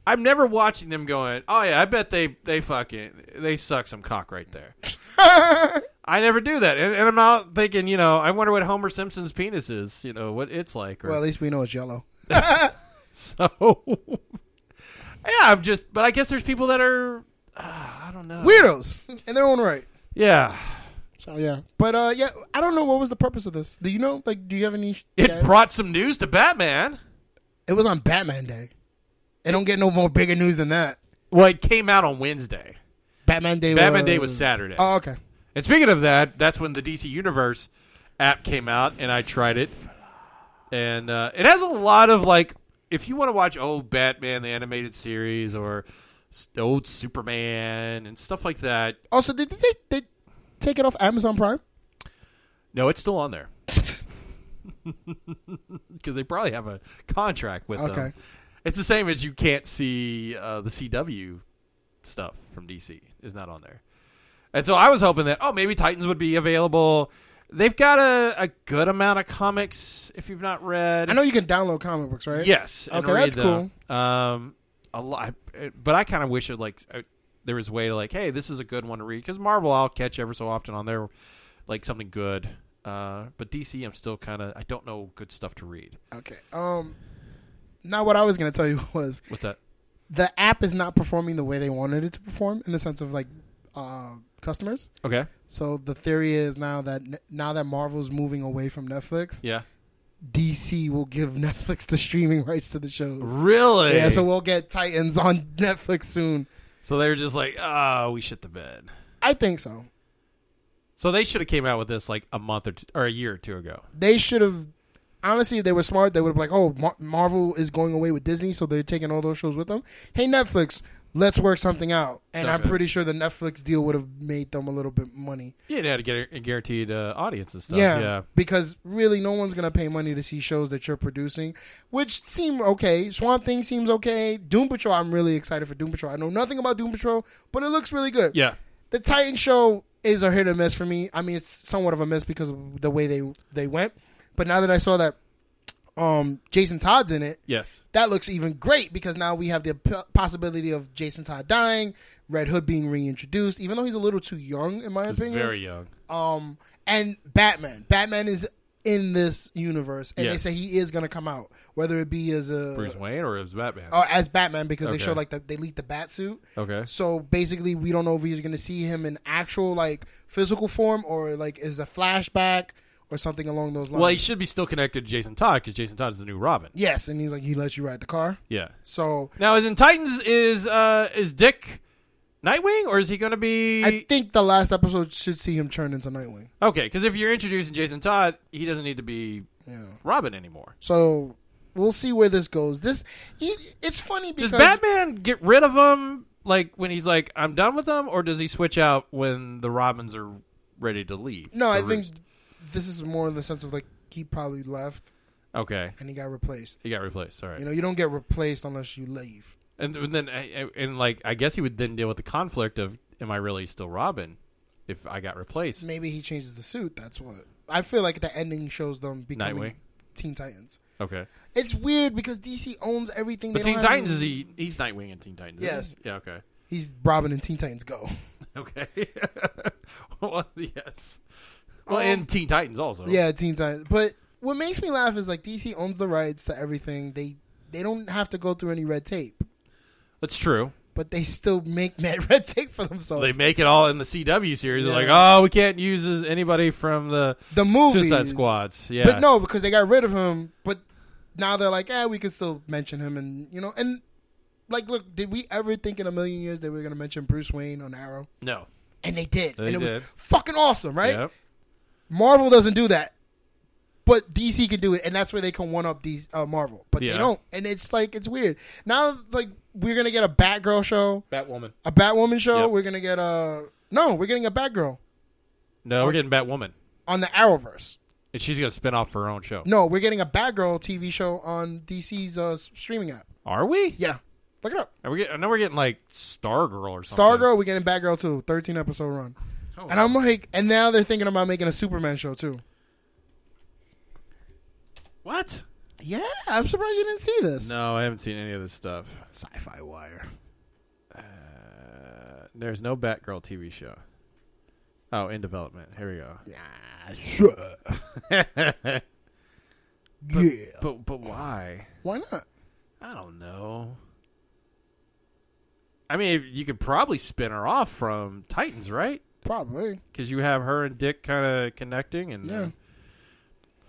B: I'm never watching them going. Oh yeah, I bet they they fucking they suck some cock right there. I never do that, and, and I'm not thinking. You know, I wonder what Homer Simpson's penis is. You know what it's like. Or,
C: Well, at least we know it's yellow.
B: so yeah, I'm just. But I guess there's people that are. Uh, I don't know.
C: Weirdos in their own right.
B: Yeah.
C: So yeah, but uh, yeah, I don't know what was the purpose of this. Do you know? Like, do you have any?
B: It brought some news to Batman.
C: It was on Batman Day. It don't get no more bigger news than that.
B: Well, it came out on Wednesday.
C: Batman Day.
B: Batman
C: was...
B: Day was Saturday.
C: Oh, okay.
B: And speaking of that, that's when the DC Universe app came out, and I tried it, and uh, it has a lot of like, if you want to watch old Batman the animated series or s- old Superman and stuff like that.
C: Also, Oh, did they, they take it off Amazon Prime?
B: No, it's still on there because they probably have a contract with them.
C: Okay.
B: It's the same as you can't see uh, the CW stuff from DC is not on there, and so I was hoping that oh maybe Titans would be available. They've got a, a good amount of comics if you've not read.
C: I know you can download comic books, right?
B: Yes. and
C: Okay,
B: read
C: that's
B: them. Um, a lot, but I kind of wish it like uh, there was a way to like, hey, this is a good one to read because Marvel I'll catch ever so often on there, like something good. Uh, but DC I'm still kind of I don't know good stuff to read.
C: cool. Okay. Um, now what I was gonna tell you was
B: What's that?
C: the app is not performing the way they wanted it to perform in the sense of like uh, customers.
B: Okay.
C: So the theory is now that now that Marvel's moving away from Netflix,
B: Yeah.
C: DC will give Netflix the streaming rights to the shows.
B: Really?
C: Yeah. So we'll get Titans on Netflix soon.
B: So they were just like, oh, we shit the bed.
C: I think so.
B: So they should have came out with this like a month or two, or a year or two ago.
C: They should have. Honestly, if they were smart. They would have like, oh, Mar- Marvel is going away with Disney, so they're taking all those shows with them. Hey, Netflix, let's work something out. And I'm
B: Okay.
C: pretty sure the Netflix deal would have made them a little bit money.
B: Yeah, they had to get a guaranteed uh, audience and stuff.
C: yeah,
B: yeah.
C: because really, no one's gonna pay money to see shows that you're producing, which seem okay. Swamp Thing seems okay. Doom Patrol, I'm really excited for Doom Patrol. I know nothing about Doom Patrol, but it looks really good.
B: Yeah.
C: the Titan show is a hit or miss for me. I mean, it's somewhat of a miss because of the way they they went. But now that I saw that um, Jason Todd's in it,
B: Yes.
C: that looks even great because now we have the p- possibility of Jason Todd dying, Red Hood being reintroduced, even though he's a little too young, in my
B: He's
C: opinion.
B: very young.
C: Um, and Batman. Batman is in this universe, and
B: Yes.
C: they say he is going to come out, whether it be as a
B: Bruce Wayne or it was Batman.
C: or as Batman because they
B: Okay.
C: showed like the, they leaked the bat suit.
B: Okay.
C: So basically, we don't know if he's going to see him in actual like physical form or like is a flashback or something along those lines.
B: Well, he should be still connected to Jason Todd because Jason Todd is the new Robin.
C: yes, and he's like he lets you ride the car.
B: Yeah.
C: So
B: Now, is in Titans is uh is Dick Nightwing or is he going to be
C: I think the last episode should see him turn into Nightwing.
B: okay? Because if you're introducing Jason Todd, he doesn't need to be Robin anymore.
C: So we'll see where this goes. This it- it's funny because
B: Does Batman get rid of him like when he's like I'm done with him, or does he switch out when the Robins are ready to leave?
C: no, I
B: The
C: think
B: Roost?
C: this is more in the sense of like he probably left
B: okay.
C: and he got replaced.
B: He got replaced. All right.
C: You know, you don't get replaced unless you leave.
B: and, and then and, and like I guess he would then deal with the conflict of am I really still Robin? if I got replaced.
C: Maybe he changes the suit. That's what I feel like. The ending shows them becoming
B: Nightwing?
C: Teen Titans.
B: Okay.
C: It's weird because DC owns everything.
B: But
C: they
B: Teen
C: don't have
B: Titans
C: any-
B: is e- he? He's Nightwing in Teen Titans. isn't he?
C: Yes.
B: Yeah. Okay.
C: He's Robin and Teen Titans Go.
B: Okay. well, yes. Well, and Teen Titans also.
C: Um, Yeah, Teen Titans. But what makes me laugh is like DC owns the rights to everything. They they don't have to go through any red tape,
B: That's true.
C: but they still make mad red tape for themselves.
B: They make it all in the CW series. They're like,
C: Yeah.
B: oh, we can't use this- anybody from the
C: the movies.
B: Suicide Squads. Yeah.
C: But no, because they got rid of him. But now they're like, eh, we can still mention him, and you know, and like, look, did we ever think in a million years that we were gonna mention Bruce Wayne on Arrow?
B: No.
C: And they did,
B: They
C: and it was
B: did.
C: fucking awesome, right?
B: Yep.
C: Marvel doesn't do that, but DC can do it, and that's where they can one up these uh, Marvel. But
B: Yeah.
C: they don't, and it's like it's weird. Now, like, we're gonna get a Batgirl show,
B: Batwoman.
C: a Batwoman show.
B: Yep.
C: We're gonna get a no, we're getting a Batgirl
B: No, we're getting Batwoman,
C: on the Arrowverse.
B: and she's gonna spin off her own show.
C: No, we're getting a Batgirl TV show on DC's uh, s- streaming app.
B: Are we?
C: Yeah. Look it up.
B: Are we get, I know we're getting like Stargirl or something.
C: Stargirl, we're getting Batgirl too. 13 episode run. and I'm like, and now they're thinking about making a Superman show too.
B: What?
C: Yeah, I'm surprised you didn't see this.
B: No, I haven't seen any of this stuff.
C: Sci-Fi Wire.
B: Uh, there's no Batgirl TV show. Oh, in development. Here we go.
C: Yeah, sure.
B: but,
C: Yeah.
B: But but why?
C: Why not?
B: I don't know. I mean, you could probably spin her off from Titans, right?
C: Probably.
B: Because you have her and Dick kind of connecting, and um,
C: Yeah.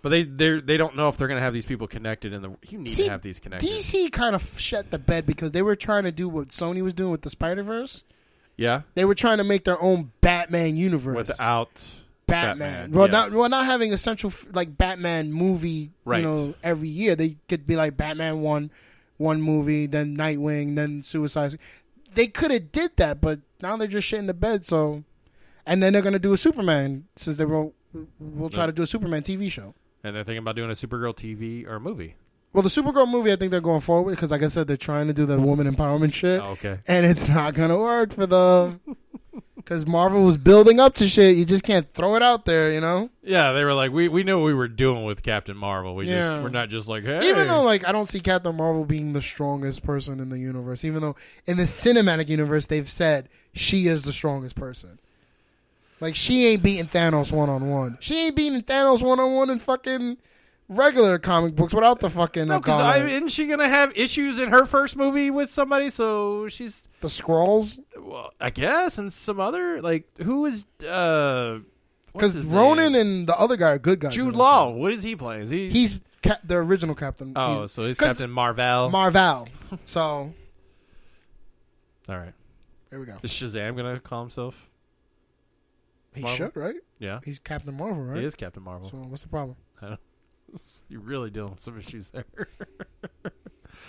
B: but they they they don't know if they're gonna have these people connected. In the you need
C: See,
B: to have these connected.
C: DC kind of shut the bed because they were trying to do what Sony was doing with the Spider Verse.
B: yeah,
C: They were trying to make their own Batman universe
B: without
C: Batman.
B: Batman.
C: Well,
B: yes.
C: not well, not having a central f- like Batman movie.
B: Right.
C: You know, every year they could be like Batman one, one movie, then Nightwing, then Suicide. Squad. They could have did that, but now they're just shit in the bed. So, and then they're gonna do a Superman since they won't. We'll try
B: Yeah.
C: to do a Superman TV show.
B: and they're thinking about doing a Supergirl TV or movie.
C: Well, the Supergirl movie, I think they're going forward because, like I said, they're trying to do the woman empowerment shit.
B: Oh, okay.
C: and it's not gonna work for them because Marvel was building up to shit. You just can't throw it out there, you know.
B: Yeah, they were like, we we knew what we were doing with Captain Marvel. We
C: Yeah.
B: just we're not just like, hey,
C: Even though, like, I don't see Captain Marvel being the strongest person in the universe, even though in the cinematic universe they've said she is the strongest person. Like, she ain't beating Thanos one on one. She ain't beating Thanos one on one in fucking regular comic books without the fucking. uh,
B: no, because
C: gauntlet.
B: isn't she gonna have issues in her first movie with somebody? So she's
C: the scrolls.
B: well, I guess, and some other like who is uh what's
C: Because
B: his
C: Ronan
B: name?
C: and the other guy are good guys. in
B: Jude
C: this.
B: Law. What is he playing? Is he
C: He's ca- the original Captain.
B: oh, so he's
C: 'cause
B: Captain Marvel.
C: Marvel. So
B: All right,
C: there we go.
B: is Shazam gonna call himself?
C: He
B: Marvel?
C: should, right?
B: Yeah,
C: He's Captain Marvel, right?
B: he is Captain Marvel.
C: So what's the problem?
B: I don't, you're really dealing with some issues there.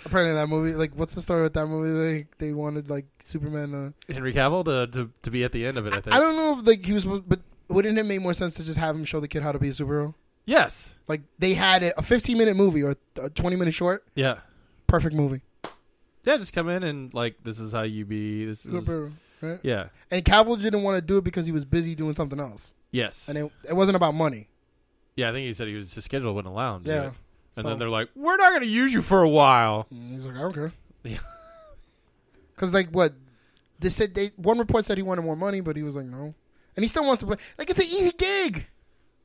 C: Apparently that movie, like, what's the story with that movie? Like, they wanted like Superman to.
B: Henry Cavill to, to to be at the end of it. I think.
C: I don't know if like he was, supposed- but wouldn't it make more sense to just have him show the kid how to be a superhero?
B: Yes.
C: Like they had it, a 15 minute movie or a 20 minute short,
B: Yeah.
C: perfect movie.
B: Yeah, just come in and like this is how you be. This is
C: Superhero, right?
B: yeah.
C: And Cavill didn't want to do it because he was busy doing something else,
B: Yes.
C: and it, it wasn't about money.
B: yeah, I think he said he was his schedule wouldn't allow him. To do
C: Yeah.
B: it. And
C: So- Mm.
B: then they're like, "We're not going to use you for a while."
C: And he's like, I don't care.
B: Yeah.
C: Because like what they said, they one report said he wanted more money, but he was like, no, and he still wants to play. Like it's an easy gig.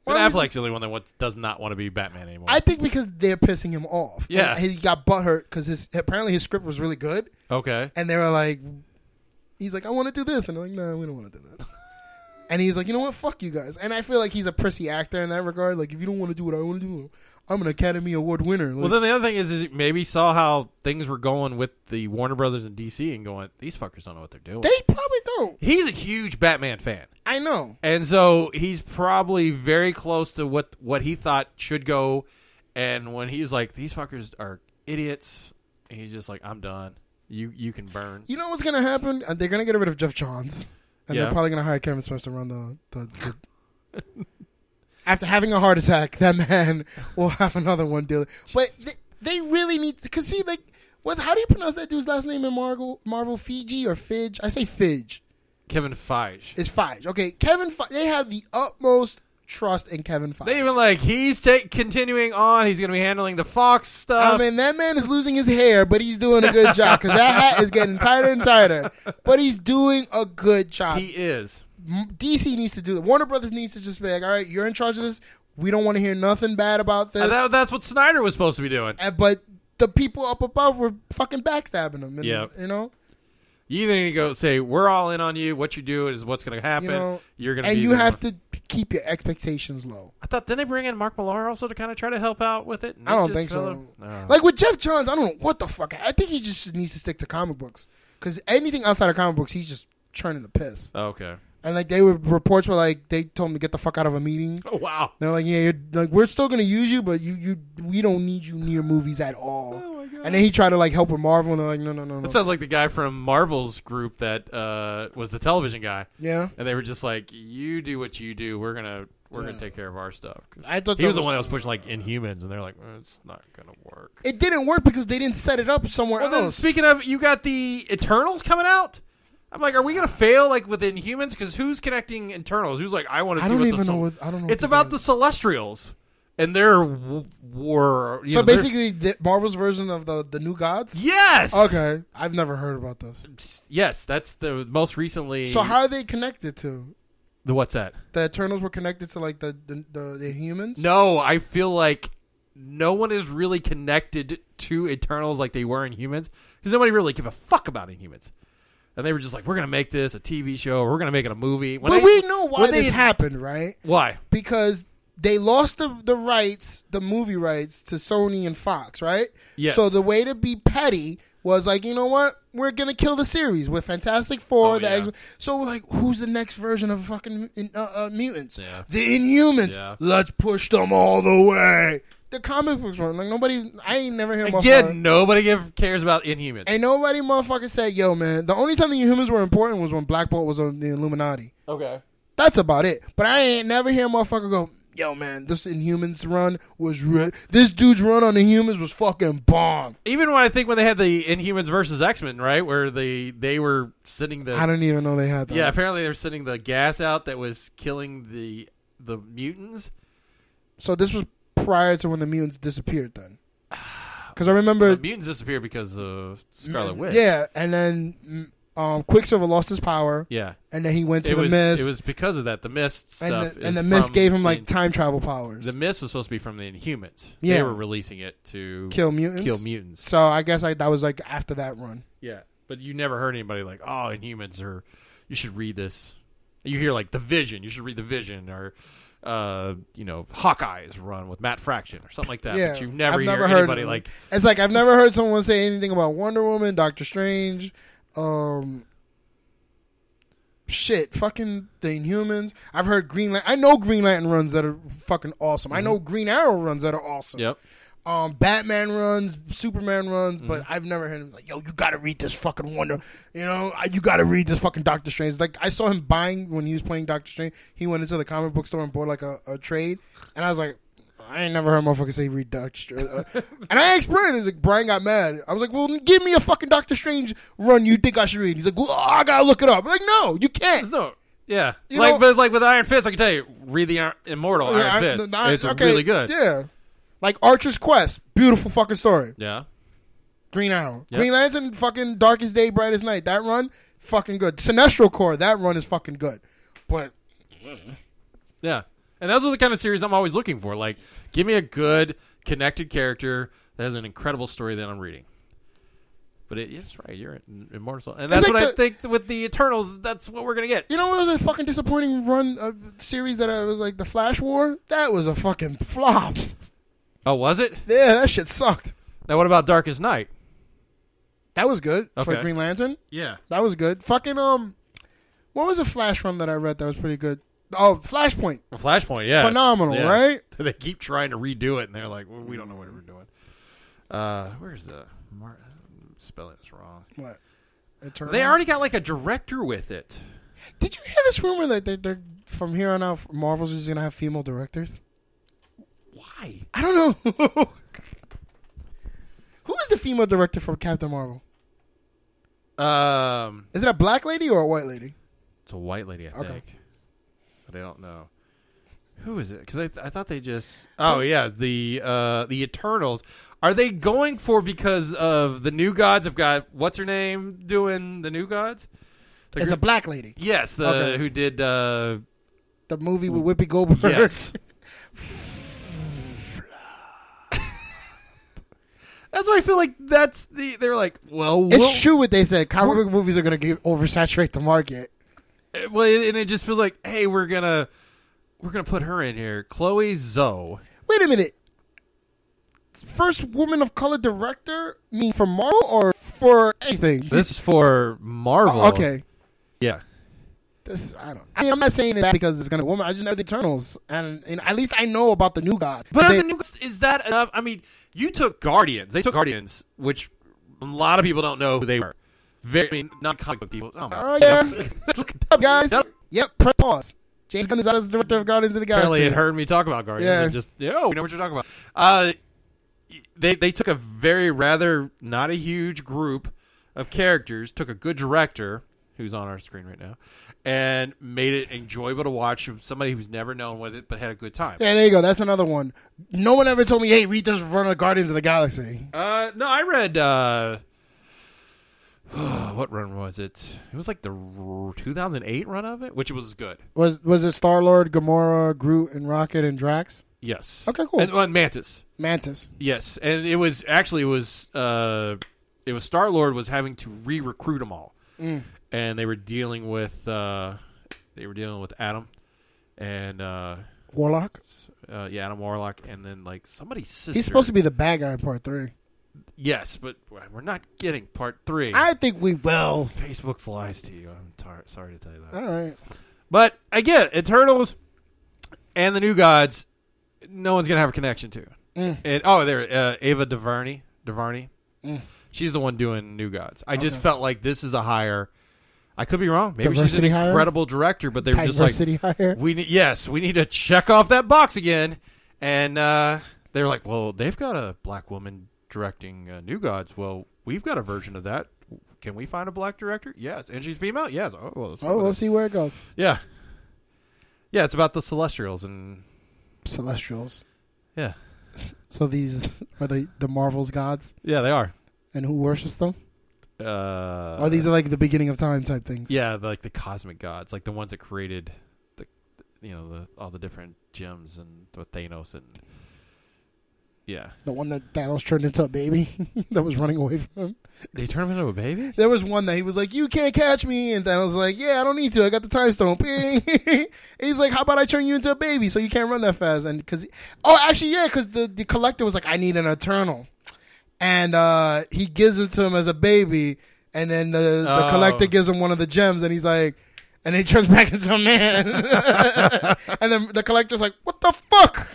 B: Ben
C: Why would-
B: Affleck's the only one that wants, does not want to be Batman anymore.
C: I think because they're pissing him off.
B: Yeah.
C: And he got butthurt because his apparently his script was really good,
B: okay.
C: and they were like, he's like, I want to do this, and they're like, no, we don't want to do that. and he's like, you know what, fuck you guys. And I feel like he's a prissy actor in that regard. Like, if you don't want to do what I want to do, I'm an Academy Award winner.
B: Well,
C: Like,
B: then the other thing is, is he maybe saw how things were going with the Warner Brothers and DC, and going, "These fuckers don't know what they're doing."
C: they probably don't.
B: He's a huge Batman fan.
C: I know.
B: And so he's probably very close to what what he thought should go. And when he's like, "These fuckers are idiots," he's just like, "I'm done. You you can burn."
C: You know what's gonna happen? Uh, They're gonna get rid of Jeff Johns, and
B: Yeah.
C: they're probably gonna hire Kevin Smith to run the. the, the After having a heart attack, that man will have another one deal. But they, they really need to, cause see, like, what? How do you pronounce that dude's last name in Marvel? Marvel Fiji or Fidge? I say Fidge.
B: Kevin Feige.
C: It's Feige. Okay, Kevin. Fe- they have the utmost trust in Kevin Feige.
B: They even like he's ta- continuing on. He's going to be handling the Fox stuff.
C: I mean, that man is losing his hair, but he's doing a good job because that hat is getting tighter and tighter. But he's doing a good job.
B: he is.
C: M- DC needs to do that. Warner Brothers needs to just be like, all right, you're in charge of this. We don't want to hear nothing bad about this.
B: And that- that's what Snyder was supposed to be doing.
C: And- but the people up above were fucking backstabbing him. And,
B: Yeah.
C: You know?
B: You either need to go say we're all in on you. What you do is what's going to happen.
C: You know,
B: You're going to
C: and
B: be
C: you
B: the
C: have
B: one.
C: to p- keep your expectations low.
B: I thought. Then they bring in Mark Millar also to kind of try to help out with it. and
C: I
B: it
C: don't
B: just
C: think
B: fell Oh.
C: so.
B: off. No.
C: Like with Jeff Johns, I don't know what the fuck. I think he just needs to stick to comic books because anything outside of comic books, he's just churning the piss.
B: Oh, Okay.
C: And like they were reports were like they told him to get the fuck out of a meeting.
B: Oh wow.
C: They're like, yeah, you're, like we're still gonna use you, but you, you, we don't need you near movies at all. And then he tried to like help with Marvel, and they're like, no, no, no, no.
B: That sounds like the guy from Marvel's group that uh, was the television guy.
C: Yeah.
B: and they were just like, "You do what you do. We're gonna we're
C: Yeah.
B: gonna take care of our stuff."
C: I thought
B: he
C: that
B: was the
C: was-
B: one that was pushing like Inhumans, and they're like, "Eh, "It's not gonna work."
C: it didn't work because they didn't set it up somewhere
B: Well, then
C: else.
B: speaking of, you got the Eternals coming out. I'm like, are we gonna fail like with Inhumans? Because who's connecting Eternals? Who's like, I want to
C: I
B: see
C: don't
B: what
C: even
B: the
C: know what- I don't know what
B: It's
C: this
B: about
C: is.
B: the Celestials and their w- war. you
C: so
B: know, their-
C: basically, the, Marvel's version of the the new gods.
B: Yes!
C: Okay, I've never heard about this.
B: yes, that's the most recently.
C: So how are they connected to?
B: the what's that?
C: The Eternals were connected to like the the, the, the humans.
B: No, I feel like no one is really connected to Eternals like they were in humans because nobody really give a fuck about Inhumans. And they were just like, we're gonna make this a TV show. We're gonna make it a movie. When
C: but
B: they-
C: we know why
B: when they-
C: this happened, right?
B: Why?
C: Because they lost the, the rights, the movie rights to Sony and Fox, right?
B: Yes.
C: So the way to be petty was like, you know what? We're gonna kill the series with Fantastic Four,
B: Oh,
C: the X. So we're like, who's the next version of fucking in, uh, uh, mutants? The Inhumans. Let's push them all the way. The comic books one, like nobody. I ain't never hear motherfucker-
B: Again, nobody give, cares about Inhumans.
C: Ain't nobody motherfucker said, yo, man, the only time the humans were important was when Black Bolt was on the Illuminati.
B: okay.
C: That's about it. But I ain't never hear a motherfucker go, yo, man, this Inhumans run was re- This dude's run on Inhumans was fucking bomb.
B: Even when I think when they had the Inhumans versus X Men, right, where they they were sending the
C: I don't even know they had that.
B: yeah, apparently they were sending the gas out that was killing the the mutants.
C: So this was prior to when the mutants disappeared then. Because I remember.
B: the mutants disappeared because of Scarlet Witch.
C: Mm, Yeah, and then mm, um, Quicksilver lost his power.
B: Yeah.
C: And then he went to
B: it
C: the
B: was,
C: Mist.
B: It was because of that. The mist
C: and
B: stuff.
C: the, and
B: is
C: the Mist
B: from
C: gave him
B: the
C: like time travel powers.
B: The mist was supposed to be from the Inhumans.
C: Yeah.
B: They were releasing it to
C: Kill mutants.
B: Kill mutants.
C: So I guess I, that was like after that run.
B: Yeah, but you never heard anybody like, "Oh, Inhumans," or "You should read this." You hear like the Vision. You should read the Vision, or uh, you know, Hawkeye's run with Matt Fraction or something like that. But you never
C: I've
B: hear
C: heard
B: anybody
C: of it.
B: like,
C: It's like I've never heard someone say anything about Wonder Woman, Doctor Strange, um, shit, fucking the Inhumans. I've heard Green Lantern. I know Green Lantern runs that are fucking awesome. I know Green Arrow runs that are awesome.
B: Mm-hmm. "Yep,
C: Um, Batman runs, Superman runs, but
B: Mm-hmm.
C: I've never heard him like, "Yo, you gotta read this fucking Wonder," you know, "I- you gotta read this fucking Doctor Strange. Like I saw him buying when he was playing Doctor Strange. He went into the comic book store and bought like a, a trade, and I was like, I ain't never heard motherfucker say read Doctor Strange. Uh, and I explained it. Like Brian got mad. I was like, well, then give me a fucking Doctor Strange run. You think I should read? He's like, well, I gotta look it up. I'm like, no, you can't.
B: no. yeah."
C: You
B: like,
C: know-
B: but like with Iron Fist, I can tell you, read the Iron, Immortal Iron
C: I-
B: Fist.
C: I-
B: it's
C: okay,
B: really good.
C: Yeah, like Archer's Quest, beautiful fucking story.
B: Yeah.
C: Green Arrow.
B: Yep.
C: Green Lantern, fucking Darkest Day, Brightest Night. That run, fucking good. Sinestro Corps, that run is fucking good. But
B: Yeah. And those are the kind of series I'm always looking for. Like, give me a good, connected character that has an incredible story that I'm reading. But it, it's right. You're in- immortal. And that's
C: like
B: what I
C: the-
B: think with the Eternals. That's what we're going to get.
C: you know what was a fucking disappointing run uh, series that I was like the Flash War? That was a fucking flop.
B: Oh, was it?
C: Yeah, that shit sucked.
B: Now, what about Darkest Night?
C: That was good for
B: Okay.
C: Green Lantern.
B: Yeah.
C: That was good. Fucking um what was a Flash run that I read that was pretty good? Oh, Flashpoint.
B: Flashpoint, yeah.
C: Phenomenal, right?
B: They keep trying to redo it, and they're like, well, we don't know what we're doing. Uh, where's the. Mar- I'm spelling this wrong.
C: What? Eternal.
B: They already got, like, a director with it.
C: Did you hear this rumor that they're, they're from here on out Marvel's just gonna have female directors?
B: Why?
C: I don't know. Who is the female director for Captain Marvel?
B: Um,
C: Is it a black lady or a white lady?
B: It's a white lady, I think.
C: Okay.
B: But I don't know. Who is it? Because I, th- I thought they just. Oh yeah, the uh, the Eternals. Are they going for because of the New Gods? Have got what's her name doing the New Gods? The
C: It's
B: gr-
C: a black lady.
B: Yes, the
C: Okay.
B: who did. Uh,
C: The movie with Whoopi Goldberg.
B: Yes. that's why I feel like that's the. They're like, well,
C: It's
B: we'll-
C: true what they said. Comic book movies are going to give, oversaturate the market.
B: Uh, Well, and it just feels like, hey, we're gonna we're gonna put her in here, Chloe Zoe.
C: Wait a minute. First woman of color director? Mean for Marvel or for anything?
B: This is for Marvel.
C: Oh, okay.
B: Yeah.
C: This I don't. I mean, I'm not saying that because it's gonna woman. I just know the Eternals, and, and at least I know about the new God.
B: But are
C: They-
B: the new, is that enough? I mean, you took Guardians. They took Guardians, which a lot of people don't know who they were. Very, I mean, not comic book people. Oh, my
C: Oh
B: God.
C: yeah, Look up, guys. Yep, press pause. James Gunn is out as the director of Guardians of the Galaxy.
B: Apparently, it heard me talk about Guardians.
C: Yeah.
B: and just yeah, we know what you're talking about. Uh, they they took a very rather not a huge group of characters, took a good director who's on our screen right now, and made it enjoyable to watch. from Somebody who's never known with it but had a good time.
C: Yeah, there you go. That's another one. No one ever told me, "Hey, read this run of Guardians of the Galaxy."
B: Uh, no, I read. Uh, what run was it? It was like the r- 2008 run of it, which was good.
C: Was was it Star Lord, Gamora, Groot, and Rocket and Drax?
B: Yes.
C: Okay, cool.
B: And, well, and Mantis.
C: Mantis.
B: Yes, and it was actually it was uh, it was Star Lord was having to re-recruit them all,
C: Mm.
B: and they were dealing with uh, they were dealing with Adam and uh,
C: Warlock?
B: Uh, yeah, Adam Warlock, and then like somebody's sister.
C: He's supposed to be the bad guy in part three.
B: Yes, but we're not getting part three.
C: I think we will.
B: Facebook's lies to you. I'm tar- sorry to tell you that.
C: All right.
B: But again, Eternals and the New Gods, no one's gonna have a connection to.
C: Mm.
B: And oh, there, uh, Ava DuVernay, DuVernay,
C: Mm.
B: she's the one doing New Gods. I just
C: Okay.
B: felt like this is a hire. I could be wrong. Maybe
C: Diversity
B: she's an
C: hire?
B: incredible director, but they were just
C: Diversity
B: like,
C: hire?
B: we need, yes, we need to check off that box again. And uh, they're like, well, they've got a black woman directing uh, New Gods. Well, we've got a version of that. Can we find a black director? Yes, and she's female. Yes. Oh, well, let's go
C: Oh,
B: with
C: we'll see where it goes.
B: yeah. Yeah, it's about the Celestials and
C: Celestials.
B: Yeah.
C: So these are the the Marvel's gods,
B: yeah, they are.
C: and who worships them?
B: Uh,
C: or these are like the beginning of time type things.
B: yeah, the- like the cosmic gods, like the ones that created the you know the all the different gems and with Thanos and yeah,
C: The one that Thanos turned into a baby that was running away from him.
B: they turn him into a baby.
C: There was one that he was like, "You can't catch me," and Thanos was like, "Yeah, I don't need to. I got the time stone." Bing. and he's like, "How about I turn you into a baby so you can't run that fast?" And because, oh, actually, yeah, because the the collector was like, "I need an eternal," and uh, he gives it to him as a baby, and then the, the
B: Oh.
C: collector gives him one of the gems, and he's like. And he turns back into a man, and then the collector's like, "What the fuck?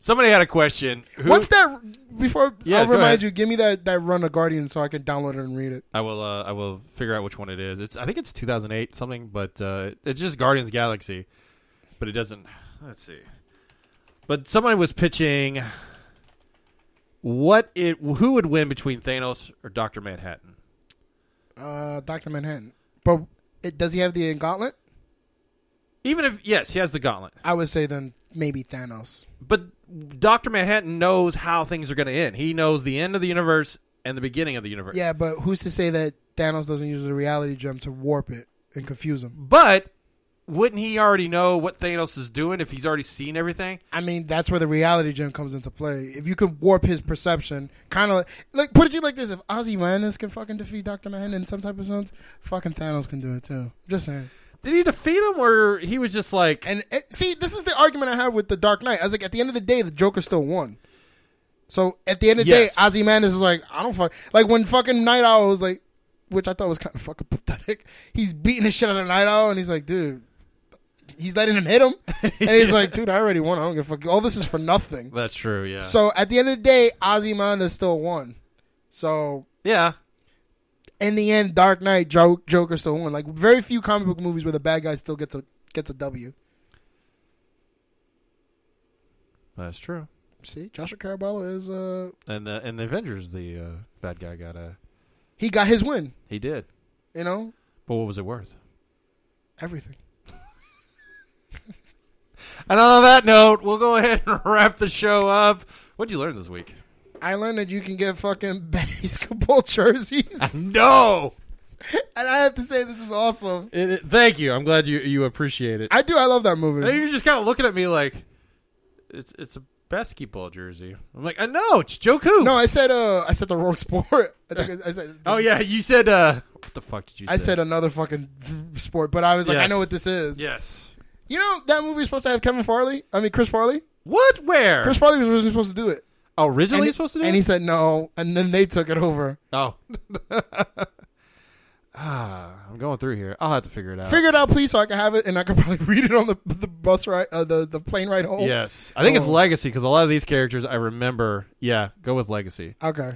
B: Somebody had a question. Who,
C: What's that?" Before
B: Yes,
C: I'll
B: go ahead.
C: remind you, give me that that run of Guardian so I can download it and read it.
B: I will. Uh, I will figure out which one it is. It's. I think it's 2008 something, but uh, it's just Guardians of the Galaxy. But it doesn't. Let's see. But somebody was pitching. What it? Who would win between Thanos or Doctor Manhattan?
C: uh, Doctor Manhattan. But it, does he have the gauntlet?
B: Even if yes, he has the gauntlet,
C: I would say then maybe Thanos.
B: but Doctor Manhattan knows how things are going to end. He knows the end of the universe and the beginning of the universe.
C: Yeah, but who's to say that Thanos doesn't use the reality gem to warp it and confuse him?
B: But wouldn't he already know what Thanos is doing if he's already seen everything?
C: I mean, that's where the reality gem comes into play. If you could warp his perception, kind of like put it to you like this: if Ozymandias can fucking defeat Doctor Manhattan in some type of sense, fucking Thanos can do it too. Just saying.
B: Did he defeat him, or he was just like?
C: And, and see, this is the argument I have with the Dark Knight. I was like, at the end of the day, the Joker still won. So at the end of the
B: Yes.
C: day, Ozymandias is like, I don't fuck. Like when fucking Night Owl was like, which I thought was kind of fucking pathetic. He's beating the shit out of Night Owl, and he's like, dude, he's letting him hit him, and he's like, dude, I already won. I don't give a fuck. All this is for nothing.
B: That's true. Yeah.
C: So at the end of the day, Ozymandias still won. So
B: yeah,
C: in the end, Dark Knight jo- Joker still won. Like very few comic book movies where the bad guy still gets a gets a W.
B: that's true.
C: See, Joshua Caraballo is uh
B: And the and the Avengers, the uh, bad guy got a
C: he got his win.
B: he did.
C: You know,
B: But what was it worth?
C: Everything.
B: And on that note, we'll go ahead and wrap the show up. What'd you learn this week?
C: I learned that you can get fucking basketball jerseys.
B: No.
C: and I have to say, this is awesome.
B: It- it- thank you. I'm glad you you appreciate it.
C: I do. I love that movie.
B: And you're just kind of looking at me like it's it's a basketball jersey. I'm like, I know it's Joe Coop.
C: No, I said uh, I said the wrong sport. I think I, I said.
B: Oh yeah, you said uh, what the fuck did you? say?
C: I said uh, another fucking sport, but I was like, I
B: Yes.
C: know what this is.
B: Yes.
C: You know that movie's supposed to have Kevin Farley. I mean, Chris Farley.
B: What? Where?
C: Chris Farley was originally supposed to do it.
B: Originally
C: And-
B: supposed to do
C: and
B: it?
C: he said no, and then they took it over.
B: Oh. ah, I'm going through here. I'll have to figure it out.
C: Figure it out, please, so I can have it, and I can probably read it on the the bus ride, uh, the the plane ride home.
B: Yes, I think it's
C: Oh.
B: legacy because a lot of these characters I remember. Yeah, go with legacy.
C: Okay.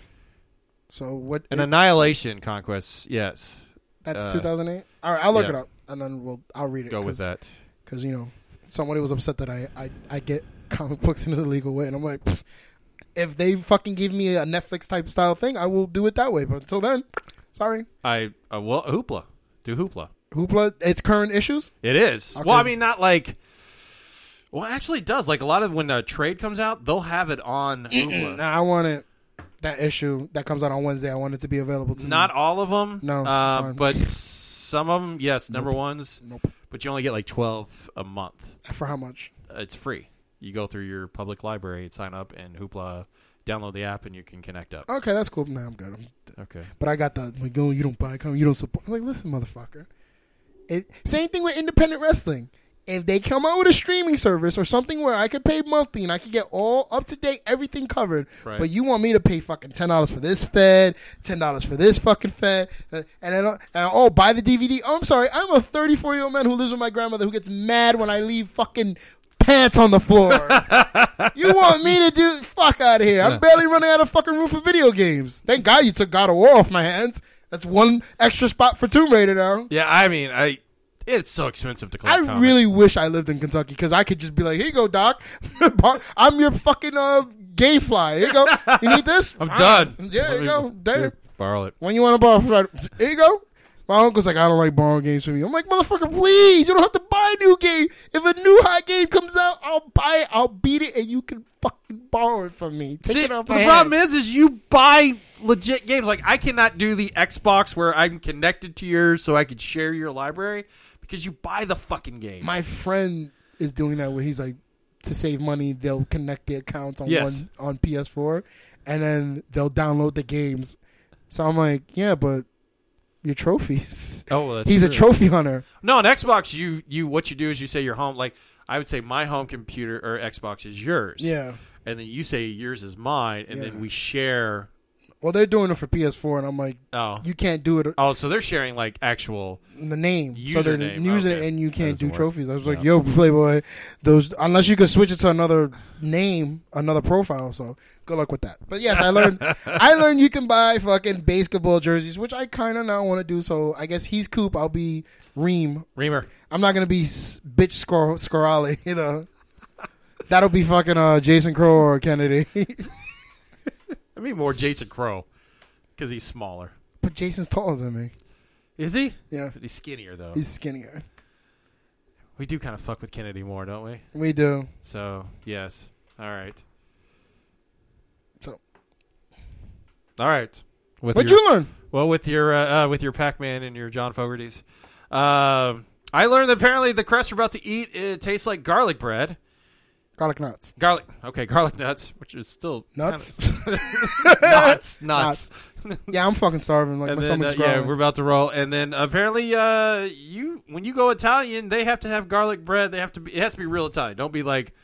C: So what?
B: And Annihilation Conquest, yes.
C: That's
B: Uh,
C: 2008. All right, I'll look
B: yeah.
C: it up and then we'll I'll read it.
B: Go with that.
C: because you know somebody was upset that I, I I get comic books in an illegal way, and I'm like, "Pfft, if they fucking give me a Netflix type style thing, I will do it that way. But until then, sorry.
B: I uh, well Hoopla. Do Hoopla.
C: Hoopla, it's current issues.
B: It is.
C: Okay.
B: Well, I mean not like Well, actually it does. Like a lot of when a trade comes out, they'll have it on Hoopla.
C: Nah, I want it. That issue that comes out on Wednesday, I want it to be available to me.
B: Not all of them.
C: No,
B: Uh,
C: fine.
B: but some of them, yes, number
C: Nope.
B: ones.
C: Nope.
B: But you only get like 12 a month.
C: for how much?
B: It's free. You go through your public library, sign up and Hoopla download the app and you can connect up.
C: Okay, that's cool. Nah, I'm good. I'm-
B: Okay.
C: But I got the like, oh, you don't buy, come, you don't support. I'm like, listen, motherfucker. It, same thing with independent wrestling. If they come out with a streaming service or something where I could pay monthly and I could get all up to date, everything covered,
B: Right.
C: but you want me to pay fucking ten dollars for this fed, ten dollars for this fucking fed, and then and oh buy the DVD. Oh, I'm sorry, I'm a 34 year old man who lives with my grandmother who gets mad when I leave fucking pants on the floor. you want me to do? Fuck out of here! I'm barely running out of fucking room for video games. Thank God you took God of War off my hands. That's one extra spot for Tomb Raider now.
B: Yeah, I mean, I it's so expensive to collect.
C: I
B: comics.
C: really wish I lived in Kentucky because I could just be like, here you go, Doc. I'm your fucking uh, gay fly. Here you go. You need this?
B: I'm
C: Fine.
B: done.
C: Yeah,
B: Let
C: here
B: me-
C: you go. There.
B: here, borrow it.
C: When you want to borrow, right, here you go. My uncle's like, I don't like borrowing games from you. I'm like, motherfucker, please. You don't have to buy a new game. If a new hot game comes out, I'll buy it. I'll beat it, and you can fucking borrow it from me. Take
B: See,
C: it off
B: the
C: my
B: problem
C: hands.
B: is, is you buy legit games. Like I cannot do the Xbox where I'm connected to yours, so I could share your library because you buy the fucking game.
C: My friend is doing that where he's like, to save money, they'll connect the accounts on
B: Yes.
C: one on PS4, and then they'll download the games. So I'm like, yeah, but your trophies.
B: Oh, well, that's
C: he's a
B: true.
C: trophy hunter.
B: no, on Xbox, you you what you do is you say your home. Like I would say, my home computer or Xbox is yours.
C: Yeah.
B: and then you say yours is mine, and
C: Yeah.
B: then we share.
C: Well, they're doing it for PS4, and I'm like,
B: Oh,
C: you can't do it
B: Oh, so they're sharing like actual.
C: the name. so they're
B: Username,
C: using
B: okay.
C: it, and you
B: That
C: can't
B: doesn't
C: do
B: work.
C: trophies. I was like,
B: No.
C: yo, Playboy, those unless you could switch it to another name, another profile. So good luck with that. But yes, I learned. I learned you can buy fucking basketball jerseys, which I kind of now want to do. So I guess he's Coop. I'll be Reem.
B: Reamer.
C: I'm not gonna be s- bitch Scor- Scorale. You know, that'll be fucking uh, Jason Crow or Kennedy.
B: I mean, more Jason Crow because he's smaller.
C: but Jason's taller than me.
B: Is he?
C: Yeah.
B: He's skinnier though.
C: He's skinnier.
B: We do kind of fuck with Kennedy more, don't we?
C: We do.
B: So yes. All right.
C: So-
B: All right. With
C: What'd
B: your-
C: you learn?
B: Well, with your uh, uh, with your Pac-Man and your John Fogerty's, um, I learned that apparently the crust you're about to eat it tastes like garlic bread.
C: Garlic nuts.
B: Garlic. Okay, garlic nuts, which is still
C: Nuts.
B: kinda- nuts. Nuts.
C: yeah, I'm fucking starving. Like
B: and
C: my
B: then, uh,
C: stomach's growling.
B: yeah, we're about to roll. And then apparently, uh, you when you go Italian, they have to have garlic bread. They have to be. It has to be real Italian. Don't be like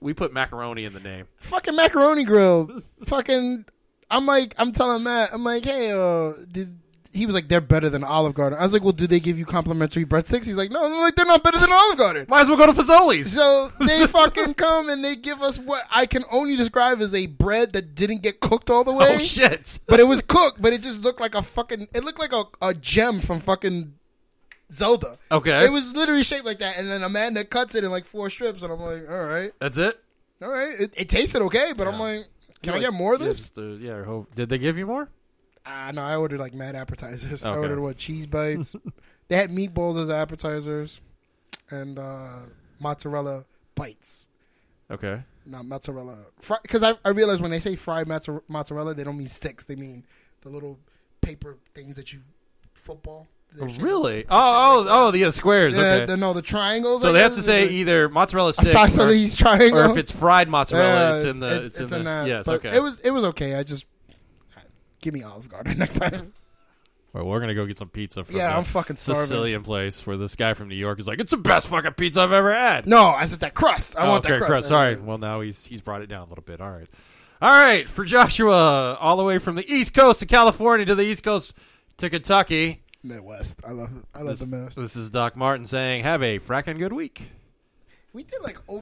B: we put macaroni in the name.
C: fucking macaroni grill. fucking, I'm like, I'm telling Matt, I'm like, hey, uh, did, he was like, they're better than Olive Garden. I was like, well, do they give you complimentary breadsticks? He's like, no, I'm like, they're not better than Olive Garden.
B: Might as well go to Fazoli's.
C: So they fucking come and they give us what I can only describe as a bread that didn't get cooked all the way.
B: Oh shit!
C: But it was cooked, but it just looked like a fucking, it looked like a, a gem from fucking Zelda.
B: Okay.
C: It was literally shaped like that. And then Amanda cuts it in like four strips, and I'm like, all right.
B: That's it.
C: All right, it, it tasted okay, but I'm like, can I get more of this?
B: Yes, uh, yeah. ho- Did they give you more?
C: Ah, no, I ordered like mad appetizers. I
B: Okay.
C: ordered what cheese bites, They had meatballs as appetizers, and uh, mozzarella bites.
B: Okay.
C: Not mozzarella. Because I, I realized when they say fried mozza- mozzarella, they don't mean sticks. They mean the little paper things that you football.
B: Oh, really? Oh, oh, oh, the, yeah, the squares.
C: The-
B: okay.
C: the- uh, no, the triangles,
B: So
C: I
B: they have
C: guess,
B: to
C: is
B: say
C: it-
B: either mozzarella sticks,
C: Isosceles
B: or,
C: triangle?
B: or if it's fried mozzarella,
C: Yeah,
B: it's in the.
C: it-
B: It's, in, the,
C: that,
B: Yes.
C: but
B: Okay.
C: It was it was okay. I just give me Olive Garden next time.
B: Well, we're gonna go get some pizza from
C: Yeah,
B: the
C: I'm fucking starving.
B: Sicilian place where this guy from New York is like, it's the best fucking pizza I've ever had.
C: No, I said that crust. I
B: Oh,
C: want
B: okay,
C: that crust.
B: Sorry. Well, now he's he's brought it down a little bit. All right, all right. For Joshua, all the way from the East Coast to California to the East Coast to Kentucky.
C: Midwest. I love I love
B: This,
C: the Midwest.
B: this is Doc Martin saying, "Have a frackin' good week."
C: We did like over.